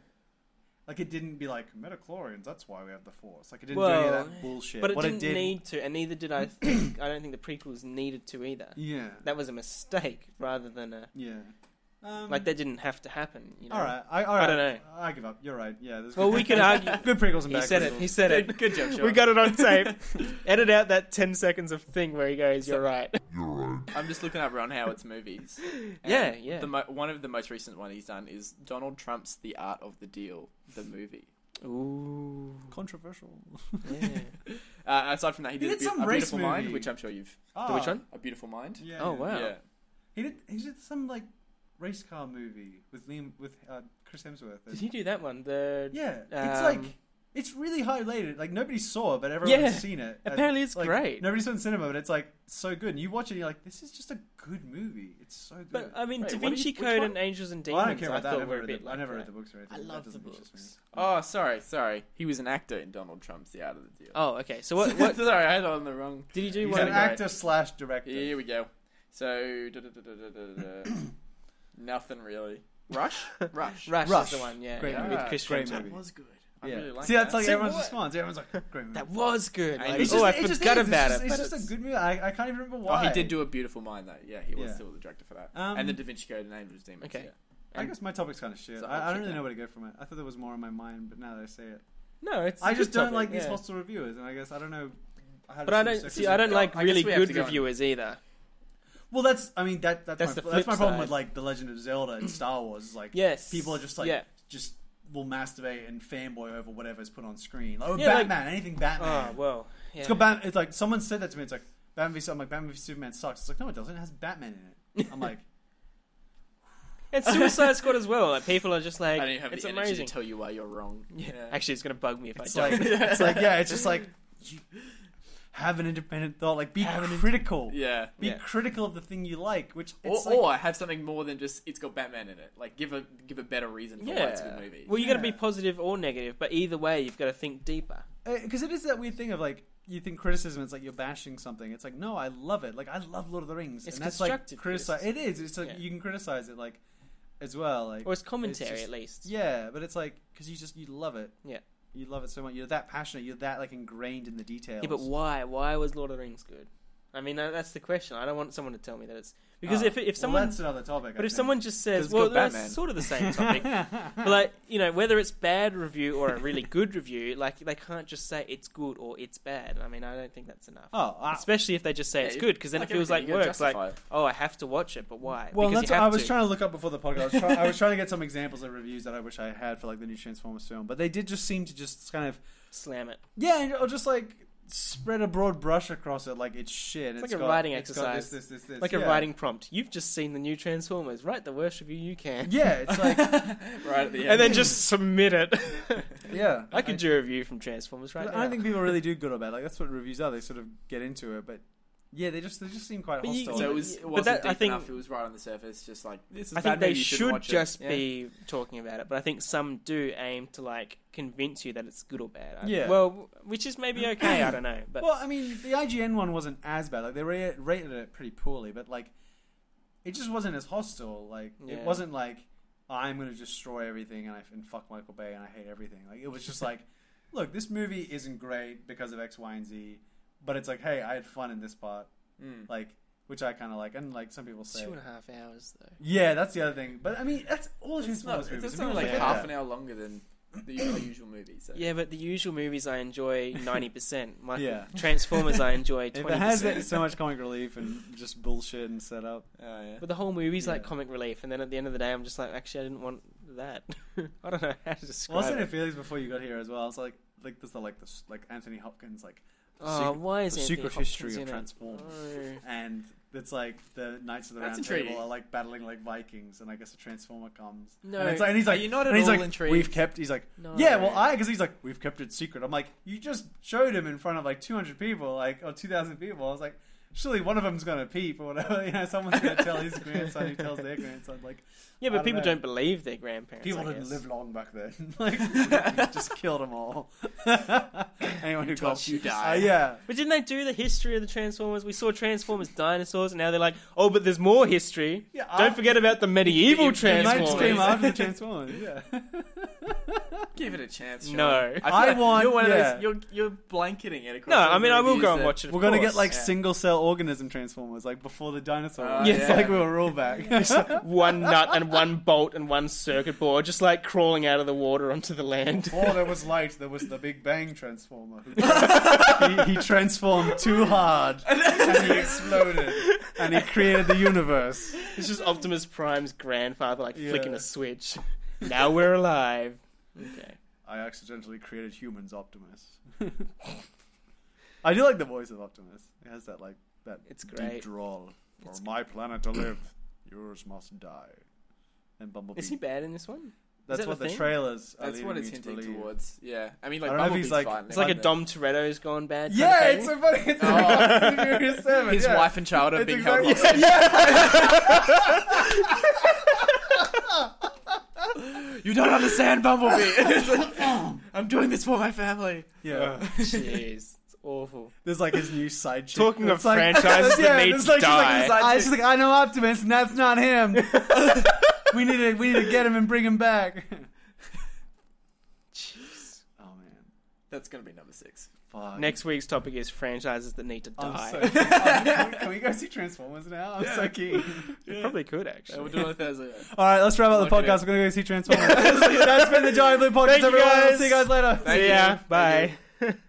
Speaker 1: Like it didn't be like metachlorians. That's why we have the force. Like it didn't do any
Speaker 3: Well,
Speaker 1: of that bullshit.
Speaker 3: But it
Speaker 1: what
Speaker 3: didn't
Speaker 1: it did,
Speaker 3: need to, and neither did I. think I don't think the prequels needed to either.
Speaker 1: yeah,
Speaker 3: That was a mistake, rather than a
Speaker 1: yeah. Um,
Speaker 3: like. That didn't have to happen. You know?
Speaker 1: All right, I, all right.
Speaker 3: I dunno.
Speaker 1: I give up. You're right. Yeah. there's
Speaker 3: Well,
Speaker 1: good-
Speaker 3: we could argue.
Speaker 1: good prequels and
Speaker 3: He
Speaker 1: bad
Speaker 3: said it.
Speaker 1: prequels.
Speaker 3: He said it.
Speaker 2: Good, good job, Sean.
Speaker 3: We got it on tape. Edit out that 10 seconds of thing where he goes, "You're right."
Speaker 2: I'm just looking up Ron Howard's movies. And
Speaker 3: Yeah, yeah.
Speaker 2: The mo- one of the most recent one he's done is Donald Trump's The Art of the Deal, the movie.
Speaker 3: Ooh.
Speaker 1: Controversial.
Speaker 3: Yeah.
Speaker 2: Uh, aside from that, he
Speaker 1: He
Speaker 2: did, a,
Speaker 1: did
Speaker 2: Beau-
Speaker 1: some
Speaker 2: A
Speaker 1: race
Speaker 2: Beautiful Mind,
Speaker 1: movie.
Speaker 2: which I'm sure you've.
Speaker 1: Ah,
Speaker 3: which one?
Speaker 2: A Beautiful Mind.
Speaker 1: Yeah.
Speaker 3: Oh, wow.
Speaker 2: Yeah.
Speaker 1: He did. He did some like race car movie with Liam with uh, Chris Hemsworth.
Speaker 3: Did he do that one? The
Speaker 1: Yeah, it's
Speaker 3: Um,
Speaker 1: like it's really high rated. Like nobody saw it, but everyone's
Speaker 3: Yeah,
Speaker 1: seen it.
Speaker 3: apparently it's
Speaker 1: like,
Speaker 3: great.
Speaker 1: Nobody saw it in cinema, but it's like so good. And you watch it, and you're like, this is just a good movie. It's so good.
Speaker 3: But I mean,
Speaker 2: Wait,
Speaker 3: Da
Speaker 2: what do you-
Speaker 3: Vinci
Speaker 2: which
Speaker 3: Code
Speaker 2: one?
Speaker 3: and Angels and
Speaker 1: Well,
Speaker 3: Demons.
Speaker 1: I don't care about that. I
Speaker 3: thought
Speaker 1: never,
Speaker 3: were a
Speaker 1: read
Speaker 3: bit
Speaker 1: the,
Speaker 3: like
Speaker 1: I never
Speaker 3: that.
Speaker 1: read the books or anything.
Speaker 3: I
Speaker 1: That
Speaker 3: love the
Speaker 1: doesn't interest
Speaker 3: books.
Speaker 2: Oh, sorry, sorry. He was an actor in Donald Trump's The Art of the Deal.
Speaker 3: Oh, okay. So what? What
Speaker 2: sorry, I had it on the wrong.
Speaker 3: did he do?
Speaker 1: Me.
Speaker 2: He's
Speaker 1: He's
Speaker 3: one
Speaker 1: an
Speaker 2: a
Speaker 3: of-
Speaker 2: guy.
Speaker 1: actor slash director.
Speaker 2: Here we go. So, da, da, da, da, da, da, da. nothing really. Rush, Rush,
Speaker 3: Rush,
Speaker 1: Rush.
Speaker 3: is the one. Yeah, Ah,
Speaker 1: Great
Speaker 3: yeah.
Speaker 1: movie.
Speaker 3: with Chris
Speaker 1: Great
Speaker 3: Hemsworth.
Speaker 1: movie.
Speaker 2: That was good. I
Speaker 1: Yeah.
Speaker 2: really like
Speaker 1: See,
Speaker 2: that.
Speaker 1: that's like
Speaker 3: So
Speaker 1: everyone's
Speaker 3: what-
Speaker 1: response. Everyone's like, great movie.
Speaker 3: That was good.
Speaker 2: And
Speaker 3: Like,
Speaker 2: it's
Speaker 3: oh, I
Speaker 1: it just
Speaker 3: forgot
Speaker 1: is. It's
Speaker 3: about
Speaker 1: just-
Speaker 3: it.
Speaker 1: It's
Speaker 3: but
Speaker 1: just a
Speaker 3: it's-
Speaker 1: good movie. I, I can't even remember
Speaker 2: Oh,
Speaker 1: why.
Speaker 2: he did do a beautiful mind though. Yeah, he was
Speaker 1: Yeah.
Speaker 2: still the director for that,
Speaker 1: Um,
Speaker 2: and the Da Vinci Code and Angels Demons.
Speaker 3: Okay.
Speaker 2: yeah.
Speaker 1: I guess my topic's kind of shit.
Speaker 2: So I'll
Speaker 1: I, I
Speaker 2: check
Speaker 1: don't really
Speaker 2: that.
Speaker 1: know where to go from it. I thought there was more on my mind, but now that I say it,
Speaker 3: No, it's.
Speaker 1: I
Speaker 3: a
Speaker 1: just
Speaker 3: good
Speaker 1: don't
Speaker 3: topic,
Speaker 1: like these
Speaker 3: yeah.
Speaker 1: hostile reviewers, and I guess I don't know. How to
Speaker 3: But I
Speaker 1: sort of
Speaker 3: don't
Speaker 1: surface
Speaker 3: see.
Speaker 1: it.
Speaker 3: I don't like
Speaker 2: I guess
Speaker 3: really
Speaker 2: we have
Speaker 3: good
Speaker 2: to go on.
Speaker 3: reviewers either.
Speaker 1: Well, that's I mean that that's
Speaker 3: That's
Speaker 1: my,
Speaker 3: the flip
Speaker 1: that's my problem
Speaker 3: side.
Speaker 1: with like the Legend of Zelda and Star Wars. Is like
Speaker 3: Yes.
Speaker 1: people are just like
Speaker 3: Yeah.
Speaker 1: just will masturbate and fanboy over whatever is put on screen. Like, oh,
Speaker 3: Yeah, like-
Speaker 1: Batman, anything Batman.
Speaker 3: Oh well. Yeah.
Speaker 1: It's got Bat- It's like someone said that to me. It's like Batman v. I'm like Batman v Superman sucks. It's like no, it doesn't. It has Batman in it. I'm like,
Speaker 3: And Suicide Squad as well. Like people are just like,
Speaker 2: I don't have
Speaker 3: it's
Speaker 2: the energy
Speaker 3: amazing.
Speaker 2: to tell you why you're wrong.
Speaker 3: Yeah. Actually, it's gonna bug me if
Speaker 1: it's
Speaker 3: I
Speaker 1: like
Speaker 3: don't.
Speaker 1: it's like yeah, it's just like you have an independent thought. Like be
Speaker 3: Have an ind-
Speaker 1: critical.
Speaker 2: yeah.
Speaker 1: Be
Speaker 3: Yeah.
Speaker 1: critical of the thing you like, which
Speaker 2: Or,
Speaker 1: it's like,
Speaker 2: or have something more than just it's got Batman in it. Like give a give a better reason for why it's a good movie.
Speaker 3: Well, you got to be
Speaker 1: Yeah.
Speaker 3: positive or negative, but either way, you've got to think deeper.
Speaker 1: because uh, it is that weird thing of like you think criticism it's like you're bashing something it's like no i love it like i love lord of the rings
Speaker 3: It's
Speaker 1: and that's like
Speaker 3: constructive
Speaker 1: criticize it is it's like
Speaker 3: Yeah.
Speaker 1: you can criticize it like as well like
Speaker 3: Or it's commentary,
Speaker 1: just-
Speaker 3: at least.
Speaker 1: yeah but it's like because you just you love it
Speaker 3: Yeah.
Speaker 1: you love it so much you're that passionate you're that like ingrained in the details
Speaker 3: Yeah, but why? Why was Lord of the Rings good? I mean, uh, that's the question. I don't want someone to tell me that it's because
Speaker 1: Ah,
Speaker 3: if if someone,
Speaker 1: well, that's another topic
Speaker 3: but
Speaker 1: I
Speaker 3: if
Speaker 1: think. Oh,
Speaker 3: someone just
Speaker 2: 'Cause
Speaker 3: says,
Speaker 2: it's
Speaker 3: well,
Speaker 2: got
Speaker 3: that's
Speaker 2: Batman.
Speaker 3: sort of the same topic. but like you know, whether it's bad review or a really good review, like they can't just say it's good or it's bad. I mean, I don't think that's enough.
Speaker 1: oh I,
Speaker 3: Especially if they just say
Speaker 2: Ah. Yeah,
Speaker 3: it's
Speaker 2: you-
Speaker 3: good, because then
Speaker 2: like
Speaker 3: it feels like
Speaker 2: everything, you
Speaker 3: work.
Speaker 2: gotta
Speaker 3: It's Like,
Speaker 2: justify it.
Speaker 3: oh, I have to watch it, but why?
Speaker 1: well
Speaker 3: because
Speaker 1: that's
Speaker 3: you
Speaker 1: what
Speaker 3: have
Speaker 1: I was
Speaker 3: to.
Speaker 1: trying to look up before the podcast I was, try- I was trying to get some examples of reviews that i wish i had for like the new transformers film but they did just seem to just kind of
Speaker 3: slam it.
Speaker 1: Yeah, and or just like spread a broad brush across it, like it's shit. It's,
Speaker 3: like a
Speaker 1: got-
Speaker 3: writing
Speaker 1: it's got
Speaker 3: exercise.
Speaker 1: this, this, this, this.
Speaker 3: Like a
Speaker 1: yeah.
Speaker 3: writing prompt. You've just seen the new Transformers. Write the worst review you can.
Speaker 1: Yeah, it's like
Speaker 2: right at the end.
Speaker 3: And then just submit it.
Speaker 1: yeah.
Speaker 3: I could do a review from Transformers
Speaker 1: I,
Speaker 3: right now.
Speaker 1: I don't think people really do good or bad. Like that's what reviews are. They sort of get into it, but yeah, they just they just seem quite
Speaker 3: But you-
Speaker 1: hostile.
Speaker 2: so it was it
Speaker 3: But
Speaker 2: wasn't
Speaker 3: that- I
Speaker 2: deep
Speaker 3: think-
Speaker 2: enough. It was right on the surface. Just like this is
Speaker 3: I
Speaker 2: bad
Speaker 3: think they
Speaker 2: movie, you shouldn't
Speaker 3: should
Speaker 2: watch it.
Speaker 3: just
Speaker 2: Yeah.
Speaker 3: be talking about it, but I think some do aim to like convince you that it's good or bad. I-
Speaker 1: Yeah.
Speaker 3: Well, which is maybe okay. I don't know, but
Speaker 1: well, I mean, the IGN one wasn't as bad. Like they ra- rated it pretty poorly, but like it just wasn't as hostile. Like
Speaker 3: Yeah.
Speaker 1: it wasn't like I'm going to destroy everything and I and fuck Michael Bay and I hate everything. Like it was just like, look, this movie isn't great because of X, Y, and Z, but it's like, hey, I had fun in this part.
Speaker 2: Mm.
Speaker 1: Like which I kind of like, and like some people say.
Speaker 3: two and a half hours though.
Speaker 1: Yeah, that's the other thing. But I mean, that's all
Speaker 2: It's
Speaker 1: his
Speaker 2: not.
Speaker 1: movies.
Speaker 2: It's,
Speaker 1: And
Speaker 2: only
Speaker 1: people
Speaker 2: like
Speaker 1: say
Speaker 2: half
Speaker 1: that.
Speaker 2: an hour longer than the usual, usual movie. So.
Speaker 3: Yeah, but the usual movies I enjoy ninety percent. My
Speaker 1: Yeah.
Speaker 3: Transformers I enjoy
Speaker 1: If
Speaker 3: twenty
Speaker 1: it has
Speaker 3: percent.
Speaker 1: that, so much comic relief and just bullshit and setup.
Speaker 2: Oh, yeah.
Speaker 3: But the whole movie's like
Speaker 1: Yeah.
Speaker 3: comic relief, and then at the end of the day, I'm just like, actually, I didn't want that. I don't know how to describe
Speaker 1: Well, I said
Speaker 3: it.
Speaker 1: to Felix before you got here as well. I was like, like this, like this, like Anthony Hopkins, like
Speaker 3: oh,
Speaker 1: secret-
Speaker 3: why
Speaker 1: the
Speaker 3: is Anthony
Speaker 1: secret history
Speaker 3: Hopkins
Speaker 1: of
Speaker 3: in it?
Speaker 1: Transformers,
Speaker 3: Oh.
Speaker 1: and that's like the Knights of the
Speaker 2: That's
Speaker 1: Round Table
Speaker 2: intriguing.
Speaker 1: are like battling like Vikings, and I guess a Transformer comes.
Speaker 3: No.
Speaker 1: and, it's like, and he's like,
Speaker 2: Are you not at
Speaker 1: and he's
Speaker 2: all
Speaker 1: like,
Speaker 2: intrigued?
Speaker 1: We've kept. He's like,
Speaker 3: No.
Speaker 1: yeah, well, I because he's like, we've kept it secret. I'm like, you just showed him in front of like 200 people, like or 2,000 people. I was like, surely one of them's gonna peep or whatever. You know, someone's gonna tell his grandson who tells their grandson. Like,
Speaker 3: Yeah,
Speaker 1: I
Speaker 3: but
Speaker 1: don't
Speaker 3: people
Speaker 1: know.
Speaker 3: don't believe their grandparents.
Speaker 1: people
Speaker 3: I
Speaker 1: didn't
Speaker 3: guess.
Speaker 1: live long back then. like, just killed them all. Anyone who got
Speaker 2: touch, you
Speaker 1: Uh,
Speaker 2: die.
Speaker 1: yeah.
Speaker 3: But didn't they do the history of the Transformers? We saw Transformers dinosaurs, and now they're like, oh, but there's more history.
Speaker 1: Yeah,
Speaker 3: Don't
Speaker 1: I-
Speaker 3: forget about the medieval
Speaker 1: It might scream
Speaker 3: Transformers.
Speaker 1: after the Transformers. Yeah.
Speaker 2: Give it a chance. Sean.
Speaker 3: No.
Speaker 2: I, feel
Speaker 1: I
Speaker 2: like
Speaker 1: want-
Speaker 2: You're one
Speaker 1: yeah.
Speaker 2: of those. You're you're blanketing it. Across
Speaker 3: No,
Speaker 2: all
Speaker 3: I mean
Speaker 2: the
Speaker 3: I will
Speaker 2: reviews
Speaker 3: go and
Speaker 2: that-
Speaker 3: watch it. of
Speaker 1: We're gonna get
Speaker 3: course.
Speaker 1: like
Speaker 2: yeah.
Speaker 1: single cell organism transformers, like before the dinosaurs.
Speaker 2: Uh,
Speaker 1: yes,
Speaker 2: yeah.
Speaker 1: like we were all back.
Speaker 3: one nut and one bolt and one circuit board just like crawling out of the water onto the land.
Speaker 1: Before there was light, there was the Big Bang Transformer. Who, he, he transformed too hard, and he exploded, and he created the universe.
Speaker 3: It's just Optimus Prime's grandfather like
Speaker 1: Yeah.
Speaker 3: flicking a switch. Now we're alive. Okay.
Speaker 1: I accidentally created humans, Optimus. I do like the voice of Optimus. It has that like that
Speaker 3: It's
Speaker 1: deep
Speaker 3: great.
Speaker 1: drawl. For
Speaker 3: It's-
Speaker 1: my planet to live, yours must die. And Bumblebee.
Speaker 3: Is he bad in this one?
Speaker 1: That's
Speaker 3: that
Speaker 1: what
Speaker 3: the
Speaker 1: the,
Speaker 3: thing?
Speaker 1: trailers. Are
Speaker 2: That's
Speaker 1: leading
Speaker 2: what it's
Speaker 1: me to
Speaker 2: hinting
Speaker 1: believe.
Speaker 2: towards. Yeah. I mean, like
Speaker 1: I don't know if he's
Speaker 2: Bumblebee's
Speaker 1: like-
Speaker 2: fine.
Speaker 3: It's like a
Speaker 2: Like,
Speaker 3: Dom Toretto's gone bad. kind of
Speaker 1: Yeah,
Speaker 3: thing.
Speaker 1: it's a funny. It's
Speaker 2: Oh.
Speaker 1: Fast and Furious Seven.
Speaker 2: His
Speaker 1: yeah.
Speaker 2: wife and child are
Speaker 1: It's
Speaker 2: being held
Speaker 1: exactly-
Speaker 2: hostage. You don't understand, Bumblebee. It's like, I'm doing this for my family.
Speaker 1: Yeah,
Speaker 3: Jeez, it's awful.
Speaker 1: there's like his new side chick.
Speaker 3: Talking of
Speaker 1: It's like,
Speaker 3: franchises that
Speaker 1: yeah,
Speaker 3: need
Speaker 1: it's
Speaker 3: to
Speaker 1: like, she's like-
Speaker 3: die.
Speaker 1: it's like- she's like, I know Optimus, and that's not him. we need to, we need to get him and bring him back.
Speaker 2: Jeez.
Speaker 1: Oh man,
Speaker 2: That's gonna be number six.
Speaker 1: fuck.
Speaker 3: Next week's topic is franchises that need to die.
Speaker 1: I'm so, can, we, can we go see Transformers now? I'm so keen.
Speaker 3: We probably could
Speaker 2: Uh, we'll
Speaker 3: actually.
Speaker 2: do it on Thursday.
Speaker 1: All right, let's wrap up the
Speaker 2: Look at
Speaker 1: podcast.
Speaker 2: it.
Speaker 1: We're gonna go see Transformers. that's been the Giant Blue Podcast.
Speaker 3: Thank you,
Speaker 1: everyone, We'll
Speaker 3: guys.
Speaker 1: see you guys later.
Speaker 2: Thank
Speaker 3: See ya.
Speaker 2: you. Thank
Speaker 3: Bye.